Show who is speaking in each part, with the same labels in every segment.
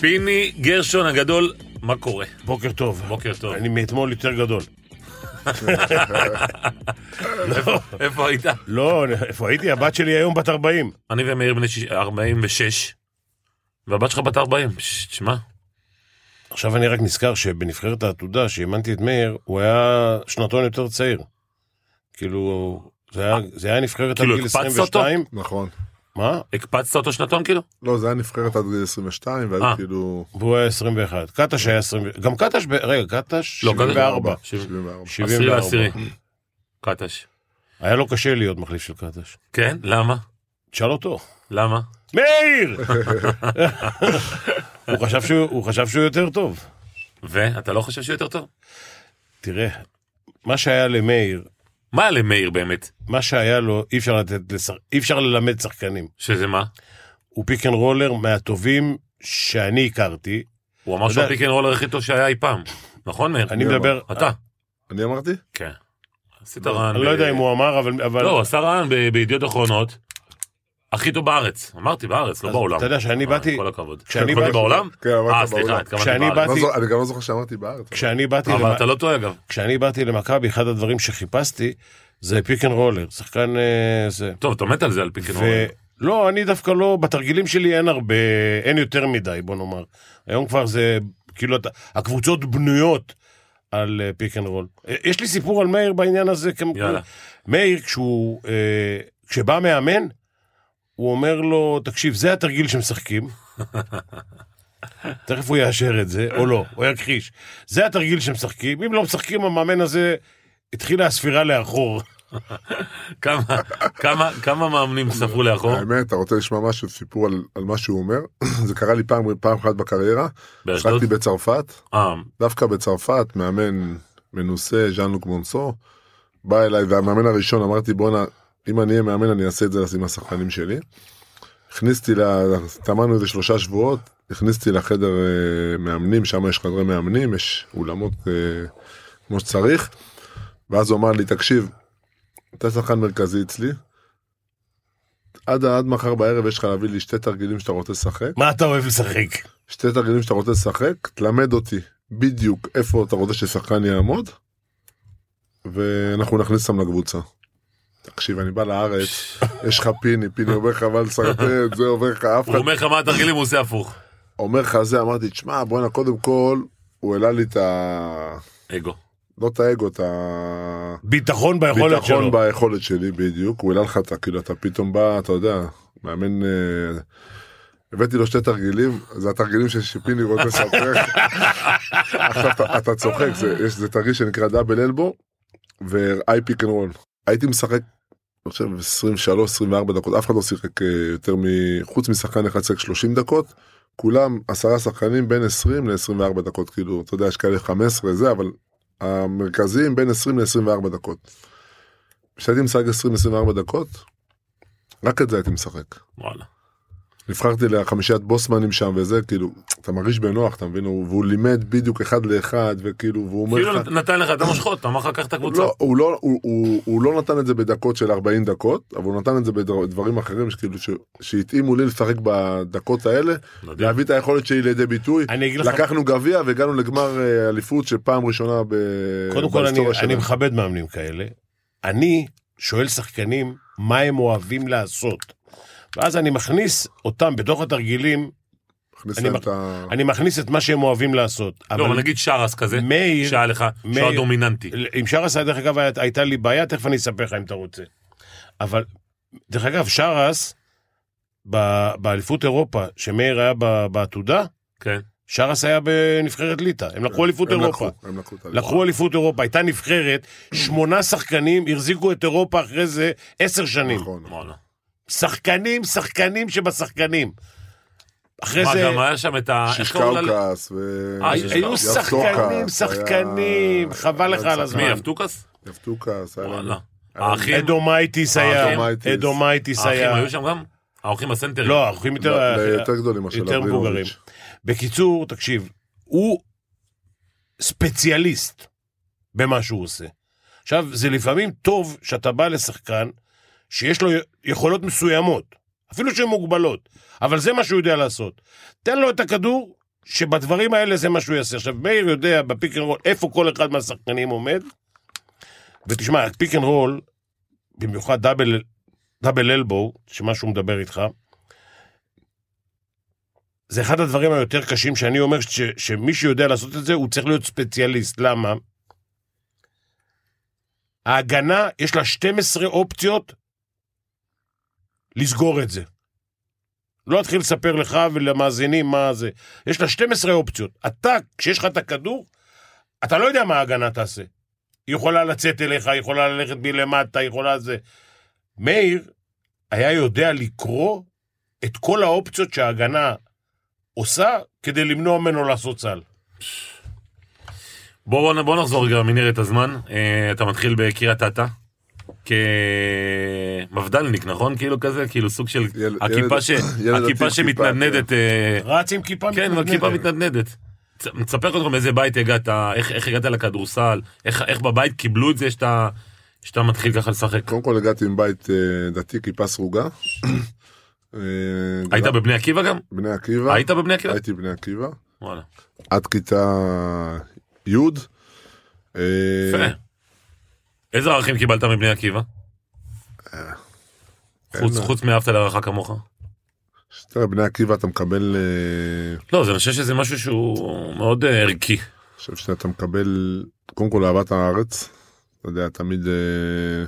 Speaker 1: פיני גרשון הגדול, מה קורה?
Speaker 2: בוקר טוב.
Speaker 1: בוקר טוב.
Speaker 2: אני מאתמול יותר גדול.
Speaker 1: איפה היית?
Speaker 2: לא, איפה הייתי? הבת שלי היום בת 40.
Speaker 1: אני ומאיר בני שיש- 46, והבת שלך בת 40. ש- תשמע,
Speaker 2: עכשיו אני רק נזכר שבנבחרת העתודה, שאימנתי את מאיר, הוא היה שנתון יותר צעיר. כאילו, זה היה- זה היה נבחרת
Speaker 1: כאילו,
Speaker 2: עד גיל
Speaker 1: הקפצת אותו?
Speaker 2: 22.
Speaker 3: נכון.
Speaker 2: מה?
Speaker 1: הקפצת אותו שנתון כאילו?
Speaker 3: לא, זה היה נבחרת עד גיל 22, ואז
Speaker 1: אה.
Speaker 3: כאילו...
Speaker 2: והוא היה 21. קטש היה 20... גם קטש, ב- רגע, קטש?
Speaker 1: לא, קטש-
Speaker 2: 74.
Speaker 1: 10
Speaker 3: 74.
Speaker 2: 74.
Speaker 1: לעשירי. קטש.
Speaker 2: היה לו קשה להיות מחליף של קטש.
Speaker 1: כן? למה?
Speaker 2: תשאל אותו.
Speaker 1: למה?
Speaker 2: מאיר! הוא חשב שהוא- הוא חשב שהוא יותר טוב.
Speaker 1: ואתה לא חושב שהוא יותר טוב?
Speaker 2: תראה, מה שהיה למאיר,
Speaker 1: מה למאיר באמת?
Speaker 2: מה שהיה לו, אי אפשר לתת, לשח... אי אפשר ללמד שחקנים.
Speaker 1: שזה מה?
Speaker 2: הוא פיק אנד רולר מהטובים שאני הכרתי.
Speaker 1: הוא אמר
Speaker 2: אתה
Speaker 1: שהוא
Speaker 2: יודע-
Speaker 1: הפיק אנד רולר הכי טוב שהיה אי פעם. נכון מאיר?
Speaker 2: אני
Speaker 3: מי
Speaker 2: מדבר,
Speaker 1: אתה?
Speaker 3: אני אמרתי?
Speaker 1: כן. עשית אה, רען.
Speaker 2: אני
Speaker 1: ב-
Speaker 2: לא יודע אם הוא אמר, אבל... אבל...
Speaker 1: לא, הוא עשה רען ב- בידיעות אחרונות. הכי טוב בארץ. אמרתי בארץ, לא
Speaker 2: אז
Speaker 1: בעולם.
Speaker 2: אתה יודע שאני
Speaker 1: אה,
Speaker 2: באתי,
Speaker 1: כל הכבוד.
Speaker 2: כשאני
Speaker 1: התכוונתי
Speaker 2: באתי-
Speaker 1: בעולם?
Speaker 3: כן, אמרת
Speaker 1: אה, סליחה,
Speaker 3: בעולם.
Speaker 1: התכוונתי
Speaker 2: כשאני
Speaker 1: בארץ.
Speaker 3: לא
Speaker 2: באתי-
Speaker 3: זו- אני גם לא זוכר שאמרתי בארץ.
Speaker 2: כשאני באתי,
Speaker 1: אבל
Speaker 2: למ...
Speaker 1: אתה לא טועה אגב.
Speaker 2: כשאני באתי למכבי, אחד הדברים שחיפשתי זה פיק אנד רולר, שחקן אה, זה.
Speaker 1: טוב, אתה מת על זה על פיק אנד רולר.
Speaker 2: ולא, אני דווקא לא, בתרגילים שלי אין הרבה, אין יותר מדי, בוא נאמר. היום כבר זה, כאילו, אתה- הקבוצות בנויות על אה, פיק אנד רול. אה, יש לי סיפור על מאיר בעניין הזה. כמו-
Speaker 1: יאללה.
Speaker 2: מאיר, כשהוא, אה, כשבא מאמן, הוא אומר לו, תקשיב, זה התרגיל שמשחקים. תכף הוא יאשר את זה, או לא, הוא יכחיש. זה התרגיל שמשחקים, אם לא משחקים, המאמן הזה, התחילה הספירה לאחור.
Speaker 1: כמה- כמה- כמה מאמנים ספרו לאחור?
Speaker 3: האמת, אתה רוצה לשמוע משהו, סיפור על- על מה שהוא אומר? זה קרה לי פעם פעם אחת בקריירה.
Speaker 1: באשדוד?
Speaker 3: שיחקתי בצרפת,
Speaker 1: אה,
Speaker 3: דווקא בצרפת, מאמן מנוסה, ז'אן לוק מונסו, בא אליי, והמאמן הראשון, אמרתי בואנה, אם אני אהיה מאמן אני אעשה את זה עם השחקנים שלי. הכניסתי, לה- טמנו איזה שלושה שבועות, הכניסתי לחדר אה, מאמנים, שם יש חדרי מאמנים, יש אולמות אה, כמו שצריך, ואז הוא אמר לי, תקשיב, אתה שחקן מרכזי אצלי, עד, עד מחר בערב יש לך להביא לי שתי תרגילים שאתה רוצה לשחק.
Speaker 2: מה אתה אוהב לשחק?
Speaker 3: שתי תרגילים שאתה רוצה לשחק, תלמד אותי בדיוק איפה אתה רוצה ששחקן יעמוד, ואנחנו נכניס אותם לקבוצה. תקשיב, אני בא לארץ, יש לך פיני, פיני אומר לך מה לסרטט, זה אומר לך אף
Speaker 1: הוא
Speaker 3: אחד,
Speaker 1: אומר לך מה התרגילים, הוא עושה הפוך.
Speaker 3: אומר לך זה, אמרתי, תשמע, בואנה, קודם כל, הוא העלה לי את ה...
Speaker 1: אגו.
Speaker 3: לא את האגו, את ה...
Speaker 2: ביטחון ביכולת שלו.
Speaker 3: ביטחון ביכולת שלי בדיוק, הוא העלה לך את ה... כאילו אתה פתאום בא, אתה יודע, מאמן... אה, הבאתי לו שתי תרגילים, זה התרגילים ששיפיני רוצה לספר. עכשיו אתה- אתה צוחק, זה, יש, זה תרגיל שנקרא דאבל אלבו ואיי פיק אנד רול. הייתי משחק, אני חושב 23-24 דקות, אף אחד לא שיחק אה, יותר מ... חוץ משחקן אחד שיחק 30 דקות, כולם עשרה שחקנים בין 20 ל-24 דקות, כאילו, אתה יודע, יש כאלה 15 זה, אבל המרכזיים בין 20 ל-24 דקות. כשהייתי משחק 20-24 דקות, רק את זה הייתי משחק.
Speaker 1: וואלה.
Speaker 3: נבחרתי לחמישיית בוסמנים שם וזה, כאילו, אתה מרגיש בנוח, אתה מבין, הוא- והוא לימד בדיוק אחד לאחד, וכאילו, והוא אומר לך...
Speaker 1: כאילו נתן לך את המושכות, אמר לך קח את הקבוצה.
Speaker 3: לא, הוא לא, הוא, הוא, הוא לא נתן את זה בדקות של 40 דקות, אבל הוא נתן את זה בדברים אחרים שכאילו, ש- שהתאימו לי לשחק בדקות האלה,
Speaker 1: מדהים.
Speaker 3: להביא את היכולת שלי לידי ביטוי.
Speaker 2: אני אגיד לך,
Speaker 3: לקחנו גביע והגענו לגמר אה, אליפות שפעם ראשונה ב...
Speaker 2: קודם כל אני, אני
Speaker 3: בהיסטוריה שלנו.
Speaker 2: מכבד מאמנים כאלה. אני שואל שחקנים מה הם אוהבים לעשות. ואז אני מכניס אותם בתוך התרגילים,
Speaker 3: מכניס
Speaker 2: אני
Speaker 3: להם
Speaker 2: מח-
Speaker 3: את ה...
Speaker 2: אני מכניס את מה שהם אוהבים לעשות.
Speaker 1: לא, אבל נגיד שרס כזה,
Speaker 2: מאיר,
Speaker 1: שהיה לך, שהיה
Speaker 2: מאיר-
Speaker 1: דומיננטי.
Speaker 2: עם שרס, דרך אגב, היה- הייתה לי בעיה, תכף אני אספר לך אם אתה רוצה. אבל, דרך אגב, שרס, ב- באליפות אירופה, שמאיר היה ב- בעתודה,
Speaker 1: כן.
Speaker 2: שרס היה בנבחרת ליטא. הם לקחו אליפות
Speaker 3: הם
Speaker 2: אירופה.
Speaker 3: לקחו, הם לקחו את האליפות.
Speaker 2: לקחו אליפות אירופה, הייתה נבחרת, שמונה שחקנים החזיקו את אירופה אחרי זה עשר שנים.
Speaker 3: נכון.
Speaker 1: וואלה.
Speaker 2: שחקנים, שחקנים שבשחקנים. אחרי
Speaker 1: מה,
Speaker 2: זה,
Speaker 1: גם היה שם את ה... אה, איך קראו לה-
Speaker 3: שישקאוקס ו...
Speaker 1: אה,
Speaker 2: היו
Speaker 1: יפתוקס,
Speaker 2: שחקנים,
Speaker 3: יפתוקס,
Speaker 2: שחקנים,
Speaker 3: היה-
Speaker 2: חבל לך על הזמן.
Speaker 1: מי, אבטוקס?
Speaker 3: יפתוקס,
Speaker 2: אה,
Speaker 3: היה
Speaker 1: וואלה.
Speaker 3: לנו-
Speaker 1: האחים?
Speaker 2: אדומייטיס היה,
Speaker 3: אדומייטיס.
Speaker 2: אדומייטיס
Speaker 1: האחים
Speaker 2: היה.
Speaker 1: היו שם גם? האורחים הסנטרים?
Speaker 2: לא, האחים יותר...
Speaker 3: ל- יותר גדולים מאשר
Speaker 2: יותר מבוגרים.
Speaker 3: לאברינוביץ'.
Speaker 2: בקיצור, תקשיב, הוא ספציאליסט במה שהוא עושה. עכשיו, זה לפעמים טוב שאתה בא לשחקן שיש לו יכולות מסוימות, אפילו שהן מוגבלות, אבל זה מה שהוא יודע לעשות. תן לו את הכדור, שבדברים האלה זה מה שהוא יעשה. עכשיו, מאיר יודע בפיק אנד רול איפה כל אחד מהשחקנים עומד, ותשמע, פיק אנד רול, במיוחד דאבל, דאבל אלבו, שמה שהוא מדבר איתך, זה אחד הדברים היותר קשים שאני אומר ש, שמי שיודע לעשות את זה, הוא צריך להיות ספציאליסט. למה? ההגנה, יש לה 12 אופציות לסגור את זה. לא אתחיל לספר לך ולמאזינים מה זה. יש לה 12 אופציות. אתה, כשיש לך את הכדור, אתה לא יודע מה ההגנה תעשה. היא יכולה לצאת אליך, היא יכולה ללכת מלמטה, היא יכולה זה. מאיר היה יודע לקרוא את כל האופציות שההגנה עושה כדי למנוע ממנו לעשות סל.
Speaker 1: בוא, בוא, בוא נחזור רגע מנהרת הזמן. אה, אתה מתחיל בקריית אתא. כמפד"לניק, נכון? כאילו כזה, כאילו סוג של
Speaker 3: ילד-
Speaker 1: הכיפה,
Speaker 3: ילד-
Speaker 1: ש...
Speaker 3: ילד עתיק
Speaker 1: הכיפה
Speaker 3: כיפה,
Speaker 1: שמתנדנדת. אה,
Speaker 2: רץ עם כיפה
Speaker 1: כן,
Speaker 2: מתנדנדת.
Speaker 1: הכיפה מתנדנדת. צ- מספר קודם כל מאיזה בית הגעת, איך, איך הגעת לכדורסל, איך, איך בבית קיבלו את זה שאתה, שאתה מתחיל ככה לשחק.
Speaker 3: קודם כל הגעתי עם בית אה, דתי, כיפה סרוגה. אה,
Speaker 1: היית
Speaker 3: גדל-
Speaker 1: בבני עקיבא גם?
Speaker 3: בני עקיבא.
Speaker 1: היית בבני עקיבא?
Speaker 3: לא. הייתי בני עקיבא.
Speaker 1: וואלה.
Speaker 3: עד כיתה י'. אה,
Speaker 1: יפה. איזה ערכים קיבלת מבני עקיבא? חוץ,
Speaker 3: אה, אין.
Speaker 1: חוץ מאהבת לרעך כמוך.
Speaker 3: תראה, בני עקיבא אתה מקבל, אה,
Speaker 1: לא, זה אני חושב שזה משהו שהוא מאוד אה, ערכי.
Speaker 3: אני חושב שאתה מקבל, קודם כל אהבת הארץ. אתה יודע, תמיד, אה,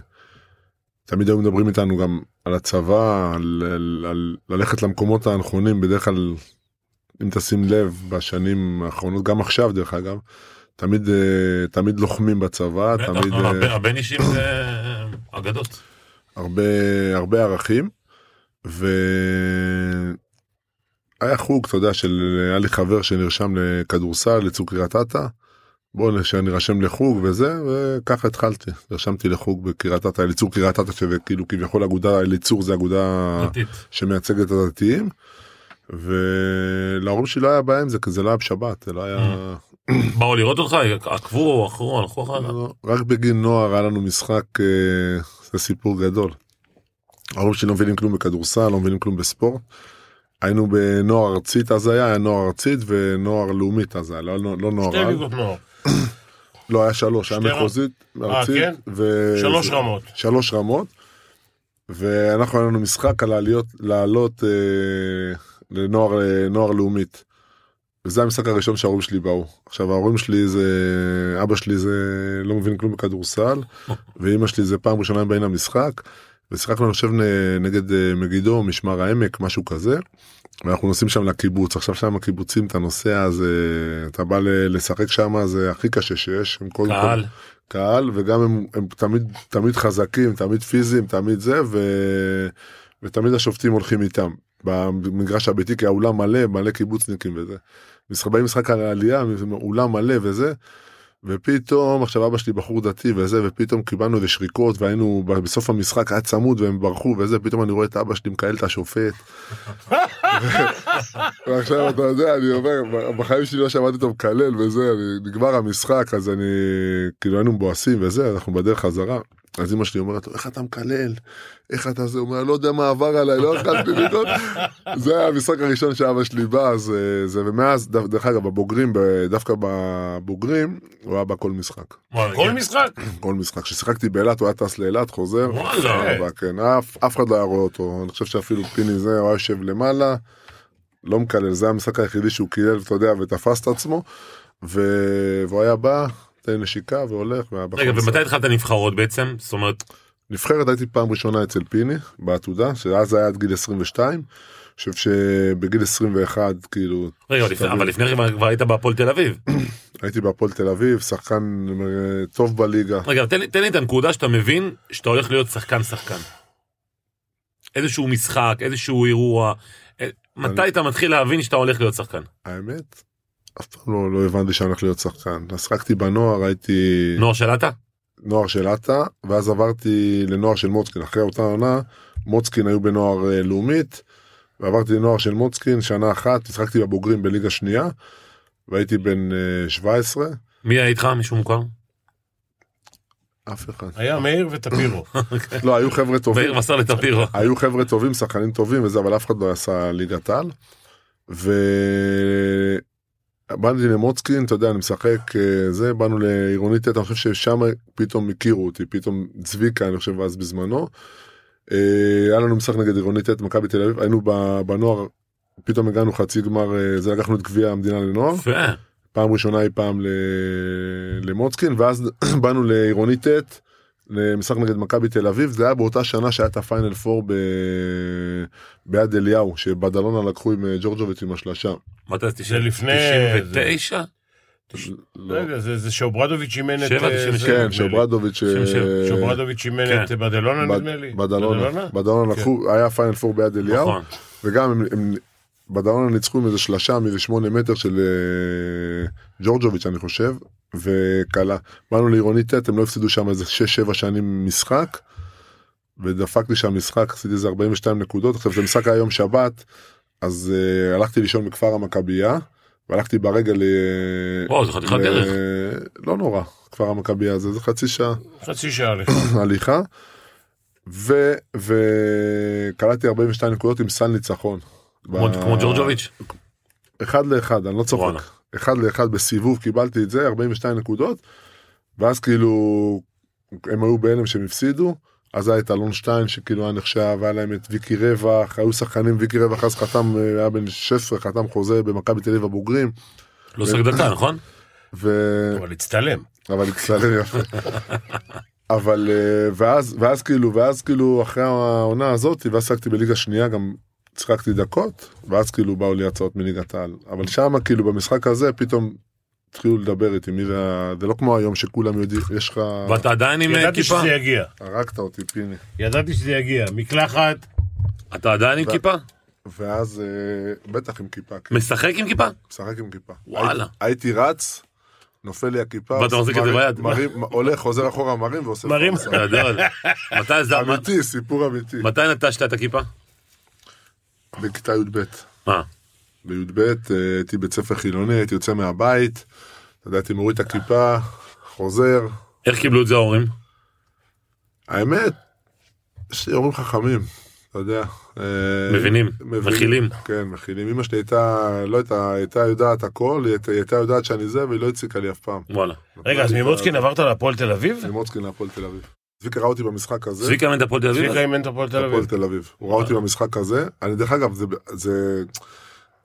Speaker 3: תמיד היו מדברים איתנו גם על הצבא, על, על, על ללכת למקומות הנכונים, בדרך כלל, אם תשים לב, בשנים האחרונות, גם עכשיו דרך אגב, תמיד, אה, תמיד לוחמים בצבא,
Speaker 1: בטח,
Speaker 3: תמיד...
Speaker 1: לא,
Speaker 3: אה,
Speaker 1: הב- הבן אישים זה אה, אגדות.
Speaker 3: הרבה הרבה ערכים והיה חוג אתה יודע של היה לי חבר שנרשם לכדורסל לצוק קריית אתא. בוא שנירשם לחוג וזה וככה התחלתי נרשמתי לחוג בקריית אתא ליצור קריית אתא שזה כאילו כביכול אגודה ליצור זה אגודה
Speaker 1: דתית.
Speaker 3: שמייצגת את הדתיים. ולהורים שלי לא היה בעיה עם זה כי זה לא היה בשבת זה לא היה
Speaker 1: באו לראות אותך, עקבו, אחרו, הלכו אחריך.
Speaker 2: אה,
Speaker 3: לא, רק בגיל נוער היה לנו משחק אה, זה סיפור גדול. ההורים שלי לא מבינים כלום בכדורסל לא מבינים כלום בספורט. היינו בנוער ארצית אז היה, היה נוער ארצית ונוער לאומית אז היה לא, לא, לא נוער
Speaker 2: שתי
Speaker 3: על.
Speaker 2: ליגות נוער.
Speaker 3: לא היה שלוש היה
Speaker 2: שתי רמ-
Speaker 3: מחוזית ארצית
Speaker 2: כן?
Speaker 3: ו...
Speaker 2: שלוש
Speaker 3: אה, זה-
Speaker 2: רמות.
Speaker 3: שלוש רמות. ואנחנו היה לנו משחק על העליות לעלות אה, לנוער אה, נוער לאומית. וזה המשחק הראשון שההורים שלי באו. עכשיו ההורים שלי זה אבא שלי זה לא מבין כלום בכדורסל ואימא שלי זה פעם ראשונה הם באים למשחק. ושיחקנו אני חושב נ- נגד אה, מגידו משמר העמק משהו כזה. ואנחנו נוסעים שם לקיבוץ עכשיו שם הקיבוצים אתה נוסע אז אה, אתה בא ל- לשחק שם זה הכי קשה שיש. הם קודם כל-
Speaker 1: קהל.
Speaker 3: קהל וגם הם, הם תמיד תמיד חזקים תמיד פיזיים תמיד זה ו... ותמיד השופטים הולכים איתם במגרש הביתי כי האולם מלא מלא קיבוצניקים וזה. משחק- באים משחק על העלייה אולם מלא וזה. ופתאום עכשיו אבא שלי בחור דתי וזה ופתאום קיבלנו איזה שריקות והיינו ב- בסוף המשחק היה צמוד והם ברחו וזה פתאום אני רואה את אבא שלי מקהל את השופט. ועכשיו אתה יודע אני אומר בחיים שלי לא שמעתי אותו מקלל וזה אני- נגמר המשחק אז אני כאילו היינו מבואסים וזה אנחנו בדרך חזרה אז אמא שלי אומרת לו איך אתה מקלל איך אתה זה הוא אומר לא יודע מה עבר עליי לא יכלתי לראות זה היה המשחק הראשון שאבא שלי בא אז אה, זה ומאז דו- דרך אגב בבוגרים ב- דווקא בבוגרים הוא היה בכל משחק
Speaker 1: וואלה,
Speaker 2: כל
Speaker 1: כן.
Speaker 2: משחק.
Speaker 3: כל משחק כששיחקתי באילת הוא היה טס לאילת חוזר
Speaker 1: וואלה.
Speaker 3: אבל כן, אף, אף אחד לא היה רואה אותו, אני חושב שאפילו פיני זה, הוא היה יושב למעלה, לא מקלל, זה המשחק היחידי שהוא קילל, אתה יודע, ותפס את עצמו, ו... והוא היה בא, נותן נשיקה והולך, והיה
Speaker 1: רגע,
Speaker 3: בחוץ.
Speaker 1: ומתי התחלת נבחרות בעצם? זאת אומרת,
Speaker 3: נבחרת הייתי פעם ראשונה אצל פיני, בעתודה, שאז היה עד גיל 22, אני חושב שבגיל 21, כאילו,
Speaker 1: רגע, לפני-
Speaker 3: שתבין.
Speaker 1: אבל לפני כן כבר- כבר היית בהפועל תל אביב.
Speaker 3: הייתי בהפועל תל אביב, שחקן אה, טוב בליגה,
Speaker 1: רגע, תן לי- תן לי את הנקודה שאתה מבין שאתה הולך להיות שחקן-שחקן. איזשהו משחק, איזשהו אירוע. אה, מתי אתה מתחיל להבין שאתה הולך להיות שחקן?
Speaker 3: האמת, אף פעם לא, לא הבנתי שאני הולך להיות שחקן, אז שחקתי בנוער, הייתי...
Speaker 1: נוער שלטה?
Speaker 3: נוער של עטה, ואז עברתי לנוער של מוצקין. אחרי אותה עונה, מוצקין היו בנוער אה, לאומית, ועברתי לנוער של מוצקין שנה אחת, משחקתי בבוגרים בליגה שנייה, והייתי בן אה, 17,
Speaker 1: מי היה איתך? מישהו מוכר?
Speaker 3: אף אחד.
Speaker 2: היה מאיר וטפירו.
Speaker 3: לא, היו חבר'ה טובים,
Speaker 1: מאיר מסר לטפירו.
Speaker 3: היו חבר'ה טובים, שחקנים טובים וזה, אבל אף אחד לא עשה ליגת על. ו... באתי למוצקין, אתה יודע, אני משחק, אה, זה, באנו לעירונית, ט', אני חושב ששם פתאום הכירו אותי, פתאום צביקה, אני חושב, אז בזמנו. אה, היה לנו משחק נגד עירונית ט', מכבי תל אביב, היינו ב- בנוער, פתאום הגענו חצי גמר, אה, זה לקחנו את גביע המדינה לנוער,
Speaker 1: יפה.
Speaker 3: פעם ראשונה אי פעם ל... למוצקין, ואז באנו לעירונית ט', למשחק נגד מכבי תל אביב, זה היה באותה שנה שהיה את הפיינל פור ב... ביד אליהו, שבדלונה לקחו עם אה, ג'ורג'וביץ' עם השלשה.
Speaker 1: מתי אז
Speaker 2: זה לפני-
Speaker 1: 99?
Speaker 3: לא.
Speaker 2: רגע, זה זה שאוברדוביץ' אימן את...
Speaker 1: שבע,
Speaker 2: אה,
Speaker 1: תשעים
Speaker 2: זה,
Speaker 1: ושבע.
Speaker 2: נדמה
Speaker 3: כן,
Speaker 2: לי.
Speaker 3: שאוברדוביץ',
Speaker 1: שם של- לא,
Speaker 3: אה,
Speaker 2: שאוברדוביץ' אימן
Speaker 1: כן.
Speaker 2: את אה, בדלונה,
Speaker 3: בד-
Speaker 2: נדמה לי.
Speaker 3: בדלונה, בדלונה
Speaker 2: כן.
Speaker 3: לקחו, היה פיינל פור ביד אליהו,
Speaker 1: נכון.
Speaker 3: וגם הם- הם, בדלונה ניצחו עם איזה שלשה מאיזה שמונה מטר של אה, ג'ורג'וביץ' אני חושב, וכלה. באנו לעירונית ט', הם לא הפסידו שם איזה 6-7 שנים משחק, ודפקתי שם משחק, עשיתי איזה 42 נקודות, עכשיו זה משחק היה יום שבת, אז אה, הלכתי לישון בכפר המכבייה, והלכתי ברגע ל...
Speaker 1: וואו, זה חתיכת
Speaker 3: ל-
Speaker 1: דרך.
Speaker 3: לא נורא, כפר המכבייה הזה, זה חצי שעה.
Speaker 2: חצי שעה לך.
Speaker 3: הליכה. ו- וקלטתי 42 נקודות עם סל ניצחון.
Speaker 1: כמו
Speaker 3: ב-
Speaker 1: כמו ג'ורג'וביץ'.
Speaker 3: אחד לאחד, אני לא
Speaker 1: וואלה.
Speaker 3: צוחק. אחד לאחד בסיבוב קיבלתי את זה, 42 נקודות, ואז כאילו, הם היו בהלם שהם הפסידו, אז היה את אלון שטיין שכאילו היה נחשב, היה להם את ויקי רווח, היו שחקנים, ויקי רווח אז חתם, אה, היה בן 16, חתם חוזה במכבי תל אביב הבוגרים,
Speaker 1: לא שחק דקה, נכון?
Speaker 3: אה. ו...
Speaker 2: אבל הצטלם.
Speaker 3: אבל הצטלם יפה. אבל אה, ואז ואז כאילו ואז כאילו אחרי העונה הזאת ואז שחקתי בליגה שנייה גם צחקתי דקות ואז כאילו באו לי הצעות מליגת העל אבל שם כאילו במשחק הזה פתאום התחילו לדבר איתי מי זה זה לא כמו היום שכולם יודעים יש לך
Speaker 1: ואתה עדיין עם אה,
Speaker 2: ידעתי
Speaker 1: כיפה?
Speaker 2: שזה יגיע.
Speaker 3: הרגת אותי פיני
Speaker 2: ידעתי שזה יגיע. מקלחת,
Speaker 1: אתה עדיין עם
Speaker 3: ו-
Speaker 1: כיפה?
Speaker 3: ואז אה, בטח עם כיפה כאילו,
Speaker 1: משחק עם כיפה?
Speaker 3: משחק עם כיפה
Speaker 1: וואלה.
Speaker 3: הייתי- הייתי רץ. נופל לי הכיפה,
Speaker 1: ואתה מחזיק את זה
Speaker 3: מרים-
Speaker 1: ביד.
Speaker 3: מרים- הולך, חוזר אחורה, מרים ועושה
Speaker 2: מרים.
Speaker 3: פאוס.
Speaker 1: גדול. מתי זה-
Speaker 3: אמיתי, סיפור אמיתי.
Speaker 1: מתי נטשת את הכיפה?
Speaker 3: בכיתה י"ב.
Speaker 1: מה?
Speaker 3: בי"ב אה, הייתי בית ספר חילוני, הייתי יוצא מהבית, אתה יודע, הייתי מוריד את הכיפה, חוזר.
Speaker 1: איך קיבלו את זה ההורים?
Speaker 3: האמת, יש לי הורים חכמים, אתה יודע. אה,
Speaker 1: מבינים, מכילים.
Speaker 3: כן, מכילים. אמא שלי הייתה, לא הייתה, הייתה יודעת הכל, היא הייתה- היא הייתה יודעת שאני זה, והיא לא הציקה לי אף פעם.
Speaker 1: וואלה.
Speaker 2: רגע, אז ממוצקין עברת להפועל תל אביב?
Speaker 3: ממוצקין להפועל תל אביב. צביקה ראה אותי במשחק הזה.
Speaker 1: צביקה מת אה, הפועל תל אביב?
Speaker 2: צביקה אימן את הפועל תל
Speaker 3: הפועל
Speaker 2: אביב. אה.
Speaker 3: תל אביב. הוא ראה אותי במשחק הזה, אני דרך אגב, זה, זה,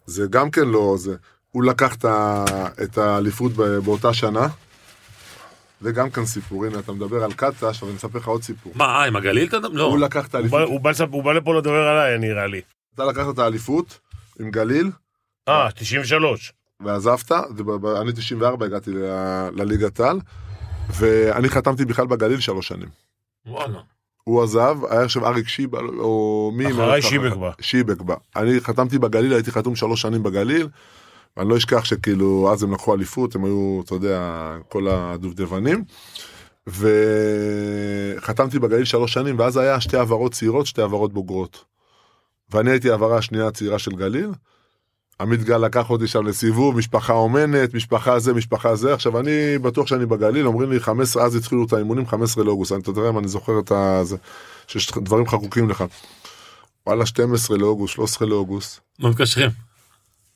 Speaker 3: זה גם כן לא, זה, הוא לקח את ה- את האליפות ב- באותה שנה, זה גם כן סיפור, הנה אתה מדבר על קטש, אבל אני אספר לך עוד סיפור.
Speaker 1: מה, אה, עם הגליל אתה... לא.
Speaker 3: הוא לקח את
Speaker 2: הוא בא-
Speaker 3: האליפות,
Speaker 2: הוא בא לספ- הוא בא לפה לדבר עליי, נראה לי.
Speaker 3: אתה לקחת את האליפות עם גליל,
Speaker 2: אה, 93.
Speaker 3: ועזבת, וב- ב- אני 94 הגעתי ל- לליגת העל, ואני חתמתי בכלל בגליל שלוש שנים.
Speaker 1: וואלה.
Speaker 3: הוא עזב, היה עכשיו אריק שיבק, או מי... לא
Speaker 2: אחריי שיבק בא.
Speaker 3: שיבק בא. אני חתמתי בגליל, הייתי חתום שלוש שנים בגליל, ואני לא אשכח שכאילו, אז הם לקחו אליפות, הם היו, אתה יודע, כל הדובדבנים. וחתמתי בגליל שלוש שנים, ואז היה שתי העברות צעירות, שתי העברות בוגרות. ואני הייתי העברה השנייה הצעירה של גליל. עמית גל לקח אותי שם לסיבוב, משפחה אומנת, משפחה זה, משפחה זה. עכשיו, אני בטוח שאני בגליל, אומרים לי 15, אז התחילו את האימונים, 15 לאוגוסט. אני, אתה יודע מה, אני זוכר את ה... זה, שיש דברים חקוקים לך. וואלה, 12 לאוגוסט, 13 לאוגוסט.
Speaker 1: לא מתקשרים.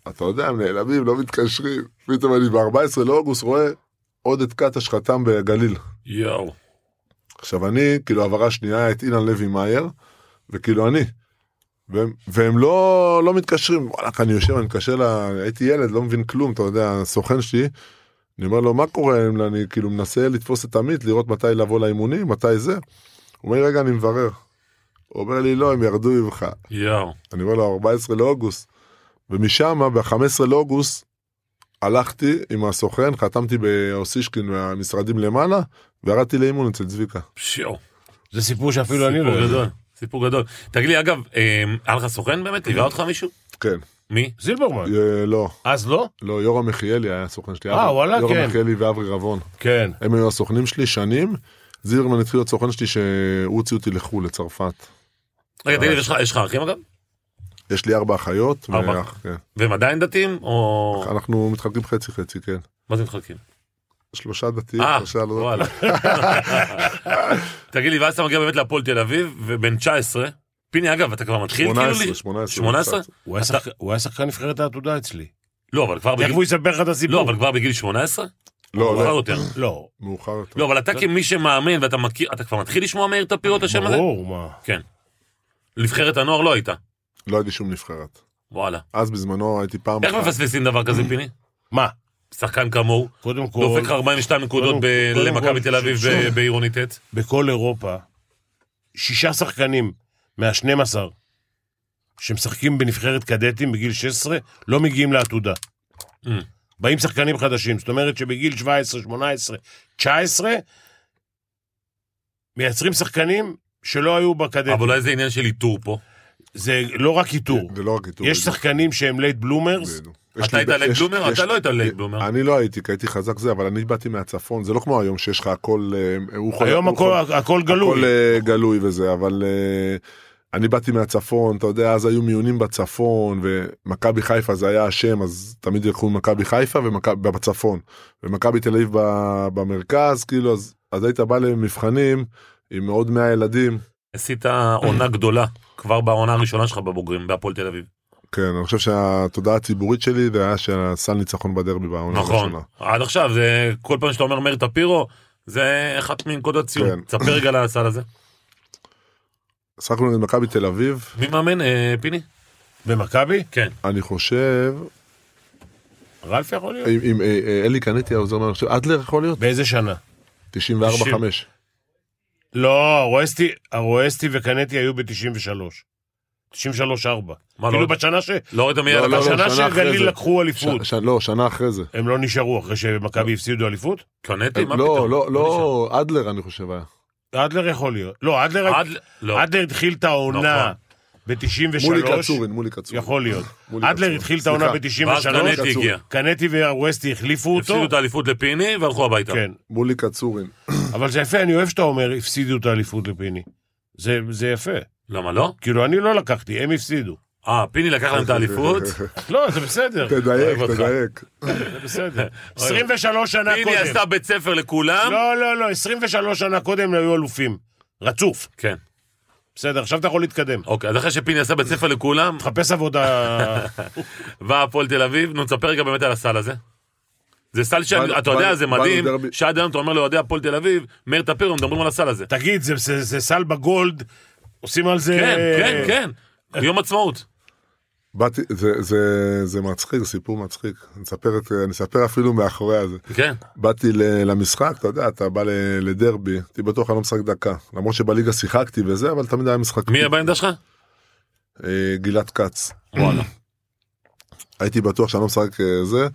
Speaker 3: אתה יודע, הם נעלמים, לא מתקשרים. פתאום אני ב-14 לאוגוסט רואה עוד את קטש חתם בגליל.
Speaker 1: יואו.
Speaker 3: עכשיו אני, כאילו העברה שנייה את אילן לוי מאייר, וכאילו אני. והם, והם לא, לא מתקשרים, וואלכ, אני יושב, אני מתקשר ל... הייתי ילד, לא מבין כלום, אתה יודע, הסוכן שלי. אני אומר לו, מה קורה? אני כאילו מנסה לתפוס את עמית, לראות מתי לבוא לאימונים, מתי זה. הוא אומר לי, רגע, אני מברר. הוא אומר לי, לא, הם ירדו ממך.
Speaker 1: יואו.
Speaker 3: אני אומר לו 14 לאוגוסט. ומשם ב-15 לאוגוסט הלכתי עם הסוכן חתמתי באוסישקין מהמשרדים למעלה וירדתי לאימון אצל צביקה.
Speaker 1: שיו.
Speaker 2: זה סיפור שאפילו אני לא
Speaker 1: סיפור
Speaker 2: יודע.
Speaker 1: גדול. סיפור גדול. תגיד לי, אגב, אה, היה לך סוכן באמת? ליווה אותך מישהו?
Speaker 3: כן.
Speaker 1: מי?
Speaker 2: זילברמן.
Speaker 3: אה, לא,
Speaker 2: אז לא?
Speaker 3: לא, יורם יחיאלי היה הסוכן שלי.
Speaker 2: אה,
Speaker 3: אברי-
Speaker 2: וואלה, כן.
Speaker 3: יורם יחיאלי ואברי רבון.
Speaker 2: כן.
Speaker 3: הם היו הסוכנים שלי שנים. זילברמן התחיל להיות סוכן שלי שהוא הוציא אותי לחו"ל, לצרפת.
Speaker 1: רגע, תגיד לי, יש לך- יש לך אחים אגב?
Speaker 3: יש לי ארבע אחיות.
Speaker 1: ארבע.
Speaker 3: ואח, כן.
Speaker 1: והם עדיין דתיים? או...
Speaker 3: אנחנו מתחלקים חצי חצי, כן.
Speaker 1: מה זה מתחלקים?
Speaker 3: שלושה דתיים,
Speaker 1: אה,
Speaker 3: שלושה לא...
Speaker 1: וואלה. תגיד לי, ואז אתה מגיע באמת להפועל תל אביב, ובן 19, פיני אגב, אתה כבר מתחיל כאילו
Speaker 3: 18,
Speaker 1: לי?
Speaker 3: 18.
Speaker 1: 18?
Speaker 2: הוא היה שחק- הוא היה שחקן נבחרת העתודה אצלי.
Speaker 1: לא, אבל כבר
Speaker 2: איך
Speaker 1: בגיל...
Speaker 2: הוא יספר לך את הסיפור?
Speaker 1: לא, אבל כבר בגיל 18?
Speaker 3: לא,
Speaker 1: מאוחר
Speaker 3: לא,
Speaker 1: יותר.
Speaker 2: לא.
Speaker 3: מאוחר יותר.
Speaker 1: לא, אבל אתה כמי שמאמן ואתה מכיר, אתה כבר מתחיל לשמוע מאיר טפירו את השם הזה?
Speaker 2: ברור, מה.
Speaker 1: כן. נבחרת הנוער לא הייתה.
Speaker 3: לא הייתי שום נבחרת.
Speaker 1: וואלה.
Speaker 3: אז בזמנו הייתי פעם
Speaker 1: איך
Speaker 3: אחת.
Speaker 1: מפספסים דבר כזה, פיני?
Speaker 2: מה?
Speaker 1: שחקן כמוהו,
Speaker 2: קודם כל,
Speaker 1: דופק 42 נקודות
Speaker 2: קודם-
Speaker 1: ב-
Speaker 2: קודם
Speaker 1: למכבי
Speaker 2: כל,
Speaker 1: תל אביב
Speaker 2: שוב.
Speaker 1: ב- בעירוני ט'.
Speaker 2: בכל אירופה, שישה שחקנים מה-12 שמשחקים בנבחרת קדטים בגיל 16, לא מגיעים לעתודה.
Speaker 1: Mm.
Speaker 2: באים שחקנים חדשים, זאת אומרת שבגיל 17, 18, 19, מייצרים שחקנים שלא היו בקדטים.
Speaker 1: אבל אולי זה עניין של איתור פה.
Speaker 2: זה לא רק איתור.
Speaker 3: זה לא רק איתור.
Speaker 2: יש
Speaker 3: בדיוק.
Speaker 2: שחקנים שהם לייט בלומרס,
Speaker 3: בדיוק. יש
Speaker 1: אתה
Speaker 3: לי-
Speaker 1: היית לייט
Speaker 3: יש-
Speaker 1: בלומר?
Speaker 3: יש-
Speaker 1: אתה לא היית לייט בלומר.
Speaker 3: אני לא הייתי, כי הייתי חזק זה, אבל אני באתי מהצפון, זה לא כמו היום שיש לך הכל... אה, הוא חולה-
Speaker 2: היום
Speaker 3: הוא חולה-
Speaker 2: הכל, הכל גלוי.
Speaker 3: הכל אה, גלוי וזה, אבל אה, אני באתי מהצפון, אתה יודע, אז היו מיונים בצפון, ומכבי חיפה זה היה השם, אז תמיד ילכו מכבי חיפה ומכבי בצפון, ומכבי תל אביב ב- במרכז, כאילו, אז, אז היית בא למבחנים עם עוד 100 ילדים,
Speaker 1: עשית עונה גדולה, כבר בעונה הראשונה שלך בבוגרים, בהפועל תל אביב.
Speaker 3: כן, אני חושב שהתודעה הציבורית שלי זה היה שהסל ניצחון בדרבי בעונה
Speaker 1: נכון.
Speaker 3: הראשונה.
Speaker 1: עד עכשיו, זה- כל פעם שאתה אומר מאיר טפירו, זה אחת מנקודות ציון.
Speaker 3: כן.
Speaker 1: תספר רגע על הסל הזה.
Speaker 3: שחקנו נגד מכבי תל אביב,
Speaker 1: מי מאמן, אה, פיני?
Speaker 2: במכבי?
Speaker 1: כן.
Speaker 3: אני חושב,
Speaker 2: רלף יכול להיות?
Speaker 3: אם אם, אה, אה, אלי קניתי העוזר מאמן, אני חושב, אדלר יכול להיות?
Speaker 2: באיזה שנה?
Speaker 3: 94-5.
Speaker 2: לא, הרואסטי, הרואסטי וקנטי היו ב-93. 93-4.
Speaker 1: מה,
Speaker 2: כאילו
Speaker 1: לא-
Speaker 2: בשנה ש...
Speaker 1: לא ראיתם מיד
Speaker 3: לא, לא,
Speaker 1: הקשר?
Speaker 2: בשנה
Speaker 3: שנה אחרי
Speaker 2: שגליל
Speaker 3: זה.
Speaker 2: לקחו אליפות.
Speaker 3: ש- ש- לא, שנה אחרי זה.
Speaker 2: הם לא נשארו אחרי שמכבי הפסידו אליפות?
Speaker 1: קונטי? אה, מה
Speaker 3: לא,
Speaker 1: פתאום?
Speaker 3: לא, לא, אדלר אני חושב היה.
Speaker 2: אדלר יכול להיות. לא, אדלר,
Speaker 1: עד... לא.
Speaker 2: אדלר התחיל את העונה
Speaker 3: מולי
Speaker 2: ב-93.
Speaker 3: קצורין, מולי קצורין.
Speaker 2: יכול להיות.
Speaker 3: מולי
Speaker 2: אדלר
Speaker 3: קצורין.
Speaker 2: התחיל את העונה
Speaker 3: סליחה,
Speaker 1: ואז
Speaker 2: ב-93.
Speaker 1: קנטי
Speaker 3: קצור.
Speaker 1: הגיע.
Speaker 2: קנטי והרואסטי החליפו
Speaker 1: הפסידו
Speaker 2: אותו.
Speaker 1: את האליפות לפיני והלכו הביתה.
Speaker 2: כן.
Speaker 3: מולי קצורין.
Speaker 2: אבל זה יפה, אני אוהב שאתה אומר, הפסידו את האליפות לפיני. זה- זה יפה.
Speaker 1: למה לא?
Speaker 2: כאילו, אני לא לקחתי, הם הפסידו.
Speaker 1: אה, פיני לקח להם את האליפות?
Speaker 2: לא, זה בסדר.
Speaker 3: תדייק,
Speaker 1: אוהב אותך.
Speaker 3: תדייק.
Speaker 2: זה
Speaker 3: כן.
Speaker 2: בסדר. 23 שנה
Speaker 1: פיני
Speaker 2: קודם.
Speaker 1: עשה בית ספר לכולם?
Speaker 2: לא, לא, לא, 23 שנה קודם היו אלופים. רצוף.
Speaker 1: כן.
Speaker 2: בסדר, עכשיו אתה יכול להתקדם.
Speaker 1: אוקיי, אז אחרי שפיני עשה בית ספר לכולם,
Speaker 2: תחפש עבודה...
Speaker 1: והפועל תל אביב, נו, תספר רגע באמת על הסל הזה. זה סל
Speaker 3: באנו-
Speaker 1: שאתה יודע,
Speaker 3: באנו-
Speaker 1: זה
Speaker 3: באנו
Speaker 1: מדהים,
Speaker 3: דרבי.
Speaker 1: שעד היום אתה אומר לאוהדי הפועל תל אביב, מאיר טפירו, מדברים על הסל הזה.
Speaker 2: תגיד, זה- זה זה סל בגולד, עושים על זה...
Speaker 1: כן, כן, כן. יום עצמאות.
Speaker 3: באתי, זה- זה- זה מצחיק, זה סיפור מצחיק. אני אספר את- אני אספר אפילו מאחורי הזה.
Speaker 1: כן.
Speaker 3: באתי ל- למשחק, אתה יודע, אתה בא ל- לדרבי, הייתי בטוח אני לא משחק דקה. למרות שבליגה שיחקתי וזה, אבל תמיד היה משחק.
Speaker 1: מי היה בעמדה שלך?
Speaker 3: אה, גלעד כץ.
Speaker 1: וואלה.
Speaker 3: הייתי בטוח שאני לא משחק אה, זה.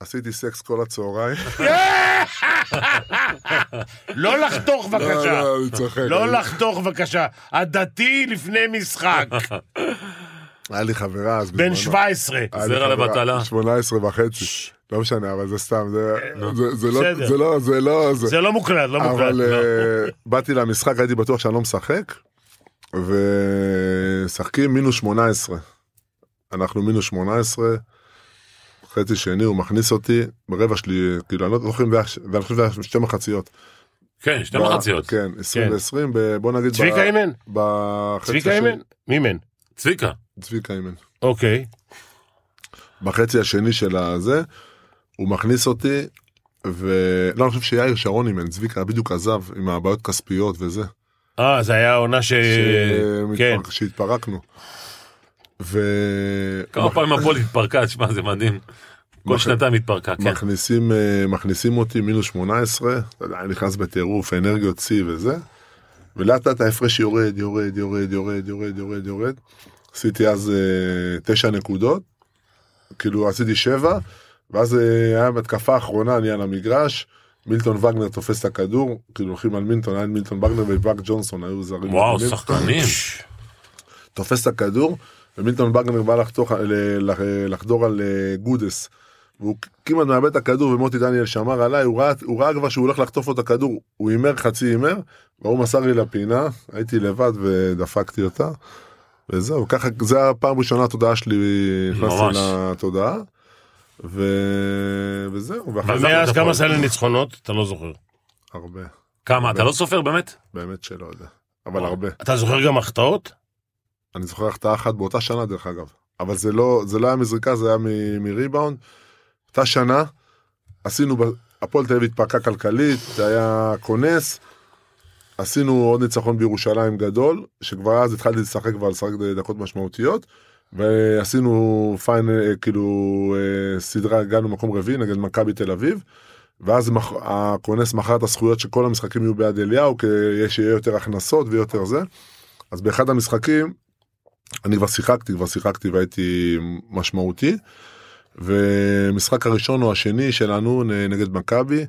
Speaker 3: עשיתי סקס כל הצהריים.
Speaker 2: לא לחתוך
Speaker 3: לא,
Speaker 2: בבקשה.
Speaker 3: לא, אני צוחק.
Speaker 2: לא
Speaker 3: אני-
Speaker 2: לחתוך בבקשה. הדתי לפני משחק.
Speaker 3: היה לי חברה אז
Speaker 2: בן
Speaker 3: בזמנו.
Speaker 2: 17.
Speaker 3: היה לי
Speaker 1: זרע
Speaker 3: חברה,
Speaker 1: לבטלה.
Speaker 3: 18 וחצי. לא משנה, אבל זה סתם, זה- זה- זה לא-
Speaker 2: בסדר.
Speaker 3: זה לא, זה לא, זה.
Speaker 2: זה לא מוקלט, לא מוקלט.
Speaker 3: אבל
Speaker 2: לא.
Speaker 3: אה, באתי למשחק, הייתי בטוח שאני לא משחק, ומשחקים מינוס 18. אנחנו מינוס 18, חצי שני, הוא מכניס אותי, ברבע שלי, כאילו, אני לא זוכר אם זה היה, ש- ואני חושב שזה היה שתי מחציות.
Speaker 1: כן, שתי
Speaker 3: ב-
Speaker 1: מחציות.
Speaker 3: כן, 20
Speaker 2: כן.
Speaker 3: ו-20, ב- בוא נגיד, ב-
Speaker 2: צביקה אימן?
Speaker 3: בחצי
Speaker 2: צביקה
Speaker 3: השני-
Speaker 2: אימן? מי מן?
Speaker 1: צביקה.
Speaker 3: צביקה אימן.
Speaker 2: אוקיי.
Speaker 3: בחצי השני של הזה, הוא מכניס אותי, ולא, אני חושב שיאיר שרון אימן, צביקה בדיוק עזב עם הבעיות כספיות וזה.
Speaker 2: אה, זה היה העונה ש... כן.
Speaker 3: שמתפרק- שהתפרקנו.
Speaker 1: כמה פעמים הפועל התפרקה, תשמע, זה מדהים. כל
Speaker 3: מח-
Speaker 1: שנתיים התפרקה, כן.
Speaker 3: ומכניסים אה, מכניסים אותי מינוס 18, אתה יודע, אני נכנס בטירוף, אנרגיות שיא וזה, ולאט לאט ההפרש יורד, יורד, יורד, יורד, יורד, יורד, יורד. עשיתי אז אה, תשע נקודות, כאילו עשיתי שבע, ואז אה, היה בהתקפה האחרונה, אני על המגרש. מילטון וגנר תופס את הכדור, כאילו הולכים על מילטון, היה מילטון וגנר וברק ג'ונסון היו זרים.
Speaker 1: וואו,
Speaker 3: מדהימים.
Speaker 1: שחקנים.
Speaker 3: תופס את הכדור, ומילטון וגנר בא לחתוך, ל- ל- לחדור על אה, גודס. והוא כמעט מאבד את הכדור ומוטי דניאל שמר עליי, הוא ראה, הוא ראה כבר שהוא הולך לחטוף לו את הכדור, הוא הימר חצי הימר, והוא מסר לי לפינה, הייתי לבד ודפקתי אותה, וזהו, ככה, זה הפעם הראשונה התודעה שלי,
Speaker 1: ממש.
Speaker 3: נכנסתי לתודעה, ו... וזהו, ואחרי זה
Speaker 2: ומאז
Speaker 1: את
Speaker 2: כמה
Speaker 1: הפועל.
Speaker 2: סלי ניצחונות? אתה לא זוכר.
Speaker 3: הרבה,
Speaker 1: כמה,
Speaker 3: כן.
Speaker 1: אתה לא סופר באמת?
Speaker 3: באמת שלא יודע, אבל הרבה.
Speaker 2: אתה זוכר גם החטאות?
Speaker 3: אני זוכר החטאה אחת באותה שנה דרך אגב, אבל זה לא, זה לא היה מזריקה, זה היה מ- מריבאונד. אותה שנה, עשינו, ב- הפועל תל אביב התפרקה כלכלית, זה היה כונס. עשינו עוד ניצחון בירושלים גדול, שכבר אז התחלתי לשחק כבר לשחק דקות משמעותיות. ועשינו פיינל, אה, כאילו אה, סדרה, הגענו מקום רביעי נגד מכבי תל אביב. ואז מח- הכונס מכר את הזכויות שכל המשחקים יהיו ביד אליהו, כדי שיהיה יותר הכנסות ויותר זה. אז באחד המשחקים, אני כבר שיחקתי, כבר שיחקתי והייתי משמעותי. ומשחק הראשון או השני שלנו נ- נגד מכבי,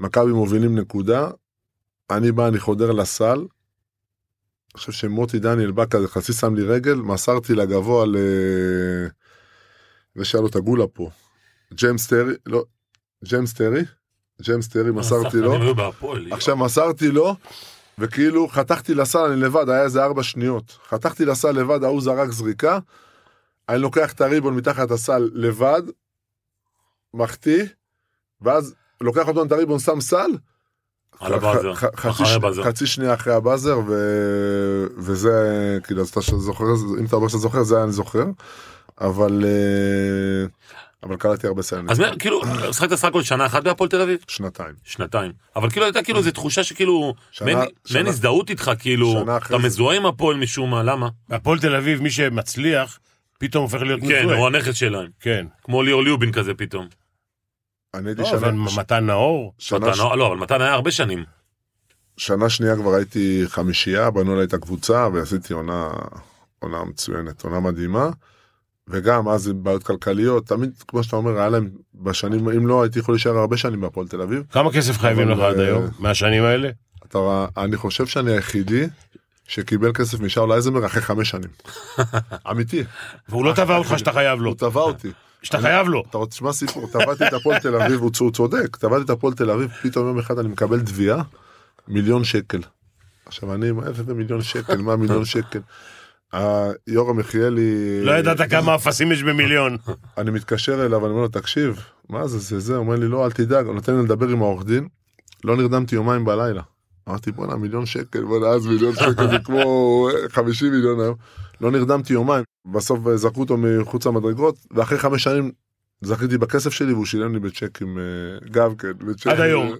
Speaker 3: מכבי מובילים נקודה, אני בא, אני חודר לסל, אני חושב שמוטי דניאל בא כזה, חצי שם לי רגל, מסרתי לגבוה ל... זה שהיה לו את הגולה פה. ג'יימס טרי, לא, ג'יימס טרי, ג'יימס טרי, מסרתי לו.
Speaker 1: השחקנים היו בהפועל.
Speaker 3: לא? עכשיו מסרתי לו, וכאילו חתכתי לסל, אני לבד, היה איזה ארבע שניות. חתכתי לסל לבד, ההוא זרק זריקה, אני לוקח את הריבון מתחת לסל לבד, מחטיא, ואז לוקח אותו את הריבון, שם סל,
Speaker 1: על הבאזר.
Speaker 3: ח- ח- חצי,
Speaker 1: אחרי
Speaker 3: ש-
Speaker 1: הבאזר.
Speaker 3: חצי שנייה אחרי הבאזר, ו... וזה, כאילו, אז אתה זוכר, אם אתה אומר שאתה זוכר, זה היה אני זוכר, אבל, אה, אבל קלטתי הרבה סיילים,
Speaker 1: אז מה- כאילו, שחקת סך הכל שנה אחת בהפועל תל אביב?
Speaker 3: שנתיים.
Speaker 1: שנתיים. אבל כאילו הייתה כאילו איזו תחושה שכאילו,
Speaker 3: שנה-
Speaker 1: מעין
Speaker 3: שנה-
Speaker 1: מעין הזדהות איתך, כאילו,
Speaker 3: שנה אחרי
Speaker 1: אתה
Speaker 3: זה.
Speaker 1: מזוהה עם הפועל משום מה, למה?
Speaker 2: בהפועל תל אביב, מי שמצליח, פתאום הופך להיות
Speaker 1: כן,
Speaker 2: מזוהה.
Speaker 1: הוא הנכס שלהם.
Speaker 2: כן.
Speaker 1: כמו ליאור ליובין כזה פתאום.
Speaker 3: אני הייתי
Speaker 2: לא, אבל
Speaker 3: שנה,
Speaker 2: מתן נאור,
Speaker 3: שנה,
Speaker 1: מתן, לא, אבל מתן היה הרבה שנים.
Speaker 3: שנה שנייה כבר הייתי חמישייה, בנו לי את הקבוצה ועשיתי עונה, עונה מצוינת, עונה מדהימה. וגם אז עם בעיות כלכליות, תמיד כמו שאתה אומר, היה להם בשנים, אם לא הייתי יכול להישאר הרבה שנים בהפועל תל אביב.
Speaker 2: כמה כסף חייבים
Speaker 3: אבל,
Speaker 2: לך עד
Speaker 3: אה,
Speaker 2: היום, מהשנים האלה?
Speaker 3: אתה, רואה, אני חושב שאני היחידי שקיבל כסף משאול אייזנברג אחרי חמש שנים. אמיתי,
Speaker 2: והוא לא תבע אותך שאתה חייב לו,
Speaker 3: הוא תבע אותי.
Speaker 2: שאתה חייב לו.
Speaker 3: אתה רוצה לשמוע סיפור, טבעתי את הפועל תל אביב, הוא צ- הוא צודק, טבעתי את הפועל תל אביב, פתאום יום אחד אני מקבל תביעה, מיליון שקל. עכשיו אני, מה זה במיליון שקל, מה מיליון שקל? ה- יורם יחיאלי,
Speaker 2: לא ידעת כמה אפסים יש במיליון.
Speaker 3: אני מתקשר אליו, אני אומר לו, תקשיב, מה זה, זה זה, הוא אומר לי, לא, אל תדאג, הוא נותן לי לדבר עם העורך דין, לא נרדמתי יומיים בלילה. אמרתי, בואנה, מיליון שקל, בואנה, אז מיליון שקל זה כמו 50 מיליון היום. לא נרדמתי יומיים, בסוף אה, זרקו אותו מחוץ למדרגות, ואחרי חמש שנים זכיתי בכסף שלי והוא שילם לי בצ'קים, אה, גם כן, בצ'קים.
Speaker 2: עד היום.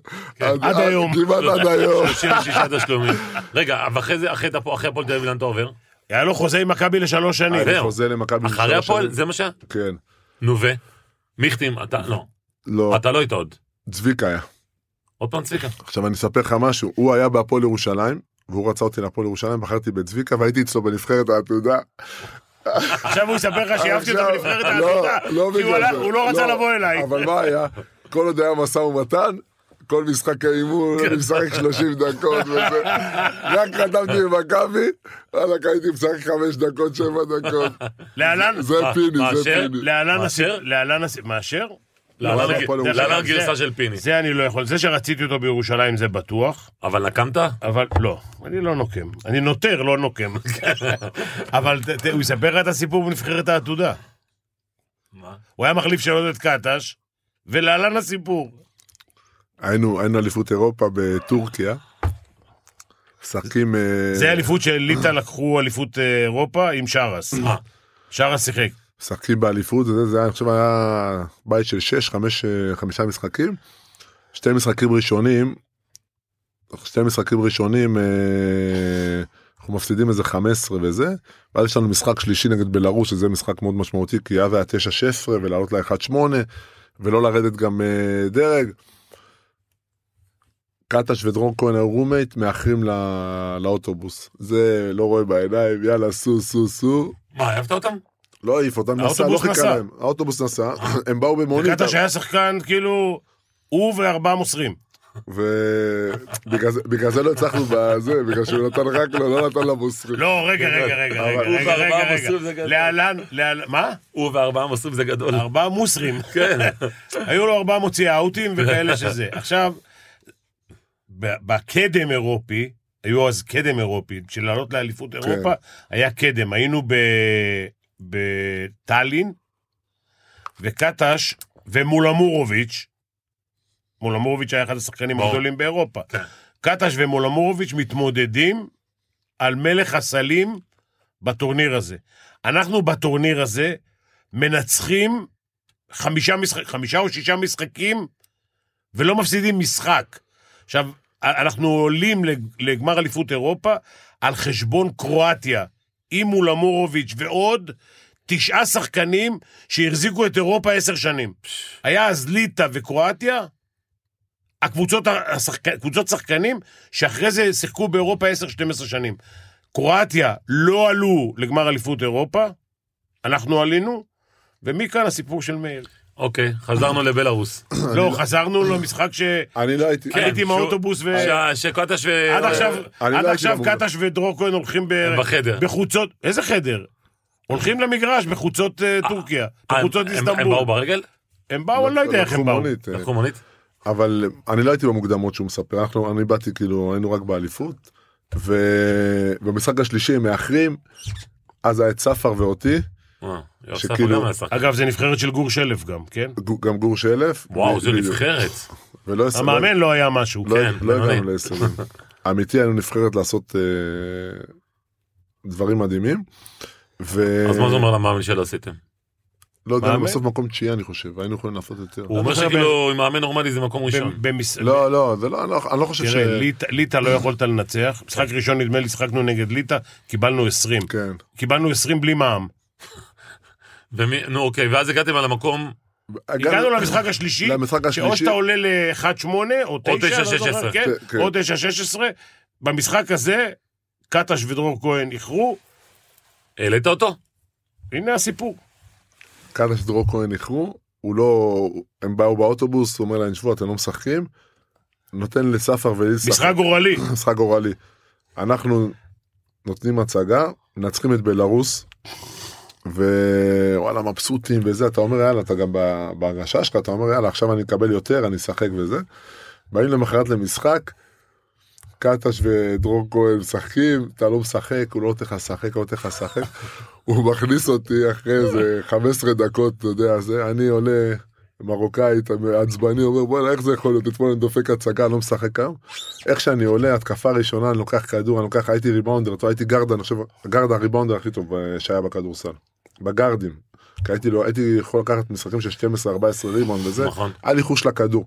Speaker 3: אה,
Speaker 2: עד היום.
Speaker 3: כמעט עד היום.
Speaker 1: 36 תשלומים. רגע, ואחרי זה, אחרי הפועל- אחרי הפועל תל אביב, לאן אתה עובר?
Speaker 2: היה לו חוזה עם מכבי לשלוש שנים.
Speaker 3: אני
Speaker 1: זהו.
Speaker 3: חוזה למכבי.
Speaker 1: אחרי
Speaker 3: שלוש
Speaker 1: הפועל,
Speaker 3: שנים.
Speaker 1: זה מה שהיה?
Speaker 3: כן.
Speaker 1: נו ו? מי החתים? אתה, לא.
Speaker 3: לא,
Speaker 1: אתה לא איתו עוד.
Speaker 3: צביקה היה.
Speaker 1: עוד פעם צביקה.
Speaker 3: עכשיו אני אספר לך משהו, הוא היה בהפועל ירושלים, והוא רצה אותי להפועל ירושלים, בחרתי בצביקה והייתי אצלו בנבחרת העתודה.
Speaker 2: עכשיו הוא יספר לך שאהבתי אותו
Speaker 3: עכשיו-
Speaker 2: בנבחרת
Speaker 3: לא,
Speaker 2: העבודה,
Speaker 3: לא
Speaker 2: כי
Speaker 3: בגלל
Speaker 2: הוא הלך-
Speaker 3: זה.
Speaker 2: הוא לא רצה לבוא אליי.
Speaker 3: אבל מה היה? כל עוד היה משא ומתן, כל משחק האימון, אני משחק 30 דקות וזה. רק חתמתי במכבי, וואלכ, הייתי משחק 5 דקות, 7 דקות.
Speaker 2: להלן,
Speaker 3: לא. זה פיני, זה
Speaker 1: מאשר?
Speaker 3: פיני.
Speaker 2: להלן,
Speaker 1: מאשר?
Speaker 2: הס- להלן, הס- מאשר?
Speaker 1: להלן
Speaker 3: לא,
Speaker 1: הג-
Speaker 3: הפועל
Speaker 1: להלן
Speaker 3: ירושלים.
Speaker 1: הגרסה
Speaker 2: זה-
Speaker 1: של פיני.
Speaker 2: זה אני לא יכול, זה שרציתי אותו בירושלים זה בטוח,
Speaker 1: אבל נקמת?
Speaker 2: אבל לא, אני לא נוקם, אני נותר, לא נוקם. אבל ת- ת- הוא יספר לך את הסיפור בנבחרת העתודה.
Speaker 1: מה?
Speaker 2: הוא היה מחליף של עודד קטש, ולהלן הסיפור.
Speaker 3: היינו, היינו אליפות אירופה בטורקיה. משחקים... אה,
Speaker 2: זה האליפות שליטא לקחו אליפות אה, אירופה עם שרס.
Speaker 1: אה.
Speaker 2: שרס שיחק.
Speaker 3: משחקים באליפות, זה, זה היה, אני חושב, היה בית של 6, 5, חמישה משחקים. שתי משחקים ראשונים, שתי משחקים ראשונים, אה, אנחנו מפסידים איזה 15 וזה, ואז יש לנו משחק שלישי נגד בלרוס, שזה משחק מאוד משמעותי, כי היה והיה 9-16 ולעלות ל-1-8, ולא לרדת גם אה, דרג. קטש ודרור כהן היו רומייט, מאחרים לא, לאוטובוס. זה לא רואה בעיניים, יאללה, סו, סו, סו.
Speaker 1: מה, אהבת אותם?
Speaker 3: לא העיף אותם, נסע, לא
Speaker 2: האוטובוס
Speaker 3: חיכה
Speaker 2: נסע.
Speaker 3: להם. האוטובוס נסע, הם באו במונית.
Speaker 2: קטש היה שחקן כאילו, הוא וארבעה מוסרים.
Speaker 3: ובגלל זה- בגלל זה לא הצלחנו בזה, בגלל שהוא נתן רק לו, לא נתן לבוסרים.
Speaker 2: לא, רגע, רגע, רגע,
Speaker 3: אבל-
Speaker 2: רגע,
Speaker 1: כן, הוא
Speaker 2: רגע,
Speaker 1: וארבעה
Speaker 2: רגע,
Speaker 1: מוסרים זה
Speaker 2: רגע.
Speaker 1: גדול.
Speaker 2: להלן, להלן- מה?
Speaker 1: הוא וארבעה מוסרים זה גדול.
Speaker 2: ארבעה מוסרים.
Speaker 1: כן.
Speaker 2: היו לו ארבעה מוציאי אאוטים וכאלה שזה. עכשיו, ב- בקדם אירופי, היו אז קדם אירופי, בשביל לעלות לאליפות אירופה, היה קדם. היינו ב- בטאלין, וקטש, ומולמורוביץ', מולמורוביץ' היה אחד השחקנים
Speaker 1: ברור.
Speaker 2: הגדולים באירופה.
Speaker 1: כן.
Speaker 2: קטש ומולמורוביץ' מתמודדים על מלך הסלים בטורניר הזה. אנחנו בטורניר הזה מנצחים חמישה, משחק, חמישה או שישה משחקים ולא מפסידים משחק. עכשיו, א- אנחנו עולים לג- לגמר אליפות אירופה על חשבון קרואטיה, עם מולמורוביץ' ועוד תשעה שחקנים שהחזיקו את אירופה עשר שנים. היה אז ליטא וקרואטיה, הקבוצות השחק... קבוצות שחקנים שאחרי זה שיחקו באירופה 10-12 שנים. קרואטיה לא עלו לגמר אליפות אירופה, אנחנו עלינו, ומכאן הסיפור של מאיר.
Speaker 1: אוקיי, חזרנו לבלארוס.
Speaker 2: לא, חזרנו למשחק שהייתי
Speaker 3: אני לא הייתי...
Speaker 1: כן. אה,
Speaker 2: עם
Speaker 1: שהוא-
Speaker 2: האוטובוס, ועד
Speaker 1: שה- שקטש ו...
Speaker 2: עכשיו,
Speaker 3: אני לא
Speaker 2: עד
Speaker 3: הייתי
Speaker 2: עכשיו
Speaker 3: במונדיאל.
Speaker 2: קטש ודרור כהן הולכים ב-
Speaker 1: בחדר.
Speaker 2: בחוצות, איזה חדר? הולכים למגרש בחוצות אה, טורקיה,
Speaker 1: אה, הם-
Speaker 2: בחוצות
Speaker 1: הם- הם באו
Speaker 2: איסטנבול.
Speaker 1: ברגל?
Speaker 2: הם באו, אני לא יודע איך הם באו.
Speaker 3: מונית, אה,
Speaker 1: לקחו מונית?
Speaker 3: אבל אני לא הייתי במוקדמות שהוא מספר, אנחנו, אני באתי כאילו, היינו רק באליפות, ובמשחק השלישי הם מאחרים, אז היה את ספר ואותי,
Speaker 1: אה, יואב
Speaker 3: שכאילו-
Speaker 1: ספר גם היה שחקן.
Speaker 2: אגב, זה נבחרת של גור שלף גם, כן?
Speaker 3: גו- גם גור שלף.
Speaker 1: וואו,
Speaker 2: אה,
Speaker 1: זו
Speaker 3: בדיוק.
Speaker 1: נבחרת.
Speaker 3: ולא עשר-
Speaker 2: המאמן לא היה משהו.
Speaker 3: לא-
Speaker 1: כן,
Speaker 3: לא הגענו
Speaker 1: בינוני.
Speaker 3: לעשרים. אמיתי, היינו נבחרת לעשות אה, דברים מדהימים. ו-
Speaker 1: אז מה זה אומר למאמן שלא עשיתם?
Speaker 2: אה,
Speaker 3: לא, הגענו
Speaker 2: מאמן?
Speaker 3: בסוף מקום תשיעי, אני חושב, היינו יכולים לעשות יותר.
Speaker 1: הוא אומר
Speaker 2: זוכר
Speaker 1: שכאילו, עם מאמן נורמלי זה מקום ראשון.
Speaker 2: במס...
Speaker 3: לא, לא, זה לא, אני לא- אני לא חושב ש...
Speaker 2: תראה, ליטא- ליטא לא יכולת לנצח. משחק ראשון, נדמה לי, שחקנו נגד ליטא, קיבלנו 20.
Speaker 3: כן.
Speaker 2: קיבלנו 20 בלי מע"מ.
Speaker 1: ומי- נו, אוקיי, ואז הגעתם על המקום,
Speaker 2: הגענו למשחק השלישי,
Speaker 3: למשחק
Speaker 2: שאו
Speaker 3: השלישי.
Speaker 2: שאתה עולה ל-1-8 או 9, לא
Speaker 1: 9-16.
Speaker 2: זוכר, כן,
Speaker 3: כן, כן.
Speaker 2: או 9-16. במשחק הזה, קטש ודרור כהן איחרו,
Speaker 1: העלית אותו?
Speaker 2: הנה הסיפור.
Speaker 3: קאטה שדרור כהן איחרו, הוא לא, הם באו באוטובוס, הוא אומר להם, שבו, אתם לא משחקים, נותן לספר ולי לשחק.
Speaker 2: משחק גורלי.
Speaker 3: משחק גורלי. אנחנו נותנים הצגה, מנצחים את בלארוס, ווואלה מבסוטים וזה, אתה אומר יאללה, אתה גם ב- בהרגשה שלך, אתה אומר יאללה, עכשיו אני אקבל יותר, אני אשחק וזה. באים למחרת למשחק, קטש ודרור כהן משחקים, אתה לא משחק, הוא לא נותן לך לשחק, לא נותן לך לשחק. הוא מכניס אותי אחרי איזה 15 דקות, אתה יודע, זה, אני עולה מרוקאית, עצבני, אומר בואנה, איך זה יכול להיות, אתמול אני דופק הצגה, אני לא משחק היום. איך שאני עולה, התקפה ראשונה, אני לוקח כדור, אני לוקח, הייתי ריבאונדר, טוב, הייתי גארד, אני חושב, גארד הריבאונדר הכי טוב אה, שהיה בכדורסל. בגארדים. כי הייתי, לא, הייתי יכול לקחת משחקים של 12-14 ריבאונד וזה,
Speaker 1: נכון.
Speaker 3: היה לי חוש לכדור.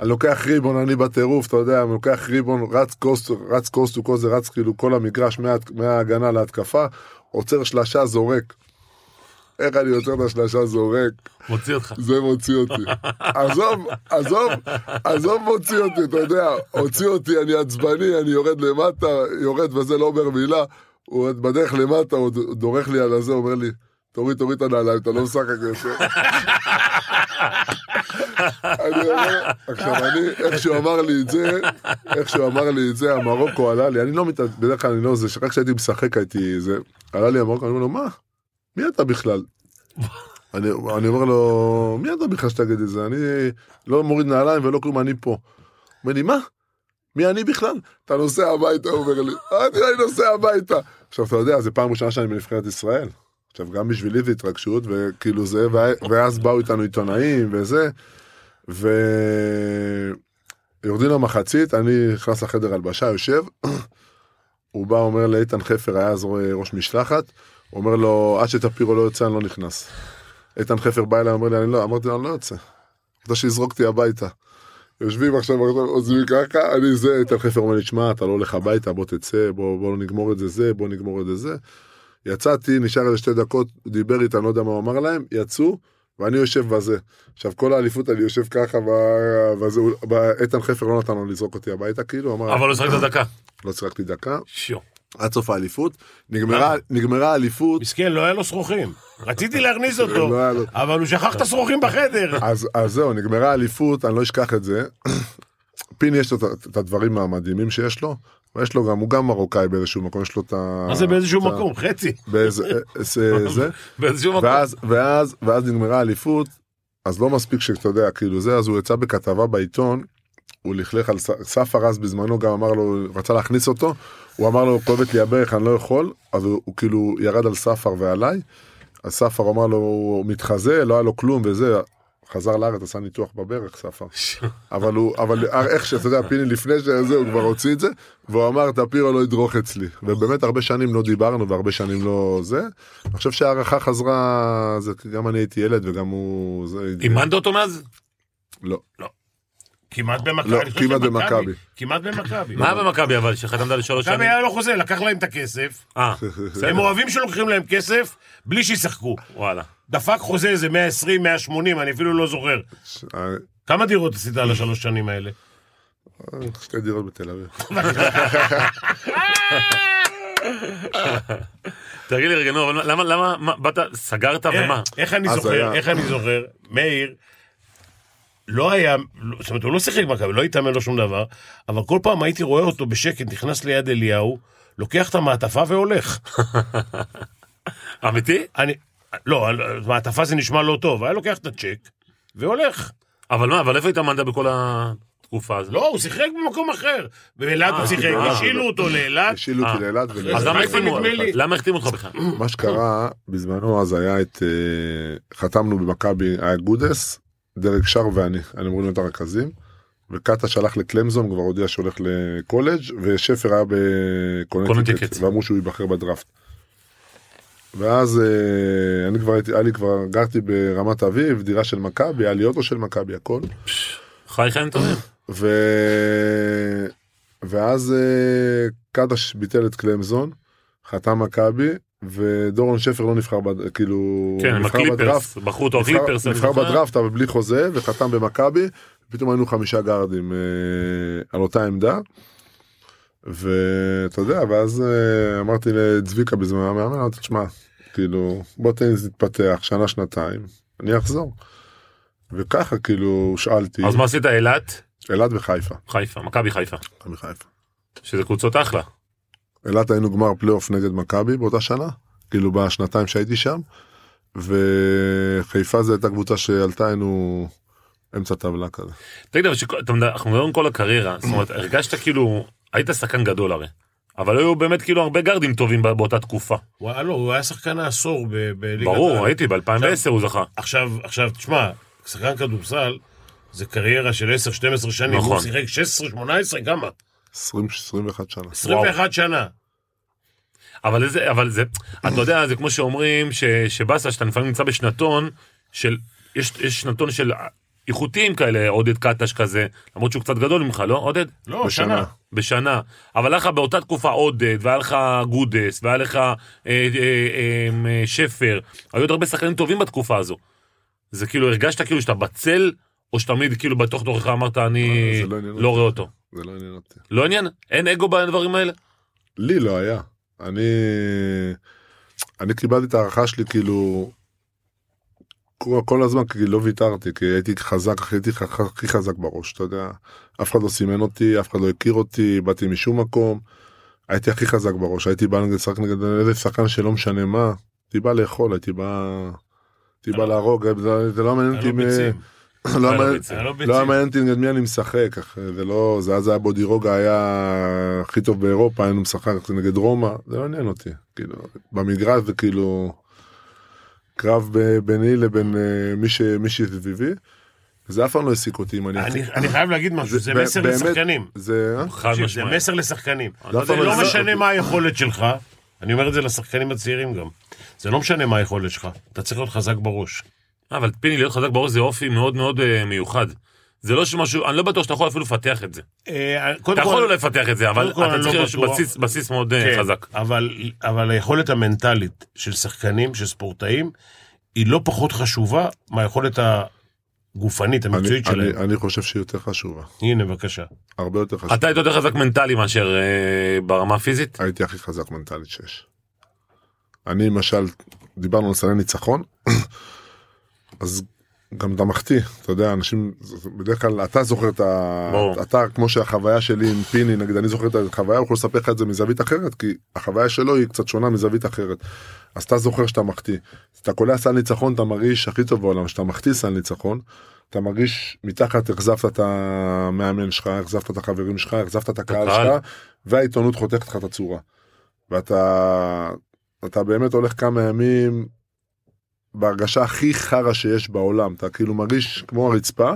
Speaker 3: אני לוקח ריבון, אני בטירוף, אתה יודע, אני לוקח ריבון, רץ קוסט, רץ קוסט הוא קוסט, רץ כאילו כל המגרש מה- מההגנה להתקפה, עוצר שלשה, זורק. איך אני עוצר את השלשה, זורק,
Speaker 1: מוציא אותך.
Speaker 3: זה מוציא אותי. עזוב, עזוב, עזוב מוציא אותי, אתה יודע, הוציא אותי, אני עצבני, אני יורד למטה, יורד וזה לא אומר מילה, הוא עוד בדרך למטה, הוא ד- דורך לי על הזה, אומר לי, תוריד, תוריד את הנעליים, אתה לא משחק יותר. אני אומר, עכשיו אני, איך שהוא אמר לי את זה, איך שהוא אמר לי את זה, המרוקו עלה לי, אני לא מתעד... בדרך כלל אני לא זה, שרק כשהייתי משחק הייתי זה, עלה לי המרוקו, אני אומר לו, מה? מי אתה בכלל? אני, אני אומר לו, מי אתה בכלל שתגיד את זה? אני לא מוריד נעליים ולא כלום, אני פה. אומר לי, מה? מי אני בכלל? אתה נוסע הביתה, הוא אומר לי. אמרתי לו, אני נוסע הביתה. עכשיו, אתה יודע, זו פעם ראשונה שאני בנבחרת ישראל. עכשיו, גם בשבילי זה התרגשות, וכאילו זה, וה- ואז באו איתנו עיתונאים וזה, ו... יורדים למחצית, אני נכנס לחדר הלבשה, יושב, הוא בא, אומר לאיתן חפר, היה אז ראש משלחת, הוא אומר לו, עד שטפירו לא יוצא, אני לא נכנס. איתן חפר בא אליי, אומר לי, אני לא, אמרתי לו, אני לא יוצא. אתה שיזרוק אותי הביתה. יושבים עכשיו, עוזבים ככה, אני זה, איתן חפר אומר לי, שמע, אתה לא הולך הביתה, בוא תצא, בוא, בוא נגמור את זה זה, בוא נגמור את זה זה. יצאתי, נשאר איזה שתי דקות, הוא דיבר איתם, לא יודע מה הוא אמר להם, יצאו, ואני יושב בזה. עכשיו, כל האליפות אני יושב ככה, ב- בזה, הוא- ב- איתן חפר לא נתן לו לזרוק אותי הביתה, כאילו, אמר,
Speaker 1: אבל לא שחקת דקה.
Speaker 3: לא צחקתי דקה,
Speaker 1: שיו.
Speaker 3: עד סוף האליפות.
Speaker 2: אה.
Speaker 3: נגמרה- נגמרה האליפות,
Speaker 2: מסכן, לא היה לו שרוכים. רציתי להכניס אותו,
Speaker 3: לא היה לו-
Speaker 2: אבל הוא שכח את השרוכים בחדר.
Speaker 3: אז, אז זהו, נגמרה האליפות, אני לא אשכח את זה. פיני יש לו את, את הדברים המדהימים שיש לו, ויש לו גם, הוא גם מרוקאי באיזשהו מקום, יש לו את ה...
Speaker 2: מה זה באיזשהו
Speaker 3: את ה-
Speaker 2: מקום? חצי.
Speaker 3: באיזה... איזה- זה.
Speaker 1: באיזשהו מקום.
Speaker 3: ואז, ואז, ואז נגמרה האליפות, אז לא מספיק שאתה יודע, כאילו זה, אז הוא יצא בכתבה בעיתון, הוא לכלך על ס- ספר אז בזמנו גם אמר לו, רצה להכניס אותו, הוא אמר לו, כואבת לי הברך, אני לא יכול, אז הוא, הוא כאילו ירד על ספר ועליי, אז ספר אמר לו, הוא מתחזה, לא היה לו כלום וזה, חזר לארץ, עשה ניתוח בברך, ספר. אבל הוא, אבל אה, איך שאתה יודע, פיני לפני שזה, הוא כבר הוציא את זה, והוא אמר, טפירו לא ידרוך אצלי. ובאמת הרבה שנים לא דיברנו והרבה שנים לא זה. אני חושב שההערכה חזרה, זה גם אני הייתי ילד וגם הוא... זה-
Speaker 1: אימנת אותו מאז?
Speaker 2: נכון.
Speaker 3: לא.
Speaker 2: כמעט במכבי.
Speaker 3: לא,
Speaker 2: אני חושב
Speaker 3: כמעט
Speaker 2: שמכבי-
Speaker 3: במכבי.
Speaker 2: כמעט במכבי.
Speaker 1: מה היה במכבי אבל, שחתמת לשלוש
Speaker 2: מכבי
Speaker 1: שנים?
Speaker 2: היה לו חוזה, לקח להם את הכסף.
Speaker 1: אה,
Speaker 2: הם
Speaker 1: בסדר,
Speaker 2: אוהבים שלוקחים להם כסף בלי שישחקו.
Speaker 1: וואלה.
Speaker 2: דפק חוזה איזה 120, 180, אני אפילו לא זוכר.
Speaker 3: אה,
Speaker 2: כמה דירות עשית על השלוש שנים האלה?
Speaker 3: שתי דירות בתל אביב.
Speaker 1: תגיד לי רגע, נו, אבל למה, למה, מה, באת, סגרת
Speaker 2: כן.
Speaker 1: ומה?
Speaker 2: איך אני
Speaker 3: אז
Speaker 2: זוכר,
Speaker 3: היה-
Speaker 2: איך אני זוכר, מאיר, לא היה, לא- זאת אומרת, הוא לא שיחק במכבי, לא התאמן לו שום דבר, אבל כל פעם הייתי רואה אותו בשקט, נכנס ליד אליהו, לוקח את המעטפה והולך.
Speaker 1: אמיתי?
Speaker 2: אני, לא, על- מעטפה זה נשמע לא טוב, היה לוקח את הצ'ק והולך.
Speaker 1: אבל מה, אבל איפה התאמנת בכל התקופה הזאת?
Speaker 2: לא, הוא שיחק במקום אחר. באילת הוא
Speaker 1: אה,
Speaker 2: שיחק,
Speaker 1: אה.
Speaker 2: השאילו אותו לאילת.
Speaker 3: השאילו אותי
Speaker 1: אה.
Speaker 3: לאילת ולאילת.
Speaker 1: אז למה
Speaker 2: שיחקתי,
Speaker 1: החתימו-
Speaker 2: נדמה לי.
Speaker 1: למה החתימו אותך בכלל?
Speaker 3: מה שקרה בזמנו אז היה את אה, חתמנו במכבי היה גודס דרג שר ואני אני אמורים להיות הרכזים. וקאטה שלח לקלמזון כבר הודיע שהולך לקולג' ושפר היה בקונטיקט
Speaker 1: קונטיקט.
Speaker 3: ואמרו שהוא ייבחר בדראפט. ואז אה, אני כבר הייתי, היה לי כבר, גרתי ברמת אביב, דירה של מכבי, היה לי אוטו של מכבי, הכל.
Speaker 1: חי חיים טובים.
Speaker 3: ו... ואז אה, קדש ביטל את קלמזון, חתם מכבי, ודורון שפר לא נבחר, בד... כאילו,
Speaker 1: כן, עם
Speaker 3: נבחר
Speaker 1: הקליפרס, בחרו אותו הקליפרס.
Speaker 3: נבחר,
Speaker 1: אני
Speaker 3: נבחר
Speaker 1: זוכר.
Speaker 3: בדראפט אבל בלי חוזה, וחתם במכבי, פתאום היינו חמישה גארדים אה, על אותה עמדה. ואתה יודע, ואז אה, אמרתי לצביקה בזמן המאמן, אמרתי, תשמע, כאילו, בוא תן לי להתפתח שנה, שנתיים, אני אחזור. וככה כאילו שאלתי,
Speaker 1: אז מה עשית אילת?
Speaker 3: אילת וחיפה.
Speaker 1: חיפה, מכבי חיפה.
Speaker 3: מכבי חיפה.
Speaker 1: שזה קבוצות אחלה.
Speaker 3: אילת היינו גמר פלייאוף נגד מכבי באותה שנה, כאילו בשנתיים שהייתי שם, וחיפה זו הייתה קבוצה שעלתה היינו אמצע טבלה כזה.
Speaker 1: תגיד, אבל שכל- אתה יודע, אנחנו מדברים כל הקריירה, זאת אומרת, הרגשת כאילו, היית שחקן גדול הרי. אבל היו באמת כאילו הרבה גארדים טובים בא- באותה תקופה.
Speaker 2: הוא היה- לא, הוא היה שחקן העשור ב- בליגת העל.
Speaker 1: ברור, הייתי, ב-2010 הוא זכה.
Speaker 2: עכשיו, עכשיו, תשמע, שחקן כדורסל זה קריירה של 10-12 שנים,
Speaker 1: נכון.
Speaker 2: הוא שיחק 16-18, כמה?
Speaker 3: 20, 21 שנה.
Speaker 2: 21 שנה.
Speaker 1: אבל זה, אבל זה, אתה יודע, זה כמו שאומרים ש- שבאסה, שאתה לפעמים נמצא בשנתון של, יש יש שנתון של איכותיים כאלה, עודד קטש כזה, למרות שהוא קצת גדול ממך, לא, עודד?
Speaker 2: לא,
Speaker 3: בשנה.
Speaker 2: שנה.
Speaker 1: בשנה. אבל היה לך באותה תקופה עודד, והיה לך גודס, והיה לך אה, אה, אה, אה, שפר, היו עוד הרבה שחקנים טובים בתקופה הזו. זה כאילו, הרגשת כאילו שאתה בצל, או שתמיד כאילו בתוך תוכך אמרת, אני
Speaker 3: זה לא עניין אותי.
Speaker 1: לא רואה אותו.
Speaker 3: זה לא עניין אותי.
Speaker 1: לא עניין? אין אגו בדברים האלה?
Speaker 3: לי לא היה. אני, אני קיבלתי את ההערכה שלי כאילו, כל, כל הזמן כי לא ויתרתי, כי הייתי חזק, הייתי ח- ח- הכי חזק בראש, אתה יודע. אף אחד לא סימן אותי, אף אחד לא הכיר אותי, באתי משום מקום. הייתי הכי חזק בראש, הייתי בא נגד שחק נגד איזה שחקן שלא משנה מה, הייתי בא לאכול, הייתי בא... הייתי בא להרוג, זה- זה לא מעניין
Speaker 2: היה
Speaker 3: אותי,
Speaker 2: לו
Speaker 3: מ-
Speaker 2: ביצים.
Speaker 3: לא
Speaker 1: היה לו
Speaker 3: מעניין-
Speaker 1: ביצים.
Speaker 2: היה לו
Speaker 3: לא היה
Speaker 2: ביצים.
Speaker 3: מעניין אותי נגד מי אני משחק, אך, זה לא, זה אז היה בודי רוגה היה הכי טוב באירופה, היינו משחק נגד רומא, זה לא עניין אותי, כאילו, במגרש זה כאילו קרב ב- ביני לבין אה, מי ש- מי שסביבי, זה אף פעם לא העסיק אותי אם אני...
Speaker 2: אני- אני חייב להגיד משהו, זה
Speaker 3: ב-
Speaker 2: מסר
Speaker 3: באמת,
Speaker 2: לשחקנים.
Speaker 3: זה... אה?
Speaker 1: חד
Speaker 2: תקשיב, זה
Speaker 1: משמעית.
Speaker 2: מסר לשחקנים.
Speaker 3: לא
Speaker 2: זה
Speaker 3: אבל
Speaker 2: לא
Speaker 3: זה-
Speaker 2: משנה מה היכולת שלך, אני אומר את זה לשחקנים הצעירים גם. זה לא משנה מה היכולת שלך, אתה צריך להיות חזק בראש.
Speaker 1: אה, אבל פיני, להיות חזק בראש זה אופי מאוד מאוד אה, מיוחד. זה לא שמשהו, אני לא בטוח שאתה יכול אפילו לפתח את זה.
Speaker 2: אה, קודם
Speaker 1: אתה
Speaker 2: כל-
Speaker 1: יכול אולי לפתח את זה, אבל
Speaker 2: קודם כל,
Speaker 1: אתה
Speaker 2: אני
Speaker 1: צריך
Speaker 2: לא
Speaker 1: להיות
Speaker 2: בטוח.
Speaker 1: בסיס- בסיס מאוד אה,
Speaker 2: כן,
Speaker 1: חזק.
Speaker 2: אבל, אבל היכולת המנטלית של שחקנים, של ספורטאים, היא לא פחות חשובה מהיכולת הגופנית, המקצועית
Speaker 3: אני-
Speaker 2: שלהם.
Speaker 3: אני- אני חושב שהיא יותר חשובה,
Speaker 2: הנה, בבקשה.
Speaker 3: הרבה יותר חשובה.
Speaker 1: אתה היית יותר חזק מנטלי מאשר אה, ברמה הפיזית?
Speaker 3: הייתי הכי חזק מנטלית שיש. אני למשל, דיברנו על סלי ניצחון, אז גם אתה מחטיא, אתה יודע, אנשים, בדרך כלל אתה זוכר את ה...
Speaker 1: ברור.
Speaker 3: אתה, כמו שהחוויה שלי עם פיני, נגיד, אני זוכר את החוויה, הוא יכול לספר לך את זה מזווית אחרת, כי החוויה שלו היא קצת שונה מזווית אחרת. אז אתה זוכר שאתה מחטיא. כשאתה קולע סל ניצחון, אתה מרגיש הכי טוב בעולם, כשאתה מחטיא סל ניצחון, אתה מרגיש מתחת אכזבת את המאמן שלך, אכזבת את החברים שלך, אכזבת את הקהל
Speaker 1: הקהל.
Speaker 3: שלך, והעיתונות חותכת לך את הצורה. ואתה אתה באמת הולך כמה ימים בהרגשה הכי חרא שיש בעולם, אתה כאילו מרגיש כמו הרצפה.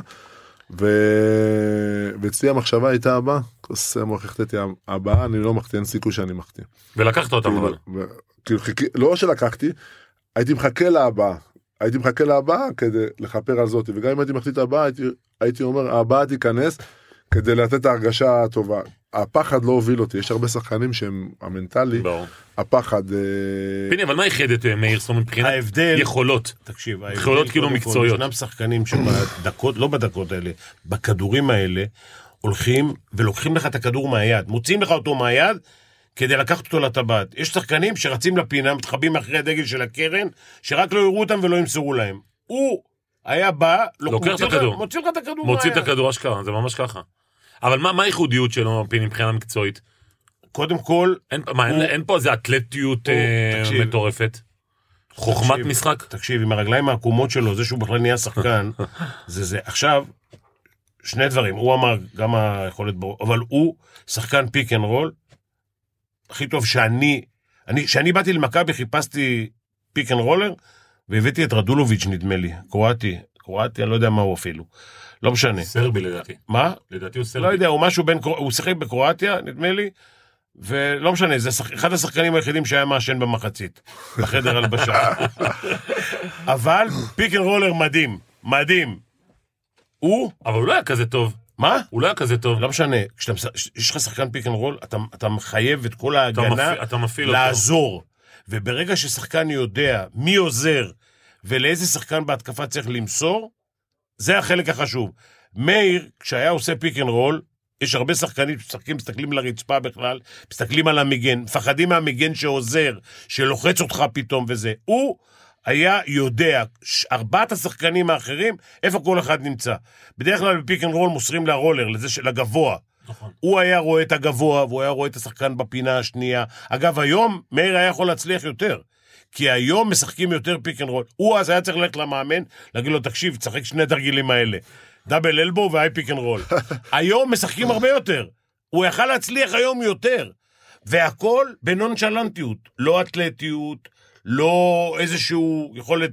Speaker 3: ו- ואצלי המחשבה הייתה הבאה, כוס המוח החטאתי, הבאה אני לא מחטיא, אין סיכוי שאני מחטיא.
Speaker 1: ולקחת אותם אבל.
Speaker 3: כאילו, ו- כאילו חיכי, לא שלקחתי, הייתי מחכה להבאה. הייתי מחכה להבאה כדי לכפר על זאתי, וגם אם הייתי מחליט הבאה, הייתי, הייתי אומר, הבאה תיכנס כדי לתת את ההרגשה הטובה. הפחד לא הוביל אותי, יש הרבה שחקנים שהם המנטלי,
Speaker 1: ברור.
Speaker 3: הפחד... אה,
Speaker 1: לא. פיני, אבל מה איחד את אה, מאיר סון מבחינת
Speaker 2: ההבדל-
Speaker 1: יכולות?
Speaker 2: תקשיב,
Speaker 1: יכולות
Speaker 2: ההבדל,
Speaker 1: כאילו
Speaker 2: קודם כל,
Speaker 1: מקצועיות.
Speaker 2: ישנם שחקנים שבדקות, לא בדקות האלה, בכדורים האלה, הולכים ולוקחים לך את הכדור מהיד, מוציאים לך אותו מהיד כדי לקחת אותו לטבעת. יש שחקנים שרצים לפינה, מתחבאים מאחורי הדגל של הקרן, שרק לא יראו אותם ולא ימסרו להם. הוא היה בא, לוק-
Speaker 1: לוקח את
Speaker 2: מוציא לך-
Speaker 1: הכדור.
Speaker 2: מוציא לך את הכדור
Speaker 1: מוציא את
Speaker 2: מהיד.
Speaker 1: הכדור אשכרה, זה ממש ככה. אבל מה מה הייחודיות שלו, פיני, מבחינה מקצועית?
Speaker 2: קודם כל,
Speaker 1: אין מה, אין-
Speaker 2: הוא-
Speaker 1: אין פה איזה אתלטיות
Speaker 2: הוא-
Speaker 1: אה,
Speaker 2: תקשיב.
Speaker 1: מטורפת? חוכמת
Speaker 2: תקשיב.
Speaker 1: משחק?
Speaker 2: תקשיב, עם הרגליים העקומות שלו, זה שהוא בכלל נהיה שחקן, זה זה. עכשיו, שני דברים, הוא אמר גם היכולת ברור, אבל הוא שחקן פיק אנד רול, הכי טוב שאני, אני, כשאני באתי למכבי חיפשתי פיק אנד רולר, והבאתי את רדולוביץ' נדמה לי, קרואטי, קרואטי, אני לא יודע מה הוא אפילו, לא משנה.
Speaker 1: סרבי לדעתי.
Speaker 2: מה?
Speaker 1: לדעתי הוא
Speaker 2: לא
Speaker 1: סרבי.
Speaker 2: יודע, הוא משהו בין, קרוא- הוא שיחק בקרואטיה, נדמה לי, ולא משנה, זה שח- אחד השחקנים היחידים שהיה מעשן במחצית, בחדר הלבשה. אבל פיק אנד רולר מדהים, מדהים. הוא,
Speaker 1: אבל הוא לא היה כזה טוב.
Speaker 2: מה?
Speaker 1: הוא לא היה כזה טוב.
Speaker 2: לא משנה, כשאתה מש- יש לך שחקן פיק אנד רול, אתה- אתה מחייב את כל
Speaker 1: אתה
Speaker 2: ההגנה
Speaker 1: מפעיל- אתה מפעיל אותו.
Speaker 2: לעזור. וברגע ששחקן יודע מי עוזר ולאיזה שחקן בהתקפה צריך למסור, זה החלק החשוב. מאיר, כשהיה עושה פיק אנד רול, יש הרבה שחקנים שמשחקים, מסתכלים לרצפה בכלל, מסתכלים על המגן, מפחדים מהמגן שעוזר, שלוחץ אותך פתאום וזה. הוא היה יודע, ש- ארבעת השחקנים האחרים, איפה כל אחד נמצא. בדרך כלל בפיק אנד רול מוסרים לרולר, לזה של הגבוה.
Speaker 1: נכון.
Speaker 2: הוא היה רואה את הגבוה, והוא היה רואה את השחקן בפינה השנייה. אגב, היום מאיר היה יכול להצליח יותר. כי היום משחקים יותר פיק אנד רול. הוא אז היה צריך ללכת למאמן, להגיד לו, תקשיב, תשחק שני תרגילים האלה. דאבל אלבו והי פיק אנד רול. היום משחקים הרבה יותר. הוא יכל להצליח היום יותר. והכל בנונשלנטיות. לא אתלטיות, לא איזושהי יכולת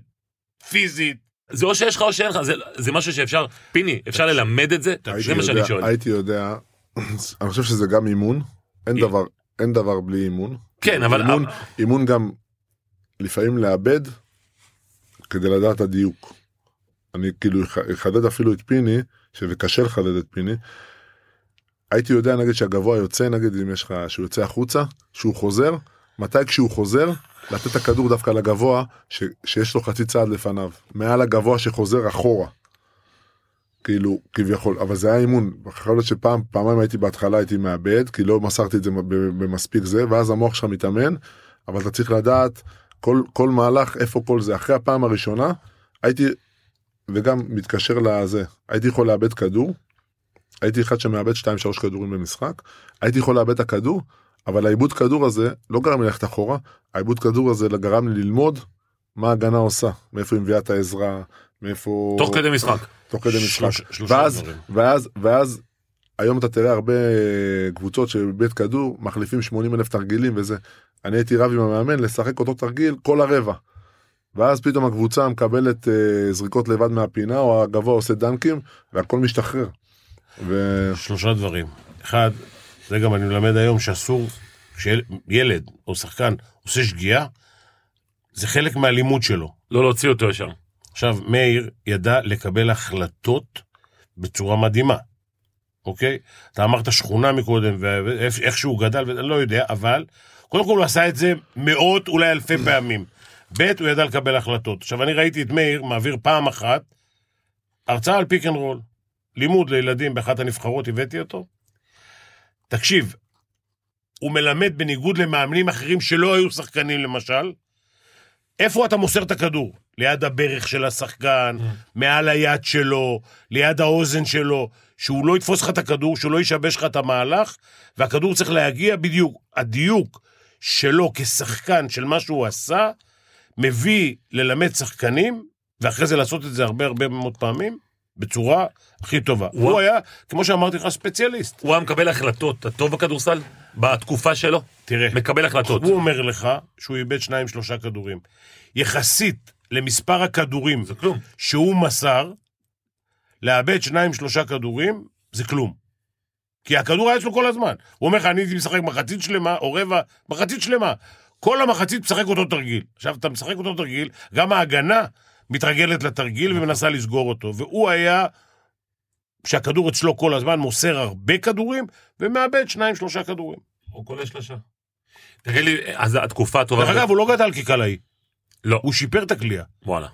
Speaker 2: פיזית.
Speaker 1: זה או שיש לך או שאין לך, זה- זה משהו שאפשר, פיני, אפשר ללמד את זה? זה מה
Speaker 3: הייתי
Speaker 1: שאני
Speaker 3: יודע-
Speaker 1: שואל.
Speaker 3: הייתי יודע, אני חושב שזה גם אימון, אין
Speaker 1: אי-
Speaker 3: דבר, אין דבר בלי אימון.
Speaker 1: כן, אבל...
Speaker 3: אימון, אימון גם לפעמים לאבד כדי לדעת הדיוק. אני כאילו אח- אחדד אפילו את פיני, שזה קשה לחדד את פיני. הייתי יודע נגיד שהגבוה יוצא נגיד אם יש לך שהוא יוצא החוצה שהוא חוזר מתי כשהוא חוזר לתת את הכדור דווקא לגבוה ש, שיש לו חצי צעד לפניו מעל הגבוה שחוזר אחורה. כאילו כביכול אבל זה היה אימון יכול להיות שפעם פעמיים הייתי בהתחלה הייתי מאבד כי לא מסרתי את זה ב- במספיק זה ואז המוח שלך מתאמן אבל אתה צריך לדעת כל כל מהלך איפה כל זה אחרי הפעם הראשונה הייתי וגם מתקשר לזה הייתי יכול לאבד כדור. הייתי אחד שמאבד 2-3 כדורים במשחק הייתי יכול לאבד את הכדור אבל האיבוד כדור הזה לא גרם לי ללכת אחורה האיבוד כדור הזה גרם לי ללמוד מה ההגנה עושה מאיפה היא מביאה את העזרה מאיפה
Speaker 1: תוך כדי משחק.
Speaker 3: תוך כדי משחק.
Speaker 2: שלוש- שלושה
Speaker 3: ואז,
Speaker 2: דברים.
Speaker 3: ואז, ואז, היום אתה תראה הרבה קבוצות שבבית כדור מחליפים 80 אלף תרגילים וזה. אני הייתי רב עם המאמן לשחק אותו תרגיל כל הרבע. ואז פתאום הקבוצה מקבלת אה, זריקות לבד מהפינה, או הגבוה עושה דנקים, והכל משתחרר. ו...
Speaker 2: שלושה דברים. אחד, זה גם אני מלמד היום שאסור, כשילד או שחקן עושה שגיאה, זה חלק מהלימוד שלו.
Speaker 1: לא להוציא אותו ישר.
Speaker 2: עכשיו, מאיר ידע לקבל החלטות בצורה מדהימה, אוקיי? אתה אמרת שכונה מקודם, ואיך שהוא גדל, ואני לא יודע, אבל קודם כל הוא עשה את זה מאות, אולי אלפי פעמים. ב', הוא ידע לקבל החלטות. עכשיו, אני ראיתי את מאיר מעביר פעם אחת הרצאה על פיק אנד רול. לימוד לילדים באחת הנבחרות, הבאתי אותו. תקשיב, הוא מלמד בניגוד למאמנים אחרים שלא היו שחקנים למשל, איפה אתה מוסר את הכדור? ליד הברך של השחקן, מעל היד שלו, ליד האוזן שלו, שהוא לא יתפוס לך את הכדור, שהוא לא ישבש לך את המהלך, והכדור צריך להגיע בדיוק. הדיוק שלו כשחקן של מה שהוא עשה, מביא ללמד שחקנים, ואחרי זה לעשות את זה הרבה הרבה מאוד פעמים, בצורה הכי טובה. הוא היה, כמו שאמרתי לך, ספציאליסט.
Speaker 1: הוא היה מקבל החלטות, הטוב בכדורסל, בתקופה שלו,
Speaker 2: תראה.
Speaker 1: מקבל החלטות.
Speaker 2: הוא אומר לך שהוא איבד שניים שלושה כדורים. יחסית למספר הכדורים
Speaker 1: זה כלום.
Speaker 2: שהוא מסר, לאבד שניים, שלושה כדורים, זה כלום. כי הכדור היה אצלו כל הזמן. הוא אומר לך, אני הייתי משחק מחצית שלמה, או רבע, מחצית שלמה. כל המחצית משחק אותו תרגיל. עכשיו, אתה משחק אותו תרגיל, גם ההגנה מתרגלת לתרגיל
Speaker 1: נכון.
Speaker 2: ומנסה לסגור אותו. והוא היה, כשהכדור אצלו כל הזמן, מוסר הרבה כדורים, ומאבד שניים, שלושה כדורים.
Speaker 1: הוא כולל שלושה. תגיד לי, אז התקופה הטובה...
Speaker 2: דרך אגב, הוא Mm. לא גדל כקלעי,
Speaker 1: לא,
Speaker 2: הוא שיפר את הכלייה.
Speaker 1: וואלה.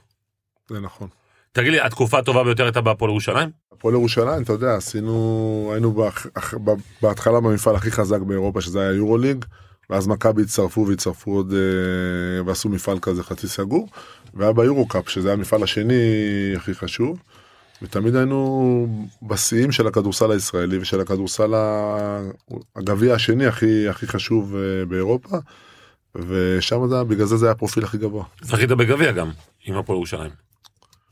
Speaker 3: זה נכון.
Speaker 1: תגיד לי, התקופה הטובה ביותר הייתה בהפועל ירושלים?
Speaker 3: הפועל ירושלים, אתה יודע, עשינו, היינו באח- אח- ב- בהתחלה במפעל הכי חזק באירופה, שזה היה יורוליג, ואז מכבי הצטרפו והצטרפו עוד, אה, ועשו מפעל כזה חצי סגור, והיה ביורו-קאפ, שזה היה המפעל השני הכי חשוב, ותמיד היינו בשיאים של הכדורסל הישראלי ושל הכדורסל ה- הגביע השני הכי, הכי חשוב אה, באירופה, ושם זה, היה- בגלל זה זה היה הפרופיל הכי גבוה.
Speaker 1: זכית בגביע גם, עם הפועל ירושלים.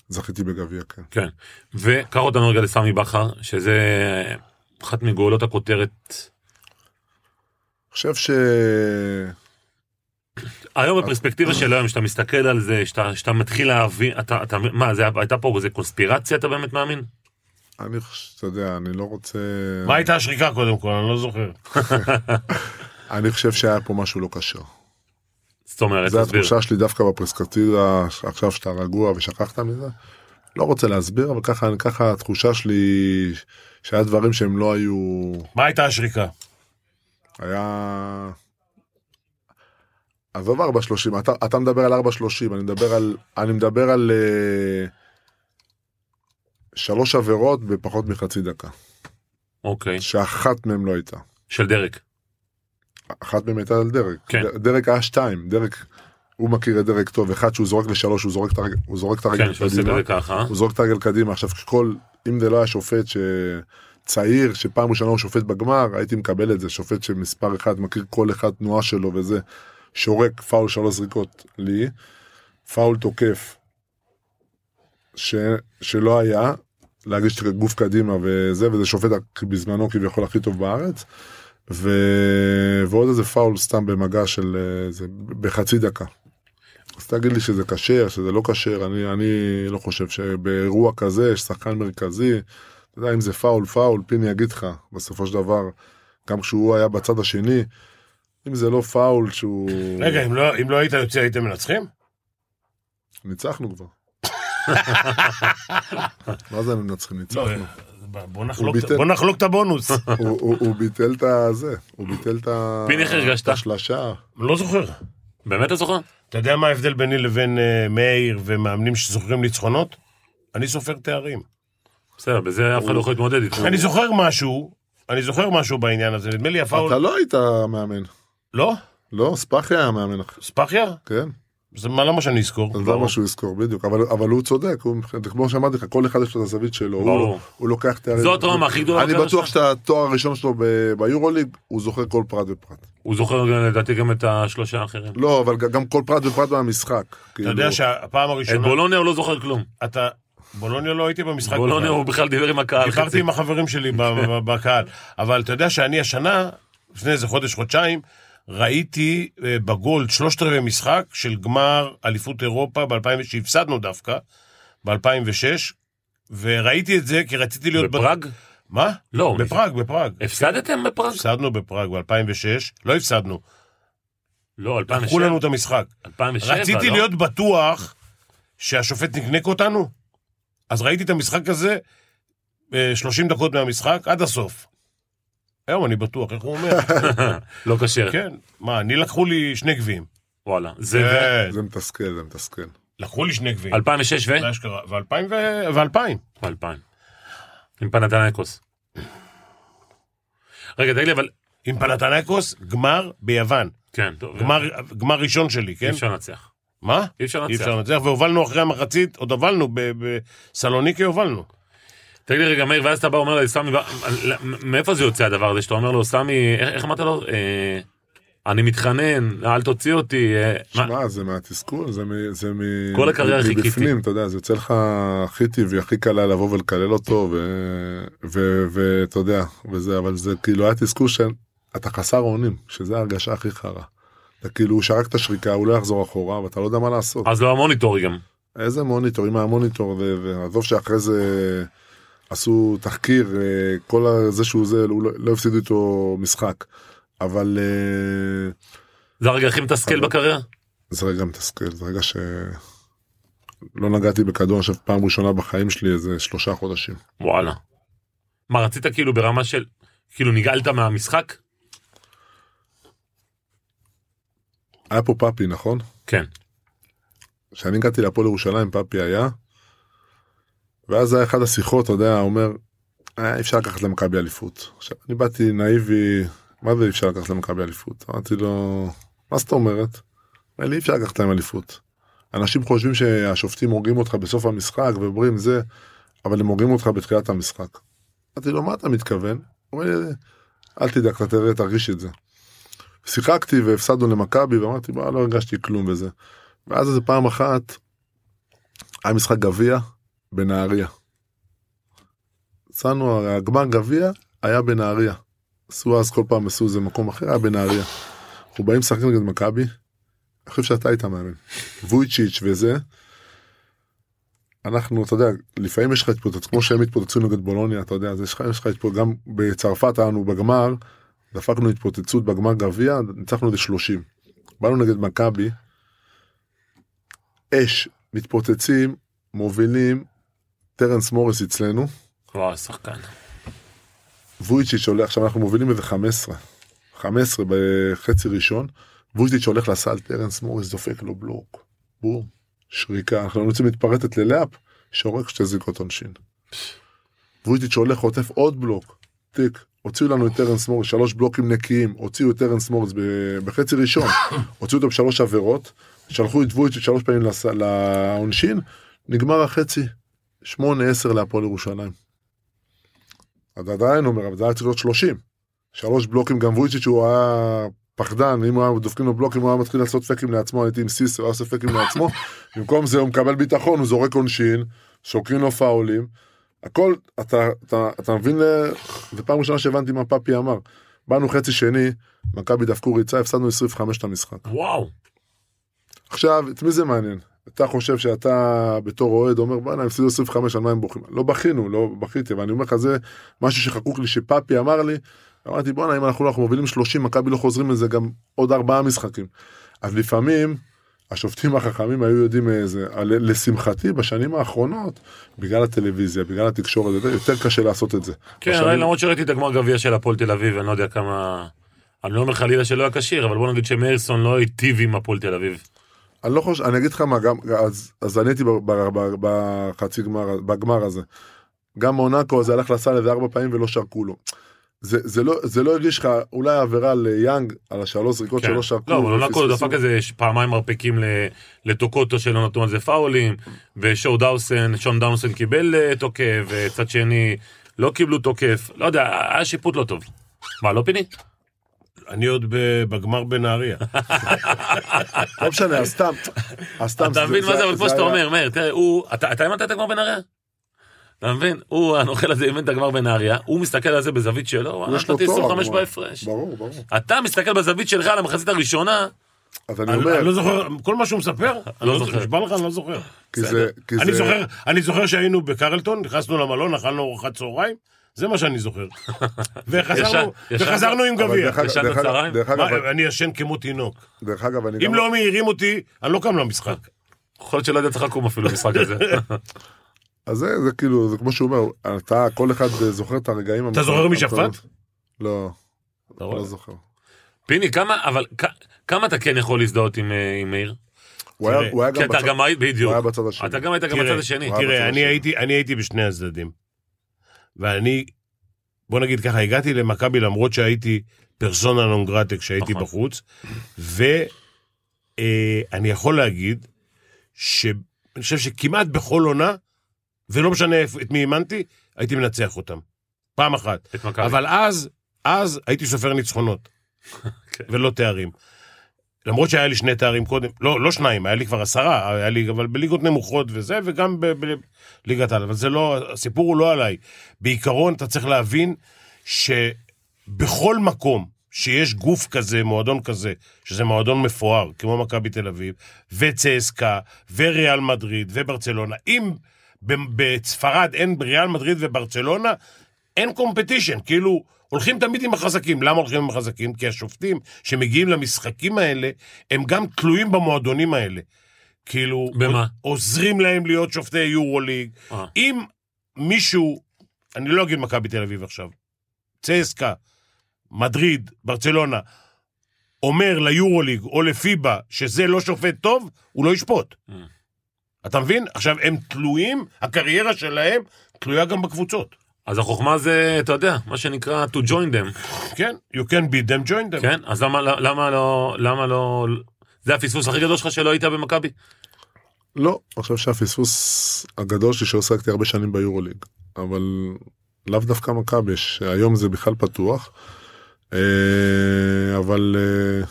Speaker 3: זכיתי בגביע, כן.
Speaker 1: כן. וקח אותנו רגע לסמי בכר, שזה אה, אחת מגאולות הכותרת.
Speaker 3: חושב ש...
Speaker 1: היום בפרספקטיבה של היום, שאתה מסתכל על זה, שאתה, שאתה מתחיל להבין, אתה, אתה, מה, זה, היה- הייתה פה איזה קונספירציה, אתה באמת מאמין?
Speaker 3: אני חושב, אתה יודע, אני לא רוצה...
Speaker 2: מה הייתה השריקה קודם כל? אני לא זוכר.
Speaker 3: אני חושב שהיה פה משהו לא כשר.
Speaker 1: זאת אומרת,
Speaker 3: זו
Speaker 1: תסביר.
Speaker 3: התחושה שלי דווקא בפרסקטיבה, עכשיו שאתה רגוע ושכחת מזה. לא רוצה להסביר, אבל ככה, ככה התחושה שלי שהיה דברים שהם לא היו...
Speaker 2: מה הייתה השריקה?
Speaker 3: היה... עזוב 4.30, אתה, אתה מדבר על 4.30, אני מדבר על... אני מדבר על... אה, שלוש עבירות בפחות מחצי דקה,
Speaker 1: אוקיי.
Speaker 3: שאחת מהן לא הייתה.
Speaker 1: של דרק.
Speaker 3: אחת מהן הייתה על דרק.
Speaker 1: כן.
Speaker 3: ד- דרק היה שתיים, דרק, הוא מכיר את דרק טוב, אחד שהוא זורק לשלוש, הוא זורק את הרגל, הוא זורק את הרגל
Speaker 1: כן, שעושה
Speaker 3: קדימה,
Speaker 1: כזה ככה.
Speaker 3: הוא זורק את הרגל קדימה. עכשיו כל, אם זה לא היה שופט ש... צעיר שפעם ראשונה הוא שופט בגמר הייתי מקבל את זה שופט שמספר אחד מכיר כל אחד תנועה שלו וזה שורק פאול שלוש זריקות לי פאול תוקף ש... שלא היה להגיש גוף קדימה וזה וזה שופט בזמנו כביכול הכי טוב בארץ ו... ועוד איזה פאול סתם במגע של אה, זה בחצי דקה. אז תגיד לי שזה כשר שזה לא כשר אני אני לא חושב שבאירוע כזה יש שחקן מרכזי. אתה יודע אם זה פאול פאול פיני יגיד לך בסופו של דבר גם כשהוא היה בצד השני. אם זה לא פאול שהוא
Speaker 2: רגע, אם לא- אם לא היית יוצא הייתם מנצחים?
Speaker 3: ניצחנו כבר. מה זה מנצחים
Speaker 2: לא,
Speaker 3: ניצחנו?
Speaker 2: בוא נחלוק-
Speaker 3: הוא ביטל.
Speaker 2: בוא נחלוק את הבונוס.
Speaker 3: הוא- הוא הוא ביטל את הזה, הוא ביטל את ה-
Speaker 1: פיני, איך הרגשת?
Speaker 3: את השלשה.
Speaker 2: אני לא זוכר.
Speaker 1: באמת אתה זוכר?
Speaker 2: אתה יודע מה ההבדל ביני לבין אה, מאיר ומאמנים שזוכרים ניצחונות? אני סופר תארים.
Speaker 1: בסדר, בזה אף אחד לא יכול להתמודד איתך.
Speaker 2: אני זוכר משהו, אני זוכר משהו בעניין הזה, נדמה לי הפאול...
Speaker 3: אתה לא היית מאמן.
Speaker 2: לא?
Speaker 3: לא, ספאחי היה מאמן אחר.
Speaker 2: ספחיה?
Speaker 3: כן,
Speaker 2: זה מה למה שאני אזכור?
Speaker 3: אז
Speaker 2: ברור.
Speaker 3: למה שהוא יזכור בדיוק, אבל, אבל הוא צודק, הוא, מבחינת- כמו שאמרתי לך, כל אחד יש לו את הזווית שלו,
Speaker 1: ברור.
Speaker 3: הוא, לא- הוא לוקח את ה...
Speaker 1: זו הטראומה הכי גדולה
Speaker 3: אני
Speaker 1: בקריירה
Speaker 3: בטוח
Speaker 1: שלך.
Speaker 3: שאת התואר הראשון שלו ב- ביורוליג, הוא זוכר כל פרט ופרט.
Speaker 1: הוא זוכר גם, לדעתי גם את השלושה האחרים.
Speaker 3: לא, אבל ג- גם כל פרט ופרט מהמשחק. כאילו,
Speaker 2: אתה יודע שהפעם
Speaker 1: את
Speaker 2: הראשונה...
Speaker 1: בולוניה הוא לא זוכר כלום.
Speaker 2: אתה... בולוניה לא הייתי במשחק.
Speaker 1: בולוניה
Speaker 2: בכלל.
Speaker 1: הוא בכלל דיבר עם הקהל.
Speaker 2: דיברתי
Speaker 1: חצי.
Speaker 2: עם החברים שלי ב- ב- בקהל, אבל אתה יודע שאני השנה, לפני איזה חודש, חודשיים, ראיתי אה, בגולד שלושת רבעי משחק של גמר אליפות אירופה ב-2000, שהפסדנו דווקא, ב-2006, וראיתי את זה כי רציתי להיות... ב-
Speaker 1: בפראג?
Speaker 2: מה?
Speaker 1: לא.
Speaker 2: בפראג, בפראג.
Speaker 1: הפסדתם בפראג?
Speaker 2: הפסדנו בפראג ב-2006, לא הפסדנו,
Speaker 1: לא,
Speaker 2: לקחו
Speaker 1: 2007.
Speaker 2: לנו את המשחק.
Speaker 1: 2007,
Speaker 2: רציתי
Speaker 1: לא?
Speaker 2: להיות בטוח שהשופט נקנק אותנו, אז ראיתי את המשחק הזה אה, 30 דקות מהמשחק עד הסוף. היום אני בטוח, איך הוא אומר?
Speaker 1: לא כשר.
Speaker 2: כן, מה, אני לקחו לי שני גביעים.
Speaker 1: וואלה. זה...
Speaker 2: כן,
Speaker 3: זה מתסכל, זה מתסכל.
Speaker 2: לקחו לי שני גביעים.
Speaker 1: 2006 ו...
Speaker 2: זה אשכרה, ואלפיים ו- ואלפיים.
Speaker 1: 2000. עם פנתנקוס. רגע, תגיד לי, אבל...
Speaker 2: עם פנתנקוס, גמר ביוון.
Speaker 1: כן, טוב.
Speaker 2: גמר- גמר ראשון שלי,
Speaker 1: אי
Speaker 2: כן?
Speaker 1: אפשר לנצח.
Speaker 2: מה?
Speaker 1: אי אפשר
Speaker 2: אי
Speaker 1: לנצח.
Speaker 2: אפשר לנצח, והובלנו אחרי המחצית, עוד הובלנו, ב- בסלוניקי הובלנו.
Speaker 1: תגיד לי רגע, מאיר, ואז אתה בא ואומר לי, סמי, ו- מאיפה זה יוצא הדבר הזה שאתה אומר לו, סמי, איך איך אמרת לו? אה, אני מתחנן, אל תוציא אותי. אה, מה?
Speaker 3: שמע, זה מהתסכול, זה, מ, זה מ,
Speaker 1: כל הקריירה
Speaker 3: מ-
Speaker 1: חיכיתי.
Speaker 3: מבפנים, אתה יודע, זה יוצא לך הכי טבעי, הכי קל היה לבוא ולקלל אותו, ו- ו- ואתה יודע, וזה, אבל זה כאילו היה תסכול שאתה חסר אונים, שזה ההרגשה הכי חרה. אתה כאילו, הוא שרק את השריקה, הוא לא יחזור אחורה, ואתה לא יודע מה לעשות.
Speaker 1: אז לא המוניטורי גם.
Speaker 3: איזה מוניטור, אם היה מוניטור, ו- ועזוב שאחרי זה עשו תחקיר, אה, כל ה- זה שהוא זה, לא, לא הפסידו איתו משחק. אבל אה,
Speaker 1: זה הרגע הכי מתסכל
Speaker 3: אבל-
Speaker 1: בקריירה?
Speaker 3: זה רגע מתסכל, זה רגע ש... לא נגעתי בכדור, אני חושב, פעם ראשונה בחיים שלי איזה שלושה חודשים.
Speaker 1: וואלה. מה, רצית כאילו ברמה של... כאילו נגעלת מהמשחק?
Speaker 3: היה פה פאפי, נכון?
Speaker 1: כן.
Speaker 3: כשאני הגעתי להפועל ירושלים, פאפי היה, ואז היה אחד השיחות, אתה יודע, אומר, "אה, אי אפשר לקחת למכבי אליפות. עכשיו, אני באתי נאיבי, מה זה אי אפשר לקחת למכבי אליפות? אמרתי לו, מה זאת אומרת? אמר לי, אי אפשר לקחת להם אליפות. אנשים חושבים שהשופטים הורגים אותך בסוף המשחק ואומרים זה, אבל הם הורגים אותך בתחילת המשחק. אמרתי לו, מה אתה מתכוון? הוא אומר לי, אל תדאג, אתה תראה, תרגיש את זה. שיחקתי והפסדנו למכבי ואמרתי, "מה, לא הרגשתי כלום וזה. ואז איזה פעם אחת, היה משחק גביע בנהריה. יצאנו, הגמר גביע היה בנהריה. עשו אז כל פעם עשו איזה מקום אחר, היה בנהריה. אנחנו באים לשחקים נגד מכבי, אני חושב שאתה היית מאמן, וויצ'יץ' וזה. אנחנו, אתה יודע, לפעמים יש לך התפוצצות, כמו שהם התפוצצו נגד בולוניה, אתה יודע, אז יש לך, יש לך התפוצצות, גם בצרפת היה לנו בגמר, דפקנו התפוצצות בגמר גביע, ניצחנו איזה 30. באנו נגד מכבי, אש, מתפוצצים, מובילים, טרנס מוריס אצלנו,
Speaker 1: וואו, שחקן.
Speaker 3: וויצ'יץ' הולך, עכשיו אנחנו מובילים איזה 15, 15 בחצי ראשון, וויצ'יץ' הולך לסל, טרנס מוריס דופק לו בלוק, בום, שריקה, אנחנו לא רוצים מתפרטת ללאפ, שורק שתי זריקות עונשין. וויצ'יץ' הולך, חוטף עוד בלוק, תיק, הוציאו לנו את טרנס מוריס, שלוש בלוקים נקיים, הוציאו את טרנס מוריס ב- בחצי ראשון, הוציאו אותו בשלוש עבירות, שלחו את וויצ'יץ' שלוש פעמים לס- לעונשין, נגמר החצי, שמונה עשר להפועל ירושלים. אז עדיין אומר, אבל זה היה צריך להיות 30. שלוש בלוקים, גם וויצ'יץ' שהוא היה פחדן, אם הוא היה דופקים לו בלוקים, הוא היה מתחיל לעשות פקים לעצמו, הייתי עם סיס, הוא היה עושה פקים לעצמו, במקום זה הוא מקבל ביטחון, הוא זורק עונשין, שוקרים לו פאולים, הכל, אתה, אתה, אתה מבין, אה, זה פעם ראשונה שהבנתי מה פאפי אמר. באנו חצי שני, מכבי דפקו ריצה, הפסדנו 25 את המשחק.
Speaker 1: וואו.
Speaker 3: עכשיו, את מי זה מעניין? אתה חושב שאתה בתור אוהד אומר בואנה הם הפסידו 25 על מה הם בוכים? לא בכינו, לא בכיתי, אבל אני אומר לך זה משהו שחקוק לי שפאפי אמר לי, אמרתי בואנה אם אנחנו, אנחנו מובילים 30 מכבי לא חוזרים לזה גם עוד ארבעה משחקים. אז לפעמים השופטים החכמים היו יודעים איזה, אבל לשמחתי בשנים האחרונות בגלל הטלוויזיה, בגלל התקשורת, זה יותר קשה לעשות את זה.
Speaker 1: כן,
Speaker 3: בשנים-
Speaker 1: הרי למרות שראיתי את הגמר גביע של הפועל תל אביב, אני לא יודע כמה... אני לא אומר חלילה שלא היה כשיר, אבל בוא נגיד שמאירסון לא היטיב עם הפועל תל אביב.
Speaker 3: אני לא חושב, אני אגיד לך מה, גם, אז, אז אני הייתי ב- ב- ב- בחצי גמר, בגמר הזה. גם מונאקו זה הלך לסל איזה ארבע פעמים ולא שרקו לו. זה, זה לא, זה לא הרגיש לך אולי עבירה ליאנג על השלוש זריקות
Speaker 1: כן.
Speaker 3: שלא שרקו.
Speaker 1: לא, אבל אונקו
Speaker 3: ופספסו.
Speaker 1: דפק איזה ש- פעמיים מרפקים ל- לטוקוטו שלא נתנו על זה פאולים, ושואו דאוסן, שון דאונסן קיבל אה, תוקף, וצד שני לא קיבלו תוקף, לא יודע, היה שיפוט לא טוב. מה, לא פיני?
Speaker 2: אני עוד ב- בגמר בנהריה.
Speaker 3: לא משנה, אז סתם, אז סתם.
Speaker 1: אתה מבין מה זה, אבל כמו שאתה
Speaker 3: היה-
Speaker 1: אומר, מאיר, תראה, הוא, אתה אתה אימנת את הגמר בנהריה? אתה מבין? הוא, הנוכל הזה אימן את הגמר בנהריה, הוא מסתכל על זה בזווית שלו, הוא
Speaker 3: יש לו
Speaker 1: נתתי
Speaker 3: תואר,
Speaker 1: 25
Speaker 3: כלומר.
Speaker 1: בהפרש.
Speaker 3: ברור, ברור.
Speaker 1: אתה מסתכל בזווית שלך על המחצית הראשונה,
Speaker 3: אז אני
Speaker 2: אני אני
Speaker 3: אומר,
Speaker 2: לא זוכר, כל מה שהוא מספר, אני לא
Speaker 1: זוכר.
Speaker 2: זוכר, נשבע לך, אני לא זוכר.
Speaker 3: כי זה, כי
Speaker 2: אני
Speaker 3: זה,
Speaker 2: זוכר, אני זוכר שהיינו בקרלטון, נכנסנו למלון, אכלנו ארוחת צהריים, זה מה שאני זוכר. וחזרנו,
Speaker 1: ישן-
Speaker 2: וחזרנו עם
Speaker 3: אבל
Speaker 2: גביע.
Speaker 3: דרך אגב-
Speaker 1: ישנת
Speaker 3: דרך אגב-
Speaker 1: צהריים?
Speaker 3: דרך אגב,
Speaker 2: מה, אני ישן כמו תינוק.
Speaker 3: דרך אגב, אני
Speaker 2: אם
Speaker 3: גם,
Speaker 2: לא מעירים אותי, אני לא קם למשחק.
Speaker 1: יכול להיות שלא יודע צריך לקום אפילו במשחק הזה.
Speaker 3: אז זה, זה כאילו, זה כמו שהוא אומר, אתה, כל אחד אה, זוכר את הרגעים.
Speaker 2: אתה זוכר מי שפט?
Speaker 3: המקומות. לא,
Speaker 2: רואה?
Speaker 3: לא זוכר.
Speaker 1: פיני, כמה, אבל כ- כמה אתה כן יכול להזדהות עם אה, עם מאיר?
Speaker 3: הוא היה-
Speaker 2: תראה,
Speaker 3: הוא היה
Speaker 1: כי
Speaker 3: גם
Speaker 1: אתה
Speaker 3: בצד-
Speaker 1: גם היית,
Speaker 3: הוא
Speaker 1: בדיוק.
Speaker 3: היה בצד השני.
Speaker 1: אתה גם היית גם
Speaker 2: תראה,
Speaker 1: בצד השני.
Speaker 3: וואי.
Speaker 2: תראה,
Speaker 3: בצד
Speaker 2: אני
Speaker 3: השני.
Speaker 2: הייתי, אני הייתי בשני הצדדים. ואני, בוא נגיד ככה, הגעתי למכבי למרות שהייתי פרסונה נון גרטה כשהייתי
Speaker 1: נכון.
Speaker 2: בחוץ, ואני אה, אני יכול להגיד שאני חושב שכמעט בכל עונה, ולא משנה איפה- את מי אימנתי, הייתי מנצח אותם. פעם אחת.
Speaker 1: את מכבי.
Speaker 2: אבל אז, אז הייתי סופר ניצחונות,
Speaker 1: כן.
Speaker 2: ולא תארים. למרות שהיה לי שני תארים קודם, לא, לא שניים, היה לי כבר עשרה, היה לי אבל בליגות נמוכות וזה, וגם ב- בליגת העל, אבל זה לא, הסיפור הוא לא עליי. בעיקרון אתה צריך להבין שבכל מקום שיש גוף כזה, מועדון כזה, שזה מועדון מפואר, כמו מכבי תל אביב, וצסקה, וריאל מדריד, וברצלונה, אם ב- בספרד אין ריאל מדריד וברצלונה, אין קומפטישן, כאילו, הולכים תמיד עם החזקים. למה הולכים עם החזקים? כי השופטים שמגיעים למשחקים האלה, הם גם תלויים במועדונים האלה. כאילו...
Speaker 1: במה?
Speaker 2: עוזרים להם להיות שופטי יורוליג.
Speaker 1: אה.
Speaker 2: אם מישהו, אני לא אגיד מכבי תל אביב עכשיו, צסקה, מדריד, ברצלונה, אומר ליורוליג או לפיבה שזה לא שופט טוב, הוא לא ישפוט.
Speaker 1: Mm.
Speaker 2: אתה מבין? עכשיו, הם תלויים, הקריירה שלהם תלויה גם בקבוצות.
Speaker 1: אז החוכמה זה, אתה יודע, מה שנקרא to join them,
Speaker 2: כן, you can beat them, join them.
Speaker 1: כן? אז למה, למה לא, למה לא, זה הפספוס הכי גדול שלך שלא היית במכבי?
Speaker 3: לא, אני חושב שהפספוס הגדול שלי שלא שחקתי הרבה שנים ביורוליג, אבל לאו דווקא מכבי, שהיום זה בכלל פתוח, אה, אבל אה,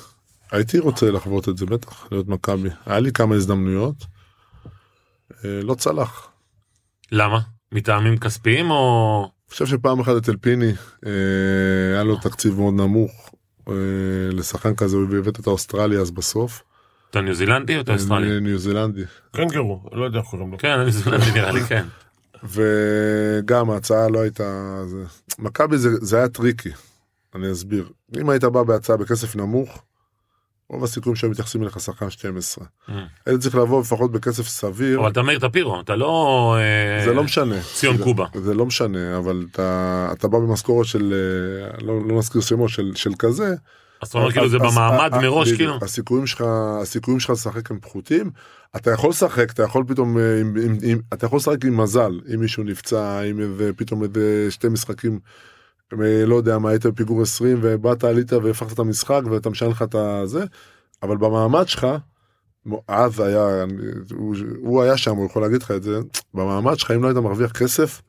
Speaker 3: הייתי רוצה לחוות את זה בטח, להיות מכבי. היה לי כמה הזדמנויות, אה, לא צלח.
Speaker 1: למה? מטעמים כספיים או...
Speaker 3: אני חושב שפעם אחת אצל פיני, אה, היה לו תקציב מאוד נמוך, אה, לשחקן כזה, הוא הבאת את האוסטרלי אז בסוף.
Speaker 1: אתה ניו זילנדי או אתה אוסטרלי?
Speaker 3: אה, ניו זילנדי.
Speaker 2: קנגרו, לא יודע איך קוראים לו.
Speaker 1: כן, אני ניו זילנדי נראה לי, כן.
Speaker 3: וגם ההצעה לא הייתה... זה... מכבי זה, זה היה טריקי, אני אסביר. אם היית בא בהצעה בכסף נמוך, רוב הסיכויים שהיו מתייחסים אליך שחקן 12. היית צריך לבוא לפחות בכסף סביר,
Speaker 1: אה. אבל אתה מאיר טפירו, אתה לא... אה,
Speaker 3: זה לא משנה.
Speaker 1: ציון
Speaker 3: זה-
Speaker 1: קובה.
Speaker 3: זה לא משנה, אבל אתה, אתה בא במשכורת של, אה, לא, לא נזכיר שמות, של, של כזה.
Speaker 1: אז אתה אומר כאילו זה
Speaker 3: אז- אז-
Speaker 1: במעמד
Speaker 3: אה, אה,
Speaker 1: מראש,
Speaker 3: בדיוק.
Speaker 1: כאילו?
Speaker 3: הסיכויים שלך, הסיכויים שלך לשחק הם פחותים. אתה יכול לשחק, אתה יכול פתאום, אה, עם, עם, עם, אתה יכול לשחק עם מזל, אם מישהו נפצע, עם איזה, פתאום איזה שתי משחקים, אה, לא יודע מה, היית בפיגור 20 ובאת, עלית והפכת את המשחק ואתה משנה לך את הזה, אבל במעמד שלך, מו- אז היה, אני- הוא, הוא היה שם, הוא יכול להגיד לך את זה, במעמד שלך, אם לא היית מרוויח כסף,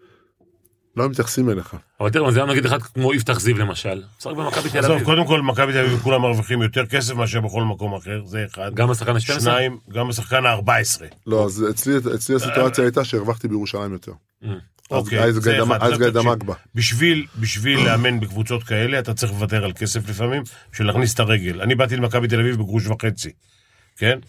Speaker 3: לא היו מתייחסים אליך.
Speaker 1: אבל תראה, זה היה נגיד אחד כמו יפתח זיו למשל. משחק במכבי תל
Speaker 2: עזוב,
Speaker 1: אביב.
Speaker 2: קודם כל, מכבי תל אביב כולם מרוויחים יותר כסף מאשר בכל מקום אחר, זה אחד.
Speaker 1: גם השחקן ה-12?
Speaker 2: שניים, גם השחקן ה-14.
Speaker 3: לא, אז אצלי, אצלי הסיטואציה הייתה שהרווחתי בירושלים יותר. אז
Speaker 2: אוקיי,
Speaker 3: אז
Speaker 2: זה
Speaker 3: גיא
Speaker 2: אחד.
Speaker 3: דמק- אז
Speaker 2: עכשיו
Speaker 3: גיא
Speaker 2: תקשיב,
Speaker 3: דמק בה.
Speaker 2: בשביל, בשביל לאמן בקבוצות כאלה, אתה צריך לוותר על כסף לפעמים, בשביל להכניס את הרגל. אני באתי למכבי תל אביב בגרוש וחצי, כן?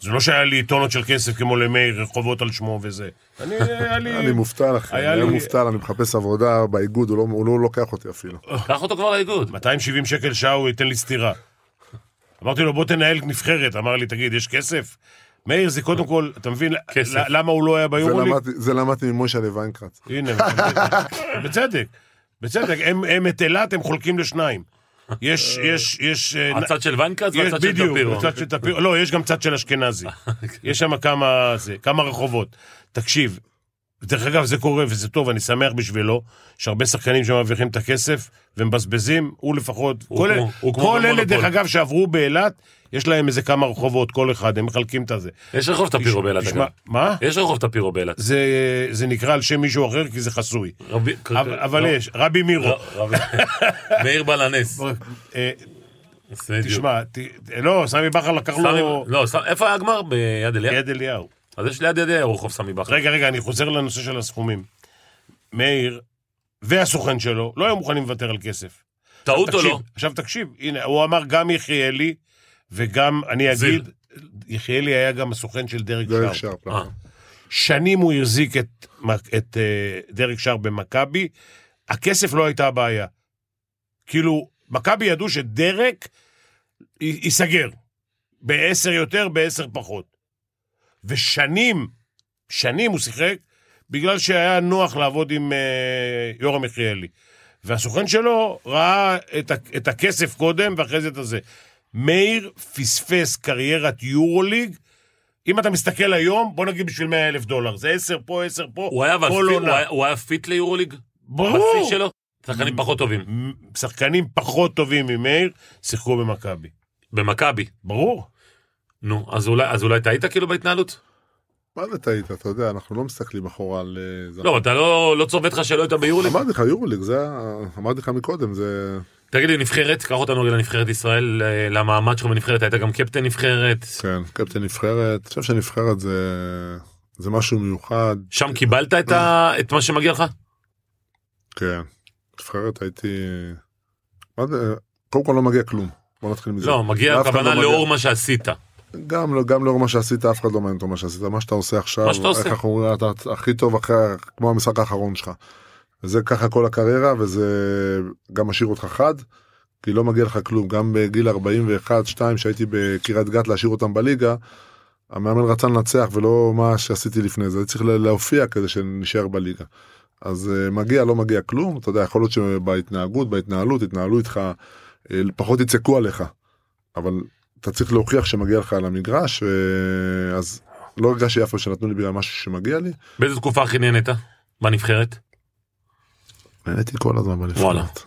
Speaker 2: זה לא שהיה לי טונות של כסף כמו למאיר, רחובות על שמו וזה. אני, היה לי...
Speaker 1: כן.
Speaker 3: אני מובטל אחי,
Speaker 2: היה
Speaker 3: אני
Speaker 2: לי-
Speaker 3: מובטל, אני מחפש עבודה באיגוד, הוא לא- הוא לא לוקח אותי אפילו.
Speaker 1: קח אותו כבר לאיגוד.
Speaker 2: 270 שקל שעה הוא ייתן לי סטירה. אמרתי לו, בוא תנהל נבחרת. אמר לי, תגיד, יש כסף? מאיר, זה קודם כל, אתה מבין
Speaker 1: כסף.
Speaker 2: ל- למה הוא לא היה
Speaker 3: זה
Speaker 2: ביורוליג?
Speaker 3: למדתי- זה למדתי ממוישה לוויינקרט.
Speaker 2: הנה, בצדק, בצדק, הם, הם את אילת הם חולקים לשניים. יש, יש, יש... אה,
Speaker 1: הצד של ונקרס
Speaker 2: יש
Speaker 1: והצד של אוקיי.
Speaker 2: בדיוק,
Speaker 1: טפירו.
Speaker 2: הצד של טפירו, לא, יש גם צד של אשכנזי. יש שם כמה, זה, כמה רחובות. תקשיב, דרך אגב, זה קורה וזה טוב, אני שמח בשבילו, יש הרבה שחקנים שמרוויחים את הכסף ומבזבזים, הוא לפחות,
Speaker 1: הוא
Speaker 2: כל,
Speaker 1: כמו-
Speaker 2: אלה-
Speaker 1: הוא כמו
Speaker 2: כל אלה,
Speaker 1: במונופול.
Speaker 2: דרך אגב, שעברו באילת, יש להם איזה כמה רחובות, כל אחד, הם מחלקים את הזה.
Speaker 1: יש רחוב טפירו באילת.
Speaker 2: תשמע,
Speaker 1: אגב. אה?
Speaker 2: מה?
Speaker 1: יש רחוב טפירו באילת.
Speaker 2: זה, זה נקרא על שם מישהו אחר כי זה חסוי.
Speaker 1: רבי-
Speaker 2: אבל- אבל
Speaker 1: אוקיי. לא,
Speaker 2: יש, רבי מירו.
Speaker 1: לא, רבי- מאיר בלנס.
Speaker 2: אה,
Speaker 1: בדיוק.
Speaker 2: תשמע, ת- לא, סמי בכר לקח
Speaker 1: סמי-
Speaker 2: לו
Speaker 1: לא, סמי- איפה היה הגמר? ביד אליהו?
Speaker 2: יד אליהו.
Speaker 1: אז יש ליד יד אליהו רחוב סמי בכר.
Speaker 2: רגע, רגע, אני חוזר לנושא של הסכומים. מאיר והסוכן שלו לא היו מוכנים לוותר על כסף.
Speaker 1: טעות או
Speaker 2: תקשיב,
Speaker 1: לא?
Speaker 2: עכשיו תקשיב, הנה, הוא אמר גם יחיאלי, וגם, אני
Speaker 1: זיל.
Speaker 2: אגיד, יחיאלי היה גם הסוכן של דרג
Speaker 3: דרך
Speaker 2: שר.
Speaker 3: שרפ.
Speaker 1: אה,
Speaker 2: שנים הוא החזיק את, מק- את אה, דרג שר במכבי, הכסף לא הייתה הבעיה. כאילו, מכבי ידעו שדרק י- ייסגר. בעשר יותר, בעשר פחות. ושנים, שנים הוא שיחק, בגלל שהיה נוח לעבוד עם אה, יורם יחיאלי. והסוכן שלו ראה את, ה- את הכסף קודם ואחרי זה את הזה. מאיר פספס קריירת יורוליג. אם אתה מסתכל היום, בוא נגיד בשביל 100 אלף דולר. זה 10 פה, 10 פה,
Speaker 1: הוא היה אבל
Speaker 2: כל
Speaker 1: פיט-
Speaker 2: עונה.
Speaker 1: הוא היה- הוא היה פיט ליורוליג? בשיא
Speaker 2: ברור. Mm.
Speaker 1: שלו? שחקנים פחות טובים.
Speaker 2: שחקנים פחות טובים ממאיר שיחקו במכבי.
Speaker 1: במכבי.
Speaker 2: ברור.
Speaker 1: נו, אז אולי אז אולי טעית כאילו בהתנהלות?
Speaker 3: מה זה טעית, אתה יודע, אנחנו לא מסתכלים אחורה על אה, זה.
Speaker 1: לא, אבל אתה לא לא צובט לך שלא היית ביורוליג?
Speaker 3: אמרתי לך יורוליג, זה ה- אמרתי לך מקודם, זה...
Speaker 1: תגיד לי, נבחרת, קח אותנו רגע לנבחרת ישראל, אה, למעמד שלך בנבחרת, היית גם קפטן נבחרת,
Speaker 3: כן, קפטן נבחרת, אני חושב שנבחרת זה... זה משהו מיוחד,
Speaker 1: שם קיבלת את ה- את מה שמגיע לך?
Speaker 3: כן. נבחרת הייתי... מה זה, קודם כל לא מגיע כלום. בוא נתחיל מזה.
Speaker 1: לא, מגיע
Speaker 3: לאף אחד
Speaker 1: הכוונה
Speaker 3: לא
Speaker 1: לאור מה שעשית.
Speaker 3: גם לא, גם לאור מה שעשית, אף אחד לא מעניין אותו מה שעשית, מה שאתה עושה עכשיו,
Speaker 1: מה שאתה עושה.
Speaker 3: איך אנחנו אומרים, אתה הכי טוב אחרי, כמו המשחק האחרון שלך. זה ככה כל הקריירה, וזה גם משאיר אותך חד, כי לא מגיע לך כלום. גם בגיל 41, 2, שהייתי בקריית גת להשאיר אותם בליגה, המאמן רצה לנצח ולא מה שעשיתי לפני זה, צריך לה- להופיע כדי שנשאר בליגה. אז אה, מגיע, לא מגיע כלום, אתה יודע, יכול להיות שבהתנהגות, בהתנהלות, התנהלו איתך, אה, פחות יצעקו עליך. אבל אתה צריך להוכיח שמגיע לך על המגרש, אה, אז לא הרגשתי אף פעם שנתנו לי בגלל משהו שמגיע לי.
Speaker 1: באיזה תקופה הכי נהנית? בנבחרת?
Speaker 3: נהניתי כל הזמן
Speaker 1: וואלה.
Speaker 3: בנבחרת.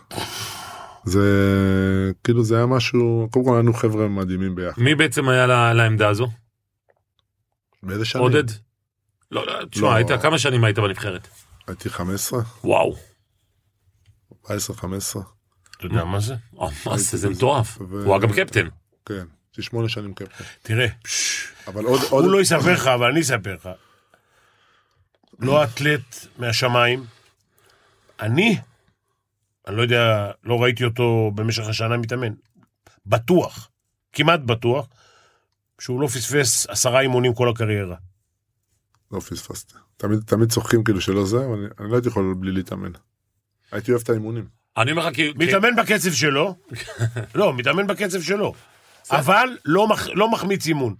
Speaker 3: זה כאילו זה היה משהו, קודם כל היינו חבר'ה מדהימים ביחד.
Speaker 1: מי בעצם היה לה- לעמדה הזו?
Speaker 3: באיזה שנים?
Speaker 1: עודד? לא, לא, תשמע,
Speaker 3: לא.
Speaker 1: היית, כמה שנים היית בנבחרת?
Speaker 3: הייתי 15,
Speaker 1: וואו.
Speaker 3: 14, 15,
Speaker 2: אתה יודע מה זה?
Speaker 1: אה, מה זה, זה
Speaker 3: הייתי
Speaker 1: מטורף.
Speaker 3: ו-
Speaker 1: הוא היה גם קפטן.
Speaker 3: כן. הייתי שמונה שנים קפטן.
Speaker 2: תראה,
Speaker 3: אבל עוד, עוד,
Speaker 2: הוא לא יספר לך, אבל אני אספר לך. לא אתלט מהשמיים. אני, אני לא יודע, לא ראיתי אותו במשך השנה מתאמן. בטוח, כמעט בטוח, שהוא לא פספס עשרה אימונים כל הקריירה.
Speaker 3: לא פספסתי. תמיד, תמיד צוחקים כאילו שלא זה, אבל אני, אני לא הייתי יכול בלי להתאמן. הייתי אוהב את האימונים.
Speaker 1: אני אומר לך, כי... כי-
Speaker 2: מתאמן בקצב שלו, לא, מתאמן בקצב שלו, אבל לא מח- לא מחמיץ אימון.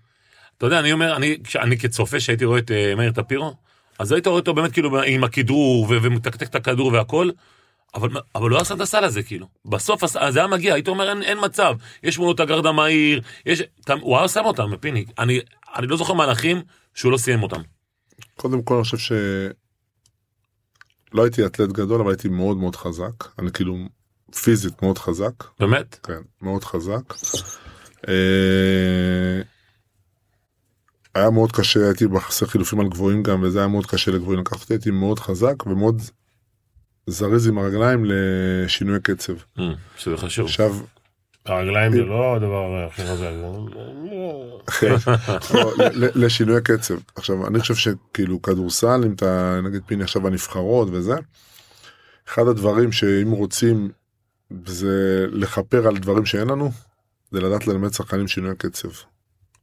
Speaker 1: אתה יודע, אני אומר, אני, כשאני כצופה שהייתי רואה את אה, מאיר טפירו, אז היית רואה אותו באמת כאילו עם הכדרור ו- ומתקתק את הכדור והכל, אבל, אבל לא עשה את הסל הזה כאילו. בסוף הס- אז זה היה מגיע, היית אומר אין, אין מצב, יש מולו את הגרד המהיר, יש... אתה, הוא היה שם אותם, פיניק. אני, אני לא זוכר מהלכים שהוא לא סיים אותם.
Speaker 3: קודם כל אני חושב ש... לא הייתי אתלט גדול, אבל הייתי מאוד מאוד חזק. אני כאילו פיזית מאוד חזק.
Speaker 1: באמת?
Speaker 3: כן, מאוד חזק. אה, היה מאוד קשה, הייתי בחסר חילופים על גבוהים גם, וזה היה מאוד קשה לגבוהים לקחת אותי, הייתי מאוד חזק ומאוד זריז עם הרגליים לשינוי קצב.
Speaker 1: Mm, שזה חשוב.
Speaker 3: עכשיו,
Speaker 2: הרגליים זה לא הדבר הכי חזק.
Speaker 3: לא, ל- ל- לשינוי קצב. עכשיו, אני חושב שכאילו כדורסל, אם אתה, נגיד פיני עכשיו בנבחרות וזה, אחד הדברים שאם רוצים זה לכפר על דברים שאין לנו, זה לדעת ללמד שחקנים שינוי קצב.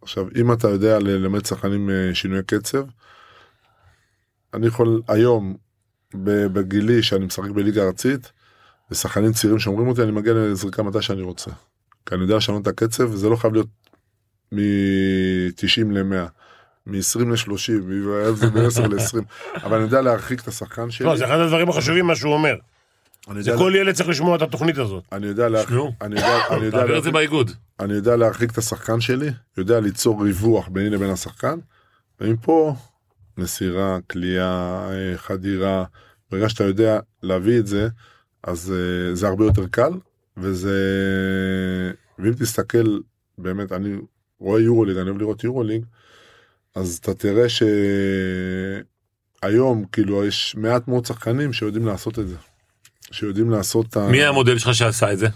Speaker 3: עכשיו, אם אתה יודע ללמד שחקנים אה, שינוי קצב, אני יכול היום, ב- בגילי שאני משחק בליגה ארצית, ושחקנים צעירים שאומרים אותי, אני מגיע לזריקה מתי שאני רוצה. כי אני יודע לשנות את הקצב, וזה לא חייב להיות מ-90 ל-100, מ-20 ל-30, מ-10 ל-20, אבל אני יודע להרחיק את השחקן שלי.
Speaker 2: לא, זה אחד הדברים החשובים מה שהוא אומר.
Speaker 3: אני
Speaker 2: זה
Speaker 3: יודע-
Speaker 2: כל ילד צריך לשמוע את התוכנית הזאת.
Speaker 3: אני יודע להרחיק-
Speaker 1: שמעו.
Speaker 3: אני יודע- אני יודע אה.
Speaker 1: תעביר את
Speaker 3: להרחיק-
Speaker 1: זה באיגוד.
Speaker 3: אני יודע להרחיק את השחקן שלי, יודע ליצור ריווח ביני לבין השחקן, ומפה מסירה, כליאה, אה, חדירה, ברגע שאתה יודע להביא את זה, אז אה, זה הרבה יותר קל, וזה... ואם תסתכל, באמת, אני רואה יורוליג, אני אוהב לראות יורוליג, אז אתה תראה שהיום, כאילו, יש מעט מאוד שחקנים שיודעים לעשות את זה. שיודעים לעשות את ה...
Speaker 1: מי היה המודל שלך שעשה את זה?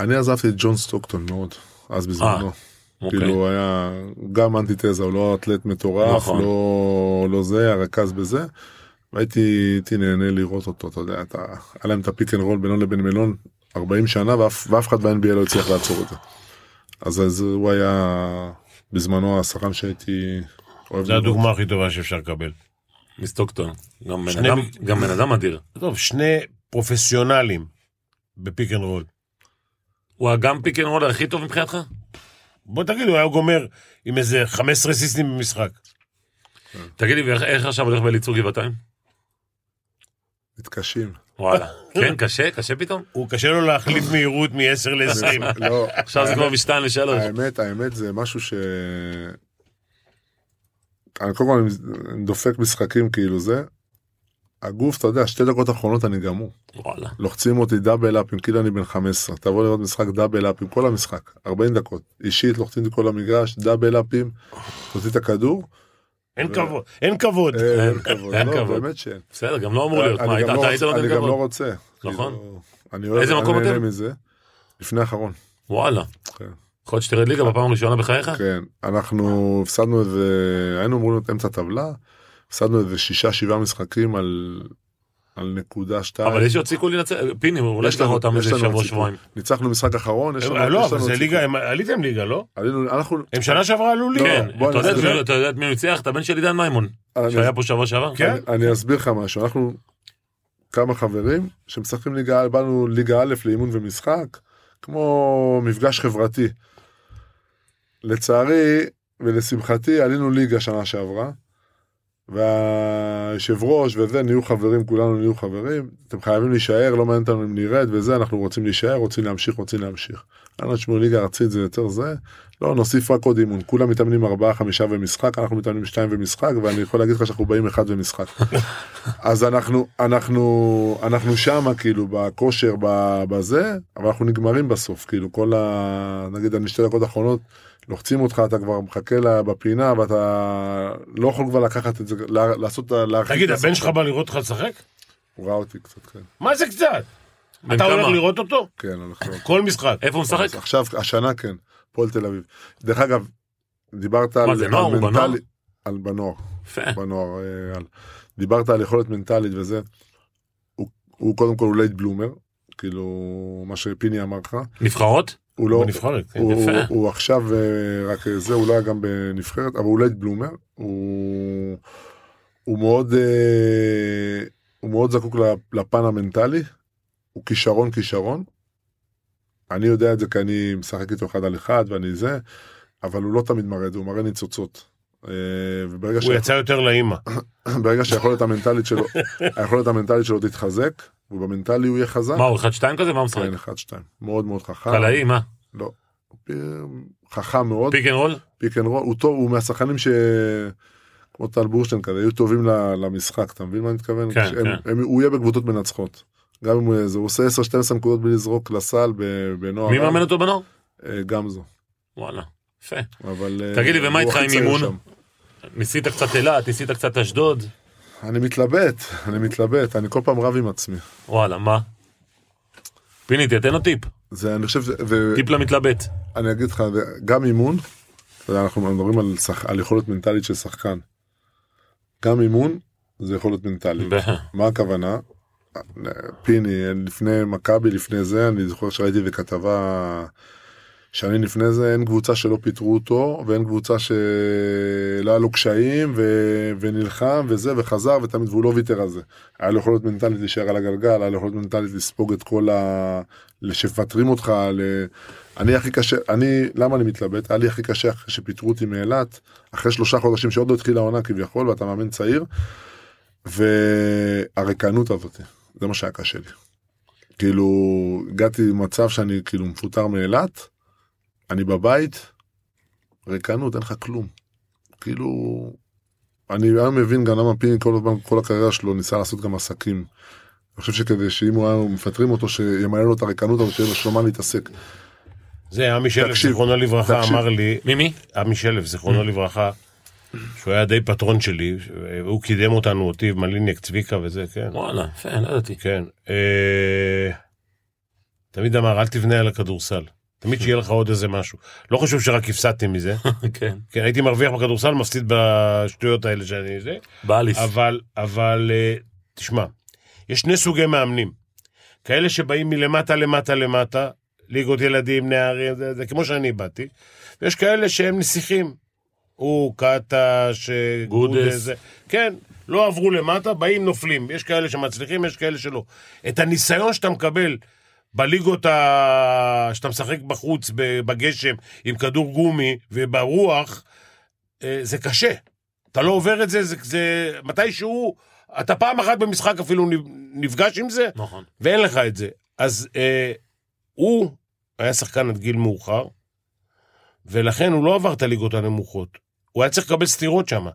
Speaker 3: אני עזבתי את ג'ון סטוקטון מאוד, אז בזמנו.
Speaker 1: אוקיי.
Speaker 3: כאילו היה גם אנטיתזה, הוא לא אתלט מטורף,
Speaker 1: נכון.
Speaker 3: לא- לא זה, הרכז בזה. והייתי הייתי נהנה לראות אותו, אתה יודע, אתה- היה להם את הפיק אנד רול בינו לבין מלון 40 שנה, ואף ואף אחד ב-NBA לא הצליח לעצור את זה. אז אז הוא היה בזמנו השחקן שהייתי אוהב
Speaker 2: זו הדוגמה הכי טובה שאפשר לקבל.
Speaker 1: מסטוקטון. גם בן
Speaker 2: שני
Speaker 1: אדם-
Speaker 2: מ-
Speaker 1: גם בן אדם אדיר.
Speaker 2: טוב, שני פרופסיונלים בפיק אנד רול.
Speaker 1: הוא היה גם פיק אנד רול הכי טוב מבחינתך?
Speaker 2: בוא תגיד, הוא היה גומר עם איזה 15 סיסטים במשחק.
Speaker 1: תגיד לי, ואיך- איך עכשיו הולך בליצור גבעתיים?
Speaker 3: מתקשים.
Speaker 1: וואלה. כן, קשה? קשה פתאום?
Speaker 2: הוא קשה לו להחליף מהירות מ-10 ל-20.
Speaker 3: לא,
Speaker 1: עכשיו זה כבר משתיים לשלוש.
Speaker 3: האמת, האמת זה משהו ש... אני קודם כל אני דופק משחקים כאילו זה. הגוף, אתה יודע, שתי דקות אחרונות אני גמור.
Speaker 1: וואלה.
Speaker 3: לוחצים אותי דאבל אפים, כאילו אני בן 15. תבוא לראות משחק דאבל אפים, כל המשחק, 40 דקות. אישית, לוחצים את כל המגרש, דאבל אפים, תוציא את הכדור.
Speaker 2: אין כבוד, אין כבוד.
Speaker 3: אה, אין כבוד,
Speaker 1: אין
Speaker 3: לא,
Speaker 1: כבוד.
Speaker 3: באמת שאין.
Speaker 1: בסדר, גם לא אמור להיות. מה,
Speaker 3: אני
Speaker 1: היית-
Speaker 3: גם לא
Speaker 1: אתה היית
Speaker 3: רוצה- אני
Speaker 1: נותן
Speaker 3: גם לא
Speaker 1: כבוד?
Speaker 3: רוצה.
Speaker 1: נכון.
Speaker 3: כאילו, אני אוהב,
Speaker 1: איזה
Speaker 3: אני
Speaker 1: מקום
Speaker 3: נהנה
Speaker 1: אתם?
Speaker 3: מזה. לפני האחרון.
Speaker 1: וואלה.
Speaker 3: כן.
Speaker 1: יכול להיות שתרד ליגה בפעם הראשונה בחייך?
Speaker 3: כן, אנחנו הפסדנו איזה, היינו אמורים להיות אמצע טבלה, הפסדנו איזה שישה שבעה משחקים על, על נקודה שתיים.
Speaker 1: אבל יש שיציקו לנצל, פיני, אולי
Speaker 3: יש
Speaker 1: שלח
Speaker 3: לנו-
Speaker 1: אותם
Speaker 3: יש
Speaker 1: איזה
Speaker 3: לנו
Speaker 1: שבוע
Speaker 3: עוד
Speaker 1: שבועיים.
Speaker 3: סיכוי. לא, ניצחנו משחק אחרון, יש לנו...
Speaker 2: אה, לא,
Speaker 3: יש
Speaker 2: אבל
Speaker 3: לנו
Speaker 2: זה
Speaker 3: עוד
Speaker 2: ליגה,
Speaker 3: סיכוי.
Speaker 2: הם עליתם ליגה, לא?
Speaker 3: עלינו, אנחנו...
Speaker 2: הם שנה שעברה עלו ליגה.
Speaker 1: כן,
Speaker 3: בוא
Speaker 1: אתה יודע את
Speaker 3: נסביר.
Speaker 1: מי- אתה יודע את מי הוא ניצח? את הבן של עידן מימון,
Speaker 3: אני-
Speaker 1: שהיה פה שבוע שעבר.
Speaker 2: כן.
Speaker 3: אני- אני אסביר לך משהו, אנחנו כמה חברים שמשחקים ליגה, א', באנו ליגה א' לאימון ומשחק, כמו מפגש חברתי. לצערי ולשמחתי עלינו ליגה שנה שעברה, והיושב ראש וזה, נהיו חברים, כולנו נהיו חברים, אתם חייבים להישאר, לא מעניין אותנו אם נרד וזה, אנחנו רוצים להישאר, רוצים להמשיך, רוצים להמשיך. אמרנו, תשמעו, ליגה ארצית זה יותר זה, לא, נוסיף רק עוד אימון, כולם מתאמנים 4-5 ומשחק, אנחנו מתאמנים 2 ומשחק, ואני יכול להגיד לך שאנחנו באים 1 ומשחק. אז אנחנו, אנחנו, אנחנו שמה כאילו, בכושר, ב- בזה, אבל אנחנו נגמרים בסוף, כאילו, כל ה... נגיד, אני שתי דקות אחרונות, לוחצים אותך, אתה כבר מחכה לה בפינה, ואתה לא יכול כבר לקחת את זה, לה- לעשות, את ה- להרחיק
Speaker 2: תגיד,
Speaker 3: את
Speaker 2: הבן
Speaker 3: השחקן.
Speaker 2: שלך בא לראות אותך לשחק?
Speaker 3: הוא ראה אותי קצת, כן.
Speaker 2: מה זה קצת?
Speaker 1: בן
Speaker 2: אתה הולך
Speaker 1: כמה?
Speaker 2: לראות אותו?
Speaker 3: כן, אנחנו...
Speaker 2: כל משחק.
Speaker 1: איפה הוא משחק?
Speaker 3: אז עכשיו, השנה כן, פועל תל אביב. דרך אגב, דיברת על...
Speaker 1: זה
Speaker 3: על
Speaker 1: נוער? הוא
Speaker 3: מנטלי-
Speaker 1: בנוער?
Speaker 3: על בנוער,
Speaker 1: יפה.
Speaker 3: בנוער. אה, על- דיברת על יכולת מנטלית וזה. הוא- הוא קודם כל הוא לייט בלומר, כאילו, מה שפיני אמר לך.
Speaker 1: נבחרות?
Speaker 3: הוא
Speaker 2: הוא
Speaker 3: לא...
Speaker 2: בנבחרת. כן.
Speaker 3: הוא,
Speaker 1: יפה.
Speaker 3: הוא, הוא עכשיו אה, רק אה, זה, הוא לא היה גם בנבחרת, אבל הוא לייט בלומר, הוא, הוא מאוד אה, הוא מאוד זקוק ל- לפן המנטלי, הוא כישרון כישרון. אני יודע את זה כי אני משחק איתו אחד על אחד ואני זה, אבל הוא לא תמיד מראה את זה, הוא מראה ניצוצות. אה, וברגע
Speaker 2: הוא יצא יותר לאימא.
Speaker 3: ברגע שהיכולת המנטלית שלו, היכולת המנטלית שלו תתחזק, ובמנטלי הוא יהיה חזק.
Speaker 1: מה, הוא 1-2 כזה? מה הוא משחק?
Speaker 3: כן, אחד, שתיים. מאוד מאוד חכם.
Speaker 1: חלאי, מה?
Speaker 3: לא. אה, חכם מאוד.
Speaker 1: פיק אנד רול?
Speaker 3: פיק אנד רול, הוא טוב, הוא מהשחקנים ש... כמו טל בורשטיין כזה, היו טובים ל- למשחק, אתה מבין מה אני מתכוון?
Speaker 1: כן,
Speaker 3: כשהם-
Speaker 1: כן.
Speaker 3: הם, הוא יהיה בקבוצות מנצחות. גם אם הוא יהיה זה, הוא עושה 10-12 נקודות בלי לזרוק לסל ב- בנוער.
Speaker 1: מי מאמן אותו בנוער?
Speaker 3: אה, גם זו.
Speaker 1: וואלה. יפה.
Speaker 3: אבל... אה,
Speaker 1: תגיד לי, ומה
Speaker 3: הוא
Speaker 1: איתך
Speaker 3: הכי
Speaker 1: עם
Speaker 3: צעיר
Speaker 1: אימון?
Speaker 3: שם.
Speaker 1: ניסית קצת אילת, ניסית קצת אשדוד.
Speaker 3: אני מתלבט, אני מתלבט, אני כל פעם רב עם עצמי.
Speaker 1: וואלה, מה? פיני, תתן לו טיפ.
Speaker 3: זה, אני חושב, ש- ו-
Speaker 1: טיפ למתלבט.
Speaker 3: אני אגיד לך, זה- גם אימון, אתה יודע, אנחנו מדברים על, שח... על יכולת מנטלית של שחקן. גם אימון זה יכולת מנטלית.
Speaker 1: ב-
Speaker 3: מה הכוונה? פיני, לפני מכבי, לפני זה, אני זוכר שראיתי בכתבה שנים לפני זה, אין קבוצה שלא פיטרו אותו, ואין קבוצה שלא היה לו קשיים, ו... ונלחם, וזה, וחזר, ותמיד, והוא לא ויתר על זה. היה לו יכולת מנטלית להישאר על הגלגל, היה לו יכולת מנטלית לספוג את כל ה... שמפטרים אותך, ל... אני הכי קשה, אני, למה אני מתלבט? היה לי הכי קשה אחרי שפיטרו אותי מאילת, אחרי שלושה חודשים שעוד לא התחילה העונה כביכול, ואתה מאמן צעיר, והריקנות הזאת, זה מה שהיה קשה לי. כאילו, הגעתי למצב שאני כאילו מפוטר מאילת, אני בבית, ריקנות, אין לך כלום. כאילו, אני היום מבין גם למה פיני כל הזמן, כל הקריירה שלו ניסה לעשות גם עסקים. אני חושב שכדי שאם הוא היה מפטרים אותו, שימלא לו את הריקנות הזאת, שיהיה לו שלמה להתעסק.
Speaker 2: זה עמי שלף,
Speaker 3: תקשיב,
Speaker 2: זיכרונו לברכה,
Speaker 3: תקשיב. Mm.
Speaker 2: אמר לי,
Speaker 1: מי מי?
Speaker 2: עמי שלף, זיכרונו לברכה, שהוא היה די פטרון שלי, הוא קידם אותנו, אותי, מליניאק, צביקה וזה, כן.
Speaker 1: וואלה, יפה, לא ידעתי.
Speaker 2: כן. אה, תמיד אמר, אל תבנה על הכדורסל. תמיד שיהיה לך עוד איזה משהו. לא חשוב שרק הפסדתי מזה.
Speaker 1: כן.
Speaker 2: כן, הייתי מרוויח בכדורסל, מפסיד בשטויות האלה שאני... זה.
Speaker 1: באליס.
Speaker 2: אבל, אבל, אה, תשמע, יש שני סוגי מאמנים. כאלה שבאים מלמטה למטה למטה, ליגות ילדים, נערים, זה, זה כמו שאני באתי, ויש כאלה שהם נסיכים. הוא, קטש, אה,
Speaker 1: גודס.
Speaker 2: זה- כן, לא עברו למטה, באים נופלים. יש כאלה שמצליחים, יש כאלה שלא. את הניסיון שאתה מקבל בליגות ה... שאתה משחק בחוץ, ב- בגשם, עם כדור גומי וברוח, אה, זה קשה. אתה לא עובר את זה, זה, זה מתישהו, אתה פעם אחת במשחק אפילו נ- נפגש עם זה,
Speaker 1: נכון.
Speaker 2: ואין לך את זה. אז אה, הוא היה שחקן עד גיל מאוחר, ולכן הוא לא עבר את הליגות הנמוכות. הוא היה צריך לקבל סטירות שם.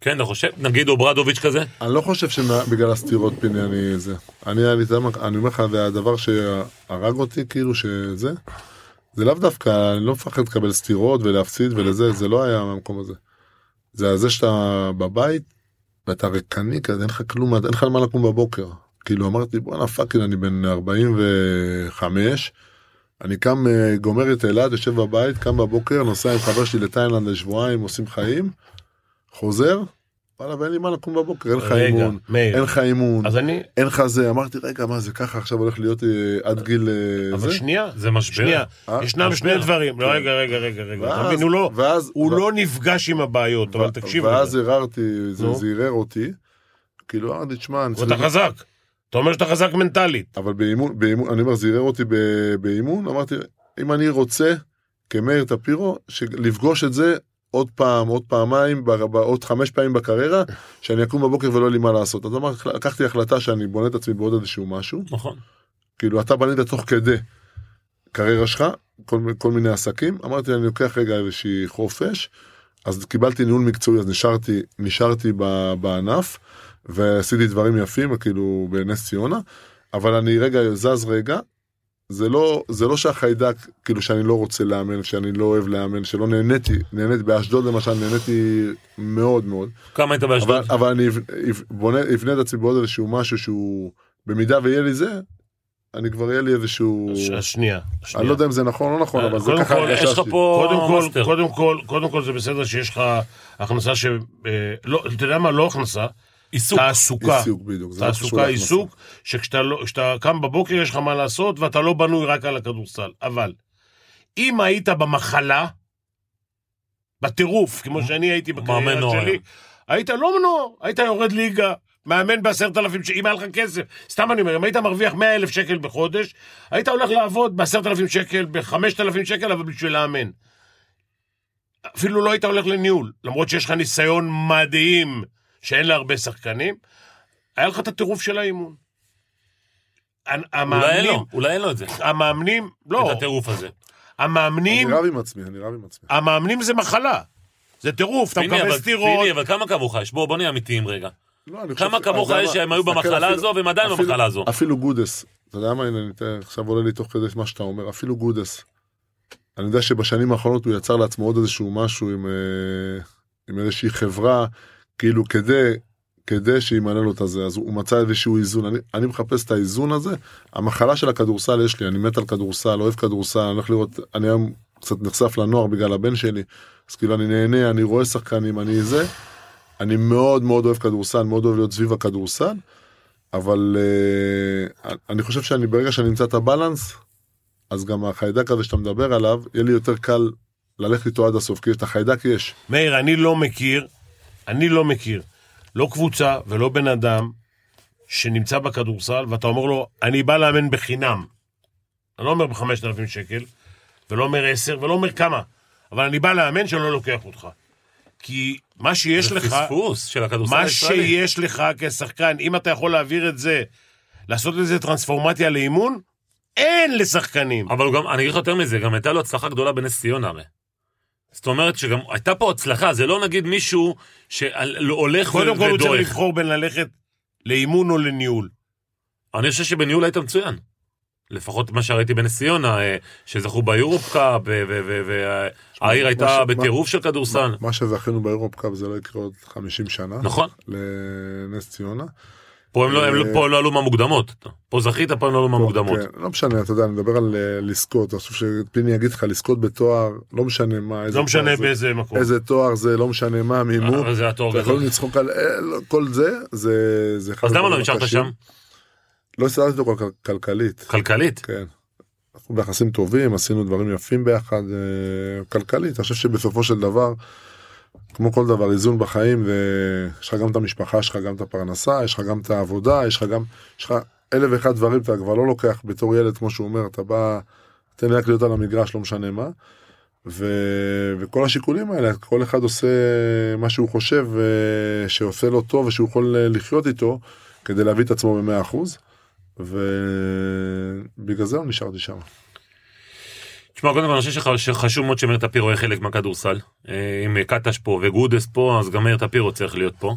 Speaker 1: כן, אתה חושב? נגיד אוברדוביץ' כזה?
Speaker 3: אני לא חושב שבגלל הסתירות פיני אני זה. אני, אני, אתה יודע מה, אני אומר לך, זה הדבר שהרג אותי, כאילו שזה, זה לאו דווקא, אני לא מפחד לקבל סתירות ולהפסיד ולזה, זה לא היה מהמקום הזה. זה זה שאתה בבית, ואתה ריקני כזה, אין לך כלום, אין לך על מה לקום בבוקר. כאילו אמרתי, בואנה פאקינג, אני בן 45, אני קם, אה, גומר את אילת, יושב בבית, קם בבוקר, נוסע עם חבר שלי לתאילנד לשבועיים, עושים חיים, חוזר, וואלה, ואין לי מה לקום בבוקר, אין לך
Speaker 2: רגע,
Speaker 3: אימון,
Speaker 2: מאיר.
Speaker 3: אין לך אימון,
Speaker 2: אז אני,
Speaker 3: אין לך זה, אמרתי, רגע, מה זה ככה עכשיו הולך להיות אה, עד גיל אה, זה?
Speaker 2: אבל שנייה,
Speaker 1: זה משבר.
Speaker 2: שנייה,
Speaker 3: אה?
Speaker 2: ישנם
Speaker 1: משבר.
Speaker 2: שני דברים, לא רגע רגע רגע רגע, אתה
Speaker 3: כן. ואז-
Speaker 2: מבין, הוא לא,
Speaker 3: ואז,
Speaker 2: הוא
Speaker 3: ו-
Speaker 2: לא נפגש עם הבעיות, אבל תקשיב,
Speaker 3: ואז
Speaker 2: רגע.
Speaker 3: הרהרתי, זה
Speaker 2: נו.
Speaker 3: זה ערער אותי, כאילו, אמרתי, תשמע, אני צריך...
Speaker 2: ואתה חזק, אתה אומר שאתה חזק מנטלית,
Speaker 3: אבל באימון, באימון, אני אומר, זה ערער אותי ב- באימון, אמרתי, אם אני רוצה, כמאיר טפירו, ש- לפגוש את זה עוד פעם, עוד פעמיים, ב- ב- עוד חמש פעמים בקריירה, שאני אקום בבוקר ולא יהיה לי מה לעשות. אז אמר, לקחתי החלטה שאני בונה את עצמי בעוד איזשהו משהו,
Speaker 1: נכון.
Speaker 3: כאילו, אתה בנית תוך כדי קריירה שלך, כל, מ- כל מיני עסקים, אמרתי, אני לוקח רגע איזושהי חופש, אז קיבלתי ניהול מקצועי, אז נשארתי, נשארתי ב, בענף, ועשיתי דברים יפים, כאילו, בנס ציונה, אבל אני רגע זז רגע, זה לא, זה לא שהחיידק, כאילו שאני לא רוצה לאמן, שאני לא אוהב לאמן, שלא נהניתי, נהניתי, באשדוד למשל, נהניתי מאוד מאוד,
Speaker 1: כמה היית
Speaker 3: אבל,
Speaker 1: באשדוד?
Speaker 3: אבל אני אב- אב- בונה, אבנה את עצמי בעוד איזשהו משהו שהוא, במידה ויהיה לי זה, אני כבר יהיה לי איזשהו,
Speaker 2: ש- שנייה, שנייה.
Speaker 3: אני לא יודע אם זה נכון או לא נכון,
Speaker 1: אה,
Speaker 3: אבל זה
Speaker 1: קודם
Speaker 3: ככה
Speaker 1: כל, יש
Speaker 3: הרגשה
Speaker 1: לך
Speaker 3: שלי.
Speaker 1: פה
Speaker 2: קודם כל,
Speaker 1: מאסטר.
Speaker 2: קודם כל, קודם כל זה בסדר שיש לך הכנסה ש... אה, לא, אתה יודע מה? לא הכנסה,
Speaker 1: עיסוק.
Speaker 2: תעסוקה.
Speaker 3: עיסוק, בדיוק. זה לא קשור
Speaker 2: תעסוקה,
Speaker 3: להכנסה.
Speaker 2: עיסוק, שכשאתה לא- כשאתה קם בבוקר יש לך מה לעשות ואתה לא בנוי רק על הכדורסל. אבל, אם היית במחלה, בטירוף, כמו שאני הייתי
Speaker 1: מאמן
Speaker 2: בקריירה
Speaker 1: נוער.
Speaker 2: שלי, היית לא מנוער, היית יורד ליגה. מאמן בעשרת אלפים, ש- אם היה לך כסף, סתם אני אומר, אם היית מרוויח מאה אלף שקל בחודש, היית הולך לעבוד בעשרת אלפים שקל, בחמשת אלפים שקל, אבל בשביל לאמן. אפילו לא היית הולך לניהול, למרות שיש לך ניסיון מדהים, שאין להרבה שחקנים, היה לך את הטירוף של האימון. הנ-
Speaker 1: אולי אין
Speaker 2: המאמנים,
Speaker 1: לו, אולי אין לו את זה.
Speaker 2: המאמנים, לא,
Speaker 1: את הטירוף הזה.
Speaker 2: המאמנים,
Speaker 3: אני לא- רב עם עצמי, אני רב עם עצמי.
Speaker 2: המאמנים זה מחלה. זה טירוף, אתה
Speaker 1: פיני, אבל-
Speaker 2: מקבל סטירות.
Speaker 1: פיני, אבל כמה כמוך יש? בוא, בוא נהיה אמיתיים רגע.
Speaker 3: לא, אני חושב
Speaker 1: כמה
Speaker 3: ש-
Speaker 1: כמוך
Speaker 3: אתה יודע
Speaker 1: יש
Speaker 3: מה?
Speaker 1: שהם היו
Speaker 3: תסתכל
Speaker 1: במחלה
Speaker 3: אפילו-
Speaker 1: הזו והם עדיין
Speaker 3: אפילו-
Speaker 1: במחלה הזו?
Speaker 3: אפילו גודס, אתה יודע מה, הנה, אני אתן- עכשיו עולה לי תוך כדי מה שאתה אומר, אפילו גודס. אני יודע שבשנים האחרונות הוא יצר לעצמו עוד איזשהו משהו עם, אה, עם איזושהי חברה, כאילו כדי, כדי שימנה לו את הזה, אז הוא מצא איזשהו איזון, אני, אני מחפש את האיזון הזה, המחלה של הכדורסל יש לי, אני מת על כדורסל, אוהב כדורסל, אני הולך לראות, אני היום קצת נחשף לנוער בגלל הבן שלי, אז כאילו אני נהנה, אני רואה שחקנים, אני זה, אני מאוד מאוד אוהב כדורסל, מאוד אוהב להיות סביב הכדורסל, אבל אה, אני חושב שאני ברגע שאני אמצא את הבלנס, אז גם החיידק הזה שאתה מדבר עליו, יהיה לי יותר קל ללכת איתו עד הסוף, כי את החיידק יש.
Speaker 2: מאיר, אני לא מכיר, אני לא מכיר, לא קבוצה ולא בן אדם שנמצא בכדורסל, ואתה אומר לו, אני בא לאמן בחינם. אני לא אומר ב-5,000 שקל, ולא אומר 10, ולא אומר כמה, אבל אני בא לאמן שלא לוקח אותך. כי מה שיש
Speaker 1: זה
Speaker 2: לך...
Speaker 1: פספוס של הכדורסל
Speaker 2: מה
Speaker 1: הישראלי.
Speaker 2: שיש לך כשחקן, אם אתה יכול להעביר את זה, לעשות איזה טרנספורמציה לאימון, אין לשחקנים.
Speaker 1: אבל הוא גם, אני אגיד לך יותר מזה, גם הייתה לו הצלחה גדולה בנס ציונה הרי. זאת אומרת שגם הייתה פה הצלחה, זה לא נגיד מישהו שהולך
Speaker 2: קודם כל הוא צריך
Speaker 1: ודועך.
Speaker 2: לבחור בין ללכת לאימון או לניהול.
Speaker 1: אני חושב שבניהול היית מצוין. לפחות מה שראיתי בנס ציונה, אה, שזכו ביורופ קאפ, והעיר
Speaker 3: מה
Speaker 1: אה, הייתה
Speaker 3: ש-
Speaker 1: בטירוף של כדורסל.
Speaker 3: מה שזכינו באירופ קאפ זה לא יקרה עוד 50 שנה.
Speaker 1: נכון,
Speaker 3: לנס ציונה.
Speaker 1: פה הם לא- הם לא
Speaker 3: אה,
Speaker 1: פה לא עלו מהמוקדמות. פה זכית, פה הם לא עלו מהמוקדמות.
Speaker 3: כן, לא משנה, אתה יודע, אני מדבר על אה, לזכות, אני חושב שפיני יגיד לך לזכות בתואר, לא משנה מה, איזה
Speaker 2: לא
Speaker 3: תואר
Speaker 2: משנה
Speaker 3: זה,
Speaker 2: באיזה מקום.
Speaker 3: איזה תואר זה, לא משנה מה, מי מו.
Speaker 1: אבל זה התואר
Speaker 3: אתה יכול
Speaker 1: גדול.
Speaker 3: לצחוק על אה, לא, כל זה, זה זה אחד
Speaker 1: אוקיי. אז למה לא
Speaker 3: הדברים
Speaker 1: נשארת
Speaker 3: הקשים.
Speaker 1: שם?
Speaker 3: לא הסתדרתי אותו כל- כלכלית.
Speaker 1: כלכלית.
Speaker 3: כן. אנחנו ביחסים טובים, עשינו דברים יפים ביחד, אה, כלכלית. אני חושב שבסופו של דבר, כמו כל דבר, איזון בחיים, ויש לך גם את המשפחה, יש לך גם את הפרנסה, יש לך גם את העבודה, יש לך גם, יש לך אלף ואחד דברים, אתה כבר לא לוקח בתור ילד, כמו שהוא אומר, אתה בא, תן לי רק להיות על המגרש, לא משנה מה. ו... וכל השיקולים האלה, כל אחד עושה מה שהוא חושב אה, שעושה לו טוב ושהוא יכול אה, לחיות איתו כדי להביא את עצמו ב-100%. ובגלל זה אני נשארתי שם.
Speaker 1: תשמע, קודם כל אני חושב שח- שחשוב מאוד שמאיר טפירו יהיה חלק מהכדורסל. אה, אם קטש פה וגודס פה, אז גם מאיר טפירו צריך להיות פה.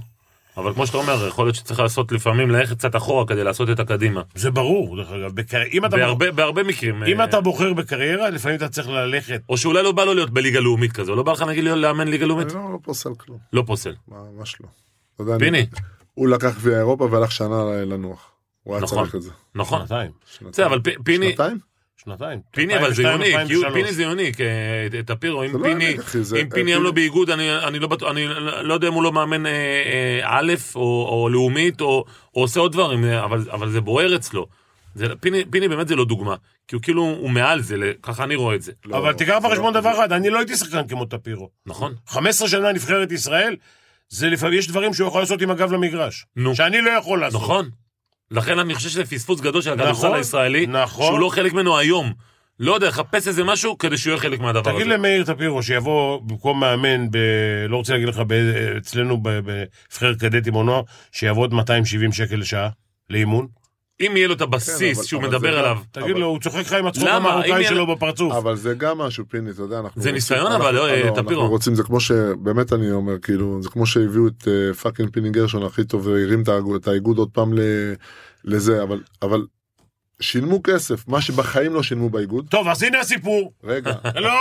Speaker 1: אבל כמו שאתה אומר, יכול להיות שצריך לעשות לפעמים ללכת קצת אחורה כדי לעשות את הקדימה.
Speaker 2: זה ברור, דרך אגב. בקר- אם אתה בוח-
Speaker 1: בהרבה, בהרבה מקרים.
Speaker 2: אם
Speaker 1: אה,
Speaker 2: אתה בוחר בקריירה, לפעמים אתה צריך ללכת.
Speaker 1: או שאולי לא בא לו להיות בליגה לאומית כזו, לא בא לך נגיד להיות לאמן ליגה לאומית?
Speaker 3: אני לא לא פוסל כלום,
Speaker 1: לא פוסל.
Speaker 3: מה- ממש לא. אתה יודע, אני-
Speaker 1: פיני,
Speaker 3: הוא לקח גביע אירופה והלך שנה לנוח. הוא היה
Speaker 1: נכון.
Speaker 3: צריך את זה.
Speaker 1: נכון.
Speaker 2: שנתיים.
Speaker 3: שנתיים.
Speaker 1: בסדר, אבל פ- פיני,
Speaker 3: שנתיים?
Speaker 2: שנתיים.
Speaker 1: פיני אבל זה
Speaker 2: 2002,
Speaker 1: יוניק,
Speaker 2: 2003.
Speaker 1: פיני זה יוניק, אה, את- את הפירו,
Speaker 3: זה
Speaker 1: אם
Speaker 3: לא
Speaker 1: פיני,
Speaker 3: יוניק, אחי, זה- אה,
Speaker 1: אם פיני היום
Speaker 3: פיני-
Speaker 1: לא באיגוד, אני אני לא בטוח, אני לא יודע אם הוא לא מאמן אה, אה, א' או או לאומית, או או עושה עוד דברים, אה, אבל אבל זה בוער אצלו. זה- פיני- פיני באמת זה לא דוגמה, כי הוא כאילו, הוא מעל זה, ל- ככה אני רואה את זה,
Speaker 3: לא,
Speaker 2: אבל תיקח
Speaker 3: זה
Speaker 2: בחשבון
Speaker 3: לא-
Speaker 2: דבר אחד, אני לא הייתי שחקן כמו טפירו.
Speaker 1: נכון?
Speaker 2: 15 שנה נבחרת ישראל, זה לפעמים, יש דברים שהוא יכול לעשות עם הגב למגרש.
Speaker 1: נו.
Speaker 2: שאני לא יכול לעשות.
Speaker 1: נכון. לכן אני חושב שזה פספוס גדול של הכדורסל
Speaker 2: נכון,
Speaker 1: הישראלי,
Speaker 2: נכון.
Speaker 1: שהוא לא חלק ממנו היום. לא יודע, חפש איזה משהו כדי שהוא יהיה חלק מהדבר
Speaker 2: תגיד
Speaker 1: הזה.
Speaker 2: למאיר טפירו שיבוא במקום מאמן, ב... לא רוצה להגיד לך, ב... אצלנו ב- בנבחרת קדטים או נוער, שיעבוד 270 שקל לשעה לאימון.
Speaker 1: אם יהיה לו את
Speaker 3: כן,
Speaker 1: הבסיס
Speaker 3: אבל-
Speaker 1: שהוא
Speaker 3: אבל זה
Speaker 1: מדבר
Speaker 3: גם-
Speaker 1: עליו,
Speaker 2: תגיד
Speaker 3: אבל-
Speaker 2: לו, הוא צוחק לך עם הצחוק
Speaker 1: למה? אם
Speaker 2: המרוקאי
Speaker 1: יהיה-
Speaker 2: שלו בפרצוף.
Speaker 3: אבל
Speaker 2: אבל...
Speaker 3: זה גם משהו, פיני, אתה יודע, אנחנו...
Speaker 1: זה
Speaker 3: רוצים-
Speaker 1: ניסיון,
Speaker 3: אנחנו-
Speaker 1: אבל לא, אה,
Speaker 3: אנחנו
Speaker 1: טפירו.
Speaker 3: רוצים, זה כמו ש... באמת אני אומר, כאילו, זה כמו שהביאו את אה, פאקינג פיני גרשון הכי טוב והרים את האגוד- את האיגוד עוד פעם ל- לזה, אבל- אבל שילמו כסף, מה שבחיים לא שילמו באיגוד.
Speaker 2: טוב, אז הנה הסיפור.
Speaker 3: רגע.
Speaker 2: לא,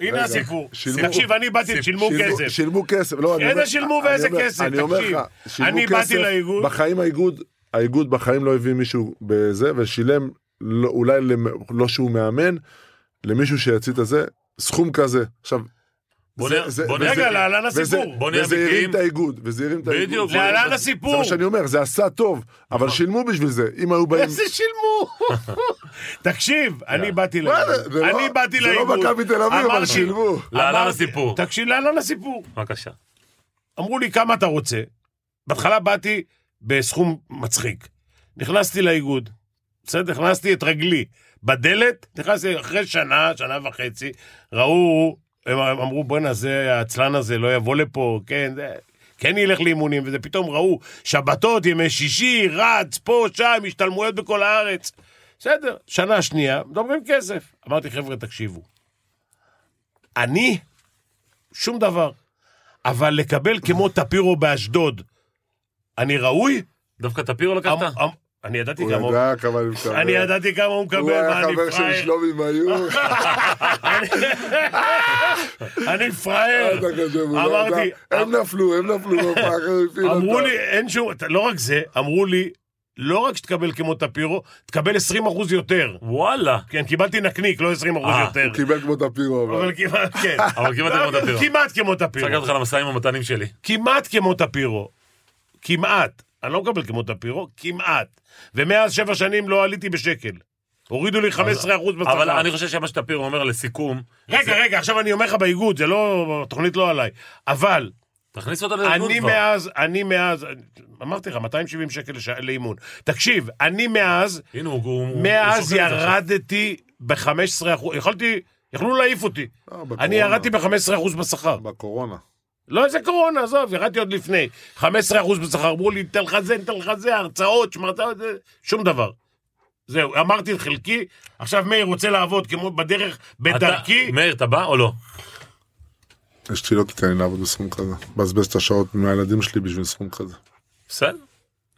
Speaker 2: הנה
Speaker 3: רגע,
Speaker 2: הסיפור.
Speaker 3: שילמו-
Speaker 2: תקשיב, אני באתי, שילמו כסף.
Speaker 3: שילמו כסף. לא, אני
Speaker 2: איזה
Speaker 3: אומר-
Speaker 2: שילמו
Speaker 3: אני
Speaker 2: ואיזה
Speaker 3: אומר-
Speaker 2: כסף?
Speaker 3: אני אומר
Speaker 2: תקשיב.
Speaker 3: לך, שילמו
Speaker 2: אני
Speaker 3: כסף.
Speaker 2: באתי לאיגוד.
Speaker 3: בחיים האיגוד, האיגוד בחיים לא הביא מישהו בזה, ושילם לא- אולי למ- לא שהוא מאמן, למישהו שיציא את הזה, סכום כזה. עכשיו,
Speaker 1: בוא
Speaker 3: זה-
Speaker 1: נראה-
Speaker 3: זה-
Speaker 1: בוא
Speaker 3: וזה-
Speaker 1: נראה-
Speaker 2: רגע, להלן
Speaker 3: וזה-
Speaker 2: הסיפור.
Speaker 1: בוא נהיה
Speaker 3: וזה הרים
Speaker 1: אמיתיים.
Speaker 3: את האיגוד, וזה הרים את האיגוד.
Speaker 1: בדיוק. נכון.
Speaker 3: זה-
Speaker 2: להלן
Speaker 3: זה
Speaker 2: הסיפור.
Speaker 3: מה שאני אומר, זה עשה טוב, אבל שילמו בשביל זה. אם היו באים...
Speaker 2: איזה שילמו? תקשיב, אני באתי
Speaker 3: מה
Speaker 2: לאיגוד.
Speaker 3: זה? זה לא-
Speaker 2: אני באתי
Speaker 3: זה לא
Speaker 2: לאיגוד.
Speaker 3: מכבי תל אביב, אבל
Speaker 2: אמרתי-
Speaker 3: שילמו.
Speaker 1: להלן
Speaker 2: אמרתי-
Speaker 1: הסיפור.
Speaker 2: תקשיב, להלן הסיפור.
Speaker 1: בבקשה.
Speaker 2: אמרו לי, כמה אתה רוצה? בהתחלה באתי בסכום מצחיק. נכנסתי לאיגוד, בסדר? הכנסתי את רגלי בדלת, נכנסתי אחרי שנה, שנה וחצי, ראו, הם אמרו, בואנה, זה, העצלן הזה לא יבוא לפה, כן, זה... כן ילך לאימונים, וזה פתאום ראו שבתות, ימי שישי, רץ, פה, שם, השתלמויות בכל הארץ. בסדר, שנה שנייה, מדברים כסף. אמרתי, חבר'ה, תקשיבו. אני, שום דבר. אבל לקבל כמו טפירו באשדוד, אני ראוי?
Speaker 1: דווקא טפירו לא- לקחת?
Speaker 2: אמ- אמ- אני ידעתי
Speaker 3: הוא
Speaker 2: כמה הוא...
Speaker 3: ידע כמה אני מקבל.
Speaker 2: אני ידעתי כמה הוא
Speaker 3: הוא
Speaker 2: מקבל, מה,
Speaker 3: היה
Speaker 2: אני
Speaker 3: חבר של
Speaker 2: פראייר?
Speaker 3: שלומי מיור.
Speaker 2: אני פראייר.
Speaker 3: אתה כזה, הוא לא
Speaker 2: אמרתי- אמ-
Speaker 3: יודע. הם נפלו, הם נפלו בהופעה אחרת. הפיל
Speaker 2: אמרו
Speaker 3: אותם.
Speaker 2: לי, אין שום... אתה- לא רק זה, אמרו לי, לא רק שתקבל כמו טפירו, תקבל 20 אחוז יותר.
Speaker 1: וואלה.
Speaker 2: כן, קיבלתי נקניק, לא 20 אחוז
Speaker 1: אה,
Speaker 2: יותר.
Speaker 3: הוא קיבל כמו את הפירו, אבל.
Speaker 2: אבל כמעט, כן.
Speaker 1: אבל כמעט כמו טפירו.
Speaker 2: כמעט כמו טפירו.
Speaker 1: צריך לקחת אותך למשאים ומתנים שלי.
Speaker 2: כמעט כמו טפירו. כמעט. אני לא מקבל כמו טפירו, כמעט. ומאז שבע שנים לא עליתי בשקל. הורידו לי 15% בשכר.
Speaker 1: אבל אני חושב שמה שטפירו אומר לסיכום,
Speaker 2: לא רגע, רגע, עכשיו אני אומר לך באיגוד, זה לא... התוכנית לא עליי. אבל
Speaker 1: תכניס אותו לארגון
Speaker 2: אני
Speaker 1: כבר.
Speaker 2: מאז, אני מאז, אמרתי לך, 270 שקל לשע- לאימון. תקשיב, אני מאז,
Speaker 1: הנה הוא- הוא... הוא
Speaker 2: מאז
Speaker 1: שוקל את זה עכשיו.
Speaker 2: ירדתי ב-15%, אחוז, יכולתי, יכלו להעיף אותי.
Speaker 3: אה, בקורונה.
Speaker 2: אני ירדתי ב-15% אחוז בשכר.
Speaker 3: בקורונה.
Speaker 2: לא איזה קורונה, עזוב, ירדתי עוד לפני. 15% בשכר, אמרו לי, ניתן לך זה, ניתן לך זה, הרצאות, שמרת, זה, שום דבר. זהו, אמרתי את חלקי, עכשיו מאיר רוצה לעבוד כמו בדרך,
Speaker 1: אתה-
Speaker 2: בדרכי.
Speaker 1: מאיר, אתה בא או לא?
Speaker 3: יש לי לא תיתן לי לעבוד בסכום כזה. בזבז את השעות מהילדים שלי בשביל סכום כזה.
Speaker 1: בסדר.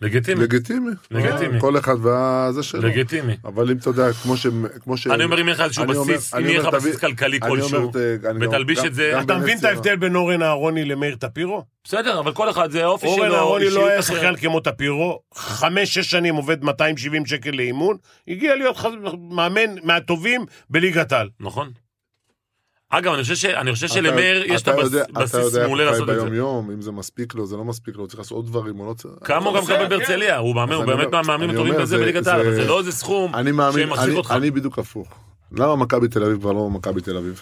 Speaker 1: לגיטימי.
Speaker 3: לגיטימי.
Speaker 1: לגיטימי.
Speaker 3: כל אחד והזה שלו.
Speaker 1: לגיטימי.
Speaker 3: אבל אם אתה יודע, כמו ש... כמו ש...
Speaker 1: אני אומר, אם יהיה לך איזשהו
Speaker 3: אני אומר-
Speaker 1: בסיס,
Speaker 3: אני
Speaker 1: אם יהיה
Speaker 3: אומר,
Speaker 1: לך
Speaker 3: תביא-
Speaker 1: בסיס כלכלי
Speaker 3: אני אומר,
Speaker 1: כלשהו,
Speaker 3: ת- אני גם-
Speaker 1: ותלביש
Speaker 3: גם-
Speaker 1: את זה,
Speaker 3: גם
Speaker 2: אתה מבין את
Speaker 3: בנס ציונה.
Speaker 2: ההבדל בין אורן אהרוני למאיר טפירו?
Speaker 1: בסדר, אבל כל אחד זה האופי שלו.
Speaker 2: אורן אהרוני לא
Speaker 1: אישיות
Speaker 2: היה
Speaker 1: אחרת.
Speaker 2: שחקן כמו טפירו, חמש, שש שנים עובד 270 שקל לאימון, הגיע להיות ח- מאמן מהטובים בליגת העל.
Speaker 1: נכון. אגב, אני חושב ש- אני חושב
Speaker 3: אתה-
Speaker 1: שלמאיר יש את
Speaker 3: אתה יודע- אתה
Speaker 1: הבסיס
Speaker 3: יודע
Speaker 1: מעולה
Speaker 3: איך
Speaker 1: לעשות
Speaker 3: הוא חי
Speaker 1: את זה.
Speaker 3: ביום-יום, אם זה מספיק לו, זה לא מספיק לו, הוא צריך לעשות עוד דברים, הוא לא צריך...
Speaker 1: כמה הוא גם
Speaker 2: בסדר,
Speaker 1: מקבל
Speaker 2: כן.
Speaker 1: בהרצליה, הוא מאמן,
Speaker 3: אז
Speaker 1: הוא
Speaker 3: אני
Speaker 1: באמת
Speaker 3: אומר-
Speaker 1: מהמאמנים
Speaker 3: אני
Speaker 1: הטובים
Speaker 3: אומר,
Speaker 1: בזה
Speaker 3: זה-
Speaker 1: בליגת העל, אבל זה
Speaker 3: זה-
Speaker 1: לא איזה סכום
Speaker 3: אני מאמין,
Speaker 1: שמחזיק
Speaker 3: אני-
Speaker 1: אותך.
Speaker 3: אני בדיוק הפוך. למה מכבי תל אביב כבר לא מכבי תל אביב?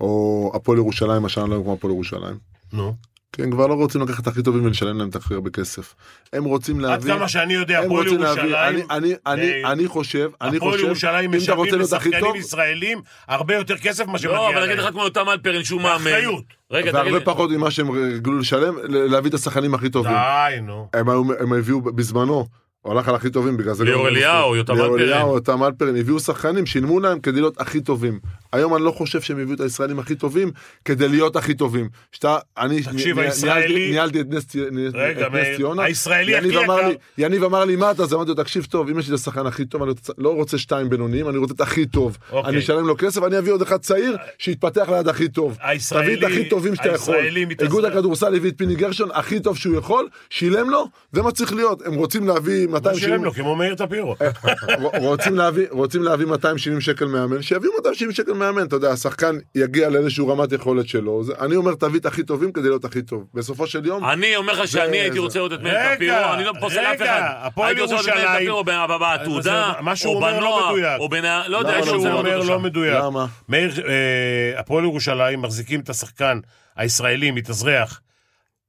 Speaker 3: או הפועל ירושלים השנה לא היו כמו הפועל ירושלים?
Speaker 2: נו.
Speaker 3: כי הם כבר לא רוצים לקחת את הכי טובים ולשלם להם את הכי הרבה כסף. הם רוצים
Speaker 2: עד
Speaker 3: להביא...
Speaker 2: כמה שאני יודע,
Speaker 3: הם
Speaker 2: הפועל
Speaker 3: רוצים להביא... אני-
Speaker 2: ירושלים...
Speaker 3: אני- אני-
Speaker 2: אה,
Speaker 3: אני חושב, אני
Speaker 2: הפועל
Speaker 3: חושב,
Speaker 2: ירושלים
Speaker 3: אם אתה רוצה
Speaker 2: משלמים
Speaker 3: להיות הכי
Speaker 2: לשחקנים
Speaker 3: טוב,
Speaker 2: ישראלים הרבה יותר כסף ממה שמגיע
Speaker 1: לא,
Speaker 2: להם.
Speaker 1: אבל נגיד לך כמו יותם אלפרין שהוא מאמן.
Speaker 2: באחריות.
Speaker 1: רגע, תגיד לי,
Speaker 3: והרבה פחות ממה שהם רגלו לשלם, ל- להביא את השחקנים הכי טובים.
Speaker 2: די, נו.
Speaker 3: הם היו- הם הביאו בזמנו, הוא הלך על הכי טובים בגלל זה.
Speaker 1: ליאור
Speaker 3: גם-
Speaker 1: אליהו, יותם
Speaker 3: ליאור
Speaker 1: הלפרין.
Speaker 3: אליהו, יותם אלפרין, הביאו שחקנים, שילמו להם כדי להיות הכי טובים. היום אני לא חושב שהם הביאו את הישראלים הכי טובים כדי להיות הכי טובים. שאתה, אני
Speaker 2: תקשיב,
Speaker 3: ניהלתי-
Speaker 2: הישראלי-
Speaker 3: ניהלתי את נס צי- נ-
Speaker 2: רגע,
Speaker 3: את
Speaker 2: מאיר,
Speaker 3: נס ציונה,
Speaker 2: הישראלי הכי
Speaker 3: יניב אמר
Speaker 2: יקר-
Speaker 3: לי- יניב אמר לי, מה אתה? אז אמרתי לו, תקשיב טוב, אם יש לי את השחקן הכי טוב, אני רוצה- לא רוצה שתיים בינוניים, אני רוצה את הכי טוב.
Speaker 2: אוקיי.
Speaker 3: אני אשלם לו כסף, אני אביא עוד אחד צעיר שיתפתח ליד הכי טוב.
Speaker 2: הישראלי-
Speaker 3: תביא את הכי טובים שאתה יכול.
Speaker 2: הישראלי מתעסק-
Speaker 3: איגוד הכדורסל הביא את פיני גרשון הכי טוב שהוא יכול, שילם לו, זה מה צריך להיות. הם רוצים להביא להביא
Speaker 2: מה
Speaker 3: 270...
Speaker 2: שילם לו, כמו מאיר טפירו.
Speaker 3: אה, ר- רוצים להביא, רוצים להביא 270 שקל מאמן, שיביאו 270 שקל מאמן, אתה יודע, השחקן יגיע לאיזשהו רמת יכולת שלו. זה, אני אומר, תביא את הכי טובים כדי להיות הכי טוב. בסופו של יום,
Speaker 1: אני אומר לך שאני הייתי
Speaker 3: זה-
Speaker 1: רוצה לראות את מאיר
Speaker 2: רגע,
Speaker 1: טפירו, אני לא פוסל אף
Speaker 2: רגע,
Speaker 1: אחד.
Speaker 2: הפועל
Speaker 1: הייתי רוצה לראות את מאיר
Speaker 2: ירושלים-
Speaker 1: טפירו ב- ב- בעתודה,
Speaker 2: מה שהוא
Speaker 1: או
Speaker 2: אומר לא
Speaker 1: בנוער,
Speaker 2: מדויק.
Speaker 1: או בנ... לא יודע,
Speaker 3: למה
Speaker 1: הייתי
Speaker 2: שהוא
Speaker 1: רוצה לראות
Speaker 2: אומר
Speaker 1: אותו
Speaker 2: לא
Speaker 1: שם.
Speaker 2: מדויק.
Speaker 3: למה?
Speaker 2: מאיר, אה, הפועל ירושלים מחזיקים את השחקן הישראלי מתאזרח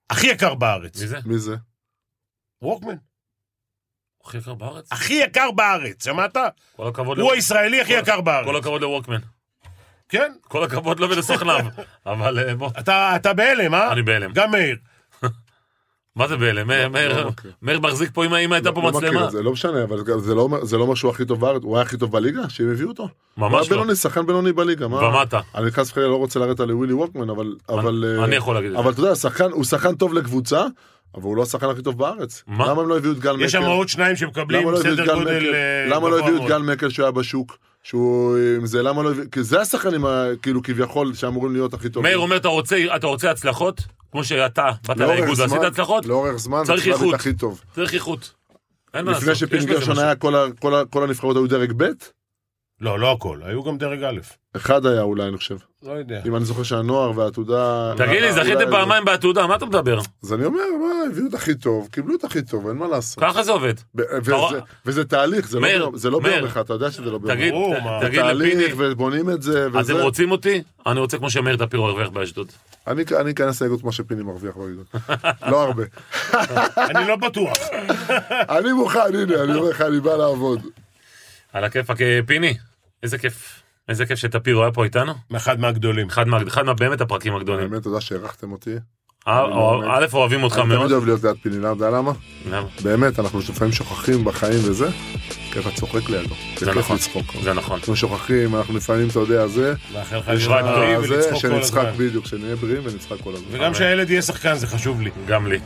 Speaker 2: הכי יקר בארץ.
Speaker 1: מי זה?
Speaker 3: מי זה?
Speaker 2: ווקמן.
Speaker 1: הוא הכי יקר בארץ?
Speaker 2: הכי יקר בארץ, שמעת?
Speaker 1: כל הכבוד
Speaker 2: הוא
Speaker 1: לו-
Speaker 2: הישראלי הכי
Speaker 1: לא, כל-
Speaker 2: יקר
Speaker 1: כל
Speaker 2: בארץ.
Speaker 1: הכבוד לווקמן.
Speaker 2: כן,
Speaker 1: כל הכבוד לו ולסוכניו. אבל אה, בוא,
Speaker 2: אתה אתה בהלם, אה?
Speaker 1: אני בהלם.
Speaker 2: גם מאיר.
Speaker 1: מה זה בהלם? מאיר- מאיר-
Speaker 3: מכיר.
Speaker 1: מאיר מחזיק פה, אם האמא הייתה פה
Speaker 3: לא מכיר
Speaker 1: מצלמה.
Speaker 3: את זה, לא משנה, אבל גם זה לא אומר- זה לא אומר שהוא הכי טוב בארץ, הוא היה הכי טוב בליגה, שהם הביאו אותו. הוא היה
Speaker 1: ממש לא.
Speaker 3: בינוני, שחקן בינוני בליגה, מה?
Speaker 1: ומטה.
Speaker 3: אני חס וחלילה לא רוצה לרדת על ווילי ווקמן, אבל... אבל, אה,
Speaker 1: אני יכול להגיד את
Speaker 3: אבל אתה יודע, שחקן- הוא שחקן טוב לקבוצה, אבל הוא לא השחקן הכי טוב בארץ.
Speaker 1: מה?
Speaker 3: למה הם לא הביאו את גל מקל?
Speaker 2: יש שם עוד שניים שמקבלים
Speaker 3: למה לא הביאו את
Speaker 2: סדר
Speaker 3: גל
Speaker 2: גודל
Speaker 3: מקל?
Speaker 2: אה,
Speaker 3: למה לא
Speaker 2: גבוה
Speaker 3: הביאו את
Speaker 2: מאוד.
Speaker 3: גל מקל שהיה בשוק? שהוא עם זה, למה לא הביאו... כי זה השחקנים, ה- כאילו, כביכול, שאמורים להיות הכי
Speaker 1: זה.
Speaker 3: טובים.
Speaker 1: מאיר אומר, "אתה רוצה- אתה רוצה הצלחות? כמו שאתה באת
Speaker 3: לאורך
Speaker 1: לאיגוד ועשית
Speaker 3: זמן- לא.
Speaker 1: הצלחות?
Speaker 3: לאורך זמן,
Speaker 1: צריך
Speaker 3: צריך להיות
Speaker 1: איכות.
Speaker 3: הכי טוב.
Speaker 1: צריך איכות. אין מה לעשות.
Speaker 3: לפני
Speaker 1: יש בזה
Speaker 3: שפינגרשון
Speaker 1: משהו.
Speaker 3: היה, כל ה- כל ה- כל הנבחרות היו דרג ב',
Speaker 2: לא, לא הכל, היו גם דרג א'.
Speaker 3: אחד היה אולי, אני חושב.
Speaker 2: לא יודע.
Speaker 3: אם אני זוכר שהנוער והעתודה...
Speaker 1: תגיד לי,
Speaker 3: אולי-
Speaker 1: זכיתם פעמיים בעתודה, מה אתה מדבר?
Speaker 3: אז אני אומר, מה, הביאו את הכי טוב, קיבלו את הכי טוב, אין מה לעשות.
Speaker 1: ככה זה עובד.
Speaker 3: ב- וזה- וזה תהליך, זה לא
Speaker 1: מאיר,
Speaker 3: ביום- זה לא
Speaker 1: מאיר.
Speaker 3: ביום אחד, אתה יודע שזה לא ביום
Speaker 1: תגיד,
Speaker 3: אחד.
Speaker 2: ברור,
Speaker 1: ת-
Speaker 2: מה.
Speaker 1: תגיד
Speaker 3: תהליך,
Speaker 1: לפיני,
Speaker 3: ובונים את זה, וזה...
Speaker 1: אתם רוצים אותי? אני רוצה כמו שמאיר טפירו הרוויח באשדוד.
Speaker 3: אני אני אכנס לאגוד כמו שפיני מרוויח באגוד. לא הרבה.
Speaker 2: אני לא בטוח.
Speaker 3: אני מוכן, הנה, אני אומר לך, אני בא לעבוד.
Speaker 1: על הכיפאק, אה, פיני, איזה כיף. איזה כיף שטפירו היה פה איתנו.
Speaker 2: אחד מהגדולים.
Speaker 1: אחד מה- אחד מה באמת הפרקים הגדולים.
Speaker 3: באמת, תודה שהערכתם אותי.
Speaker 1: אה,
Speaker 3: אני לא-
Speaker 1: א', אוהבים אותך
Speaker 3: אני תמיד
Speaker 1: מאוד.
Speaker 3: אוהב להיות ליד פיני, אתה יודע למה?
Speaker 1: למה?
Speaker 3: באמת, אנחנו לפעמים שוכחים בחיים וזה, כי אתה צוחק לידו.
Speaker 1: זה נכון.
Speaker 3: לצחוק.
Speaker 1: זה נכון.
Speaker 3: אנחנו שוכחים, אנחנו לפעמים, אתה יודע, זה... אה,
Speaker 2: מאחל לך
Speaker 1: יש רק
Speaker 2: להיות בריא
Speaker 1: בריאים
Speaker 3: זה,
Speaker 2: ולצחוק כל
Speaker 3: שנצחק
Speaker 2: הזמן.
Speaker 3: בדיוק, שנהיה בריאים ונצחק כל הזמן.
Speaker 2: וגם שהילד יהיה שחקן, זה חשוב לי.
Speaker 1: גם לי.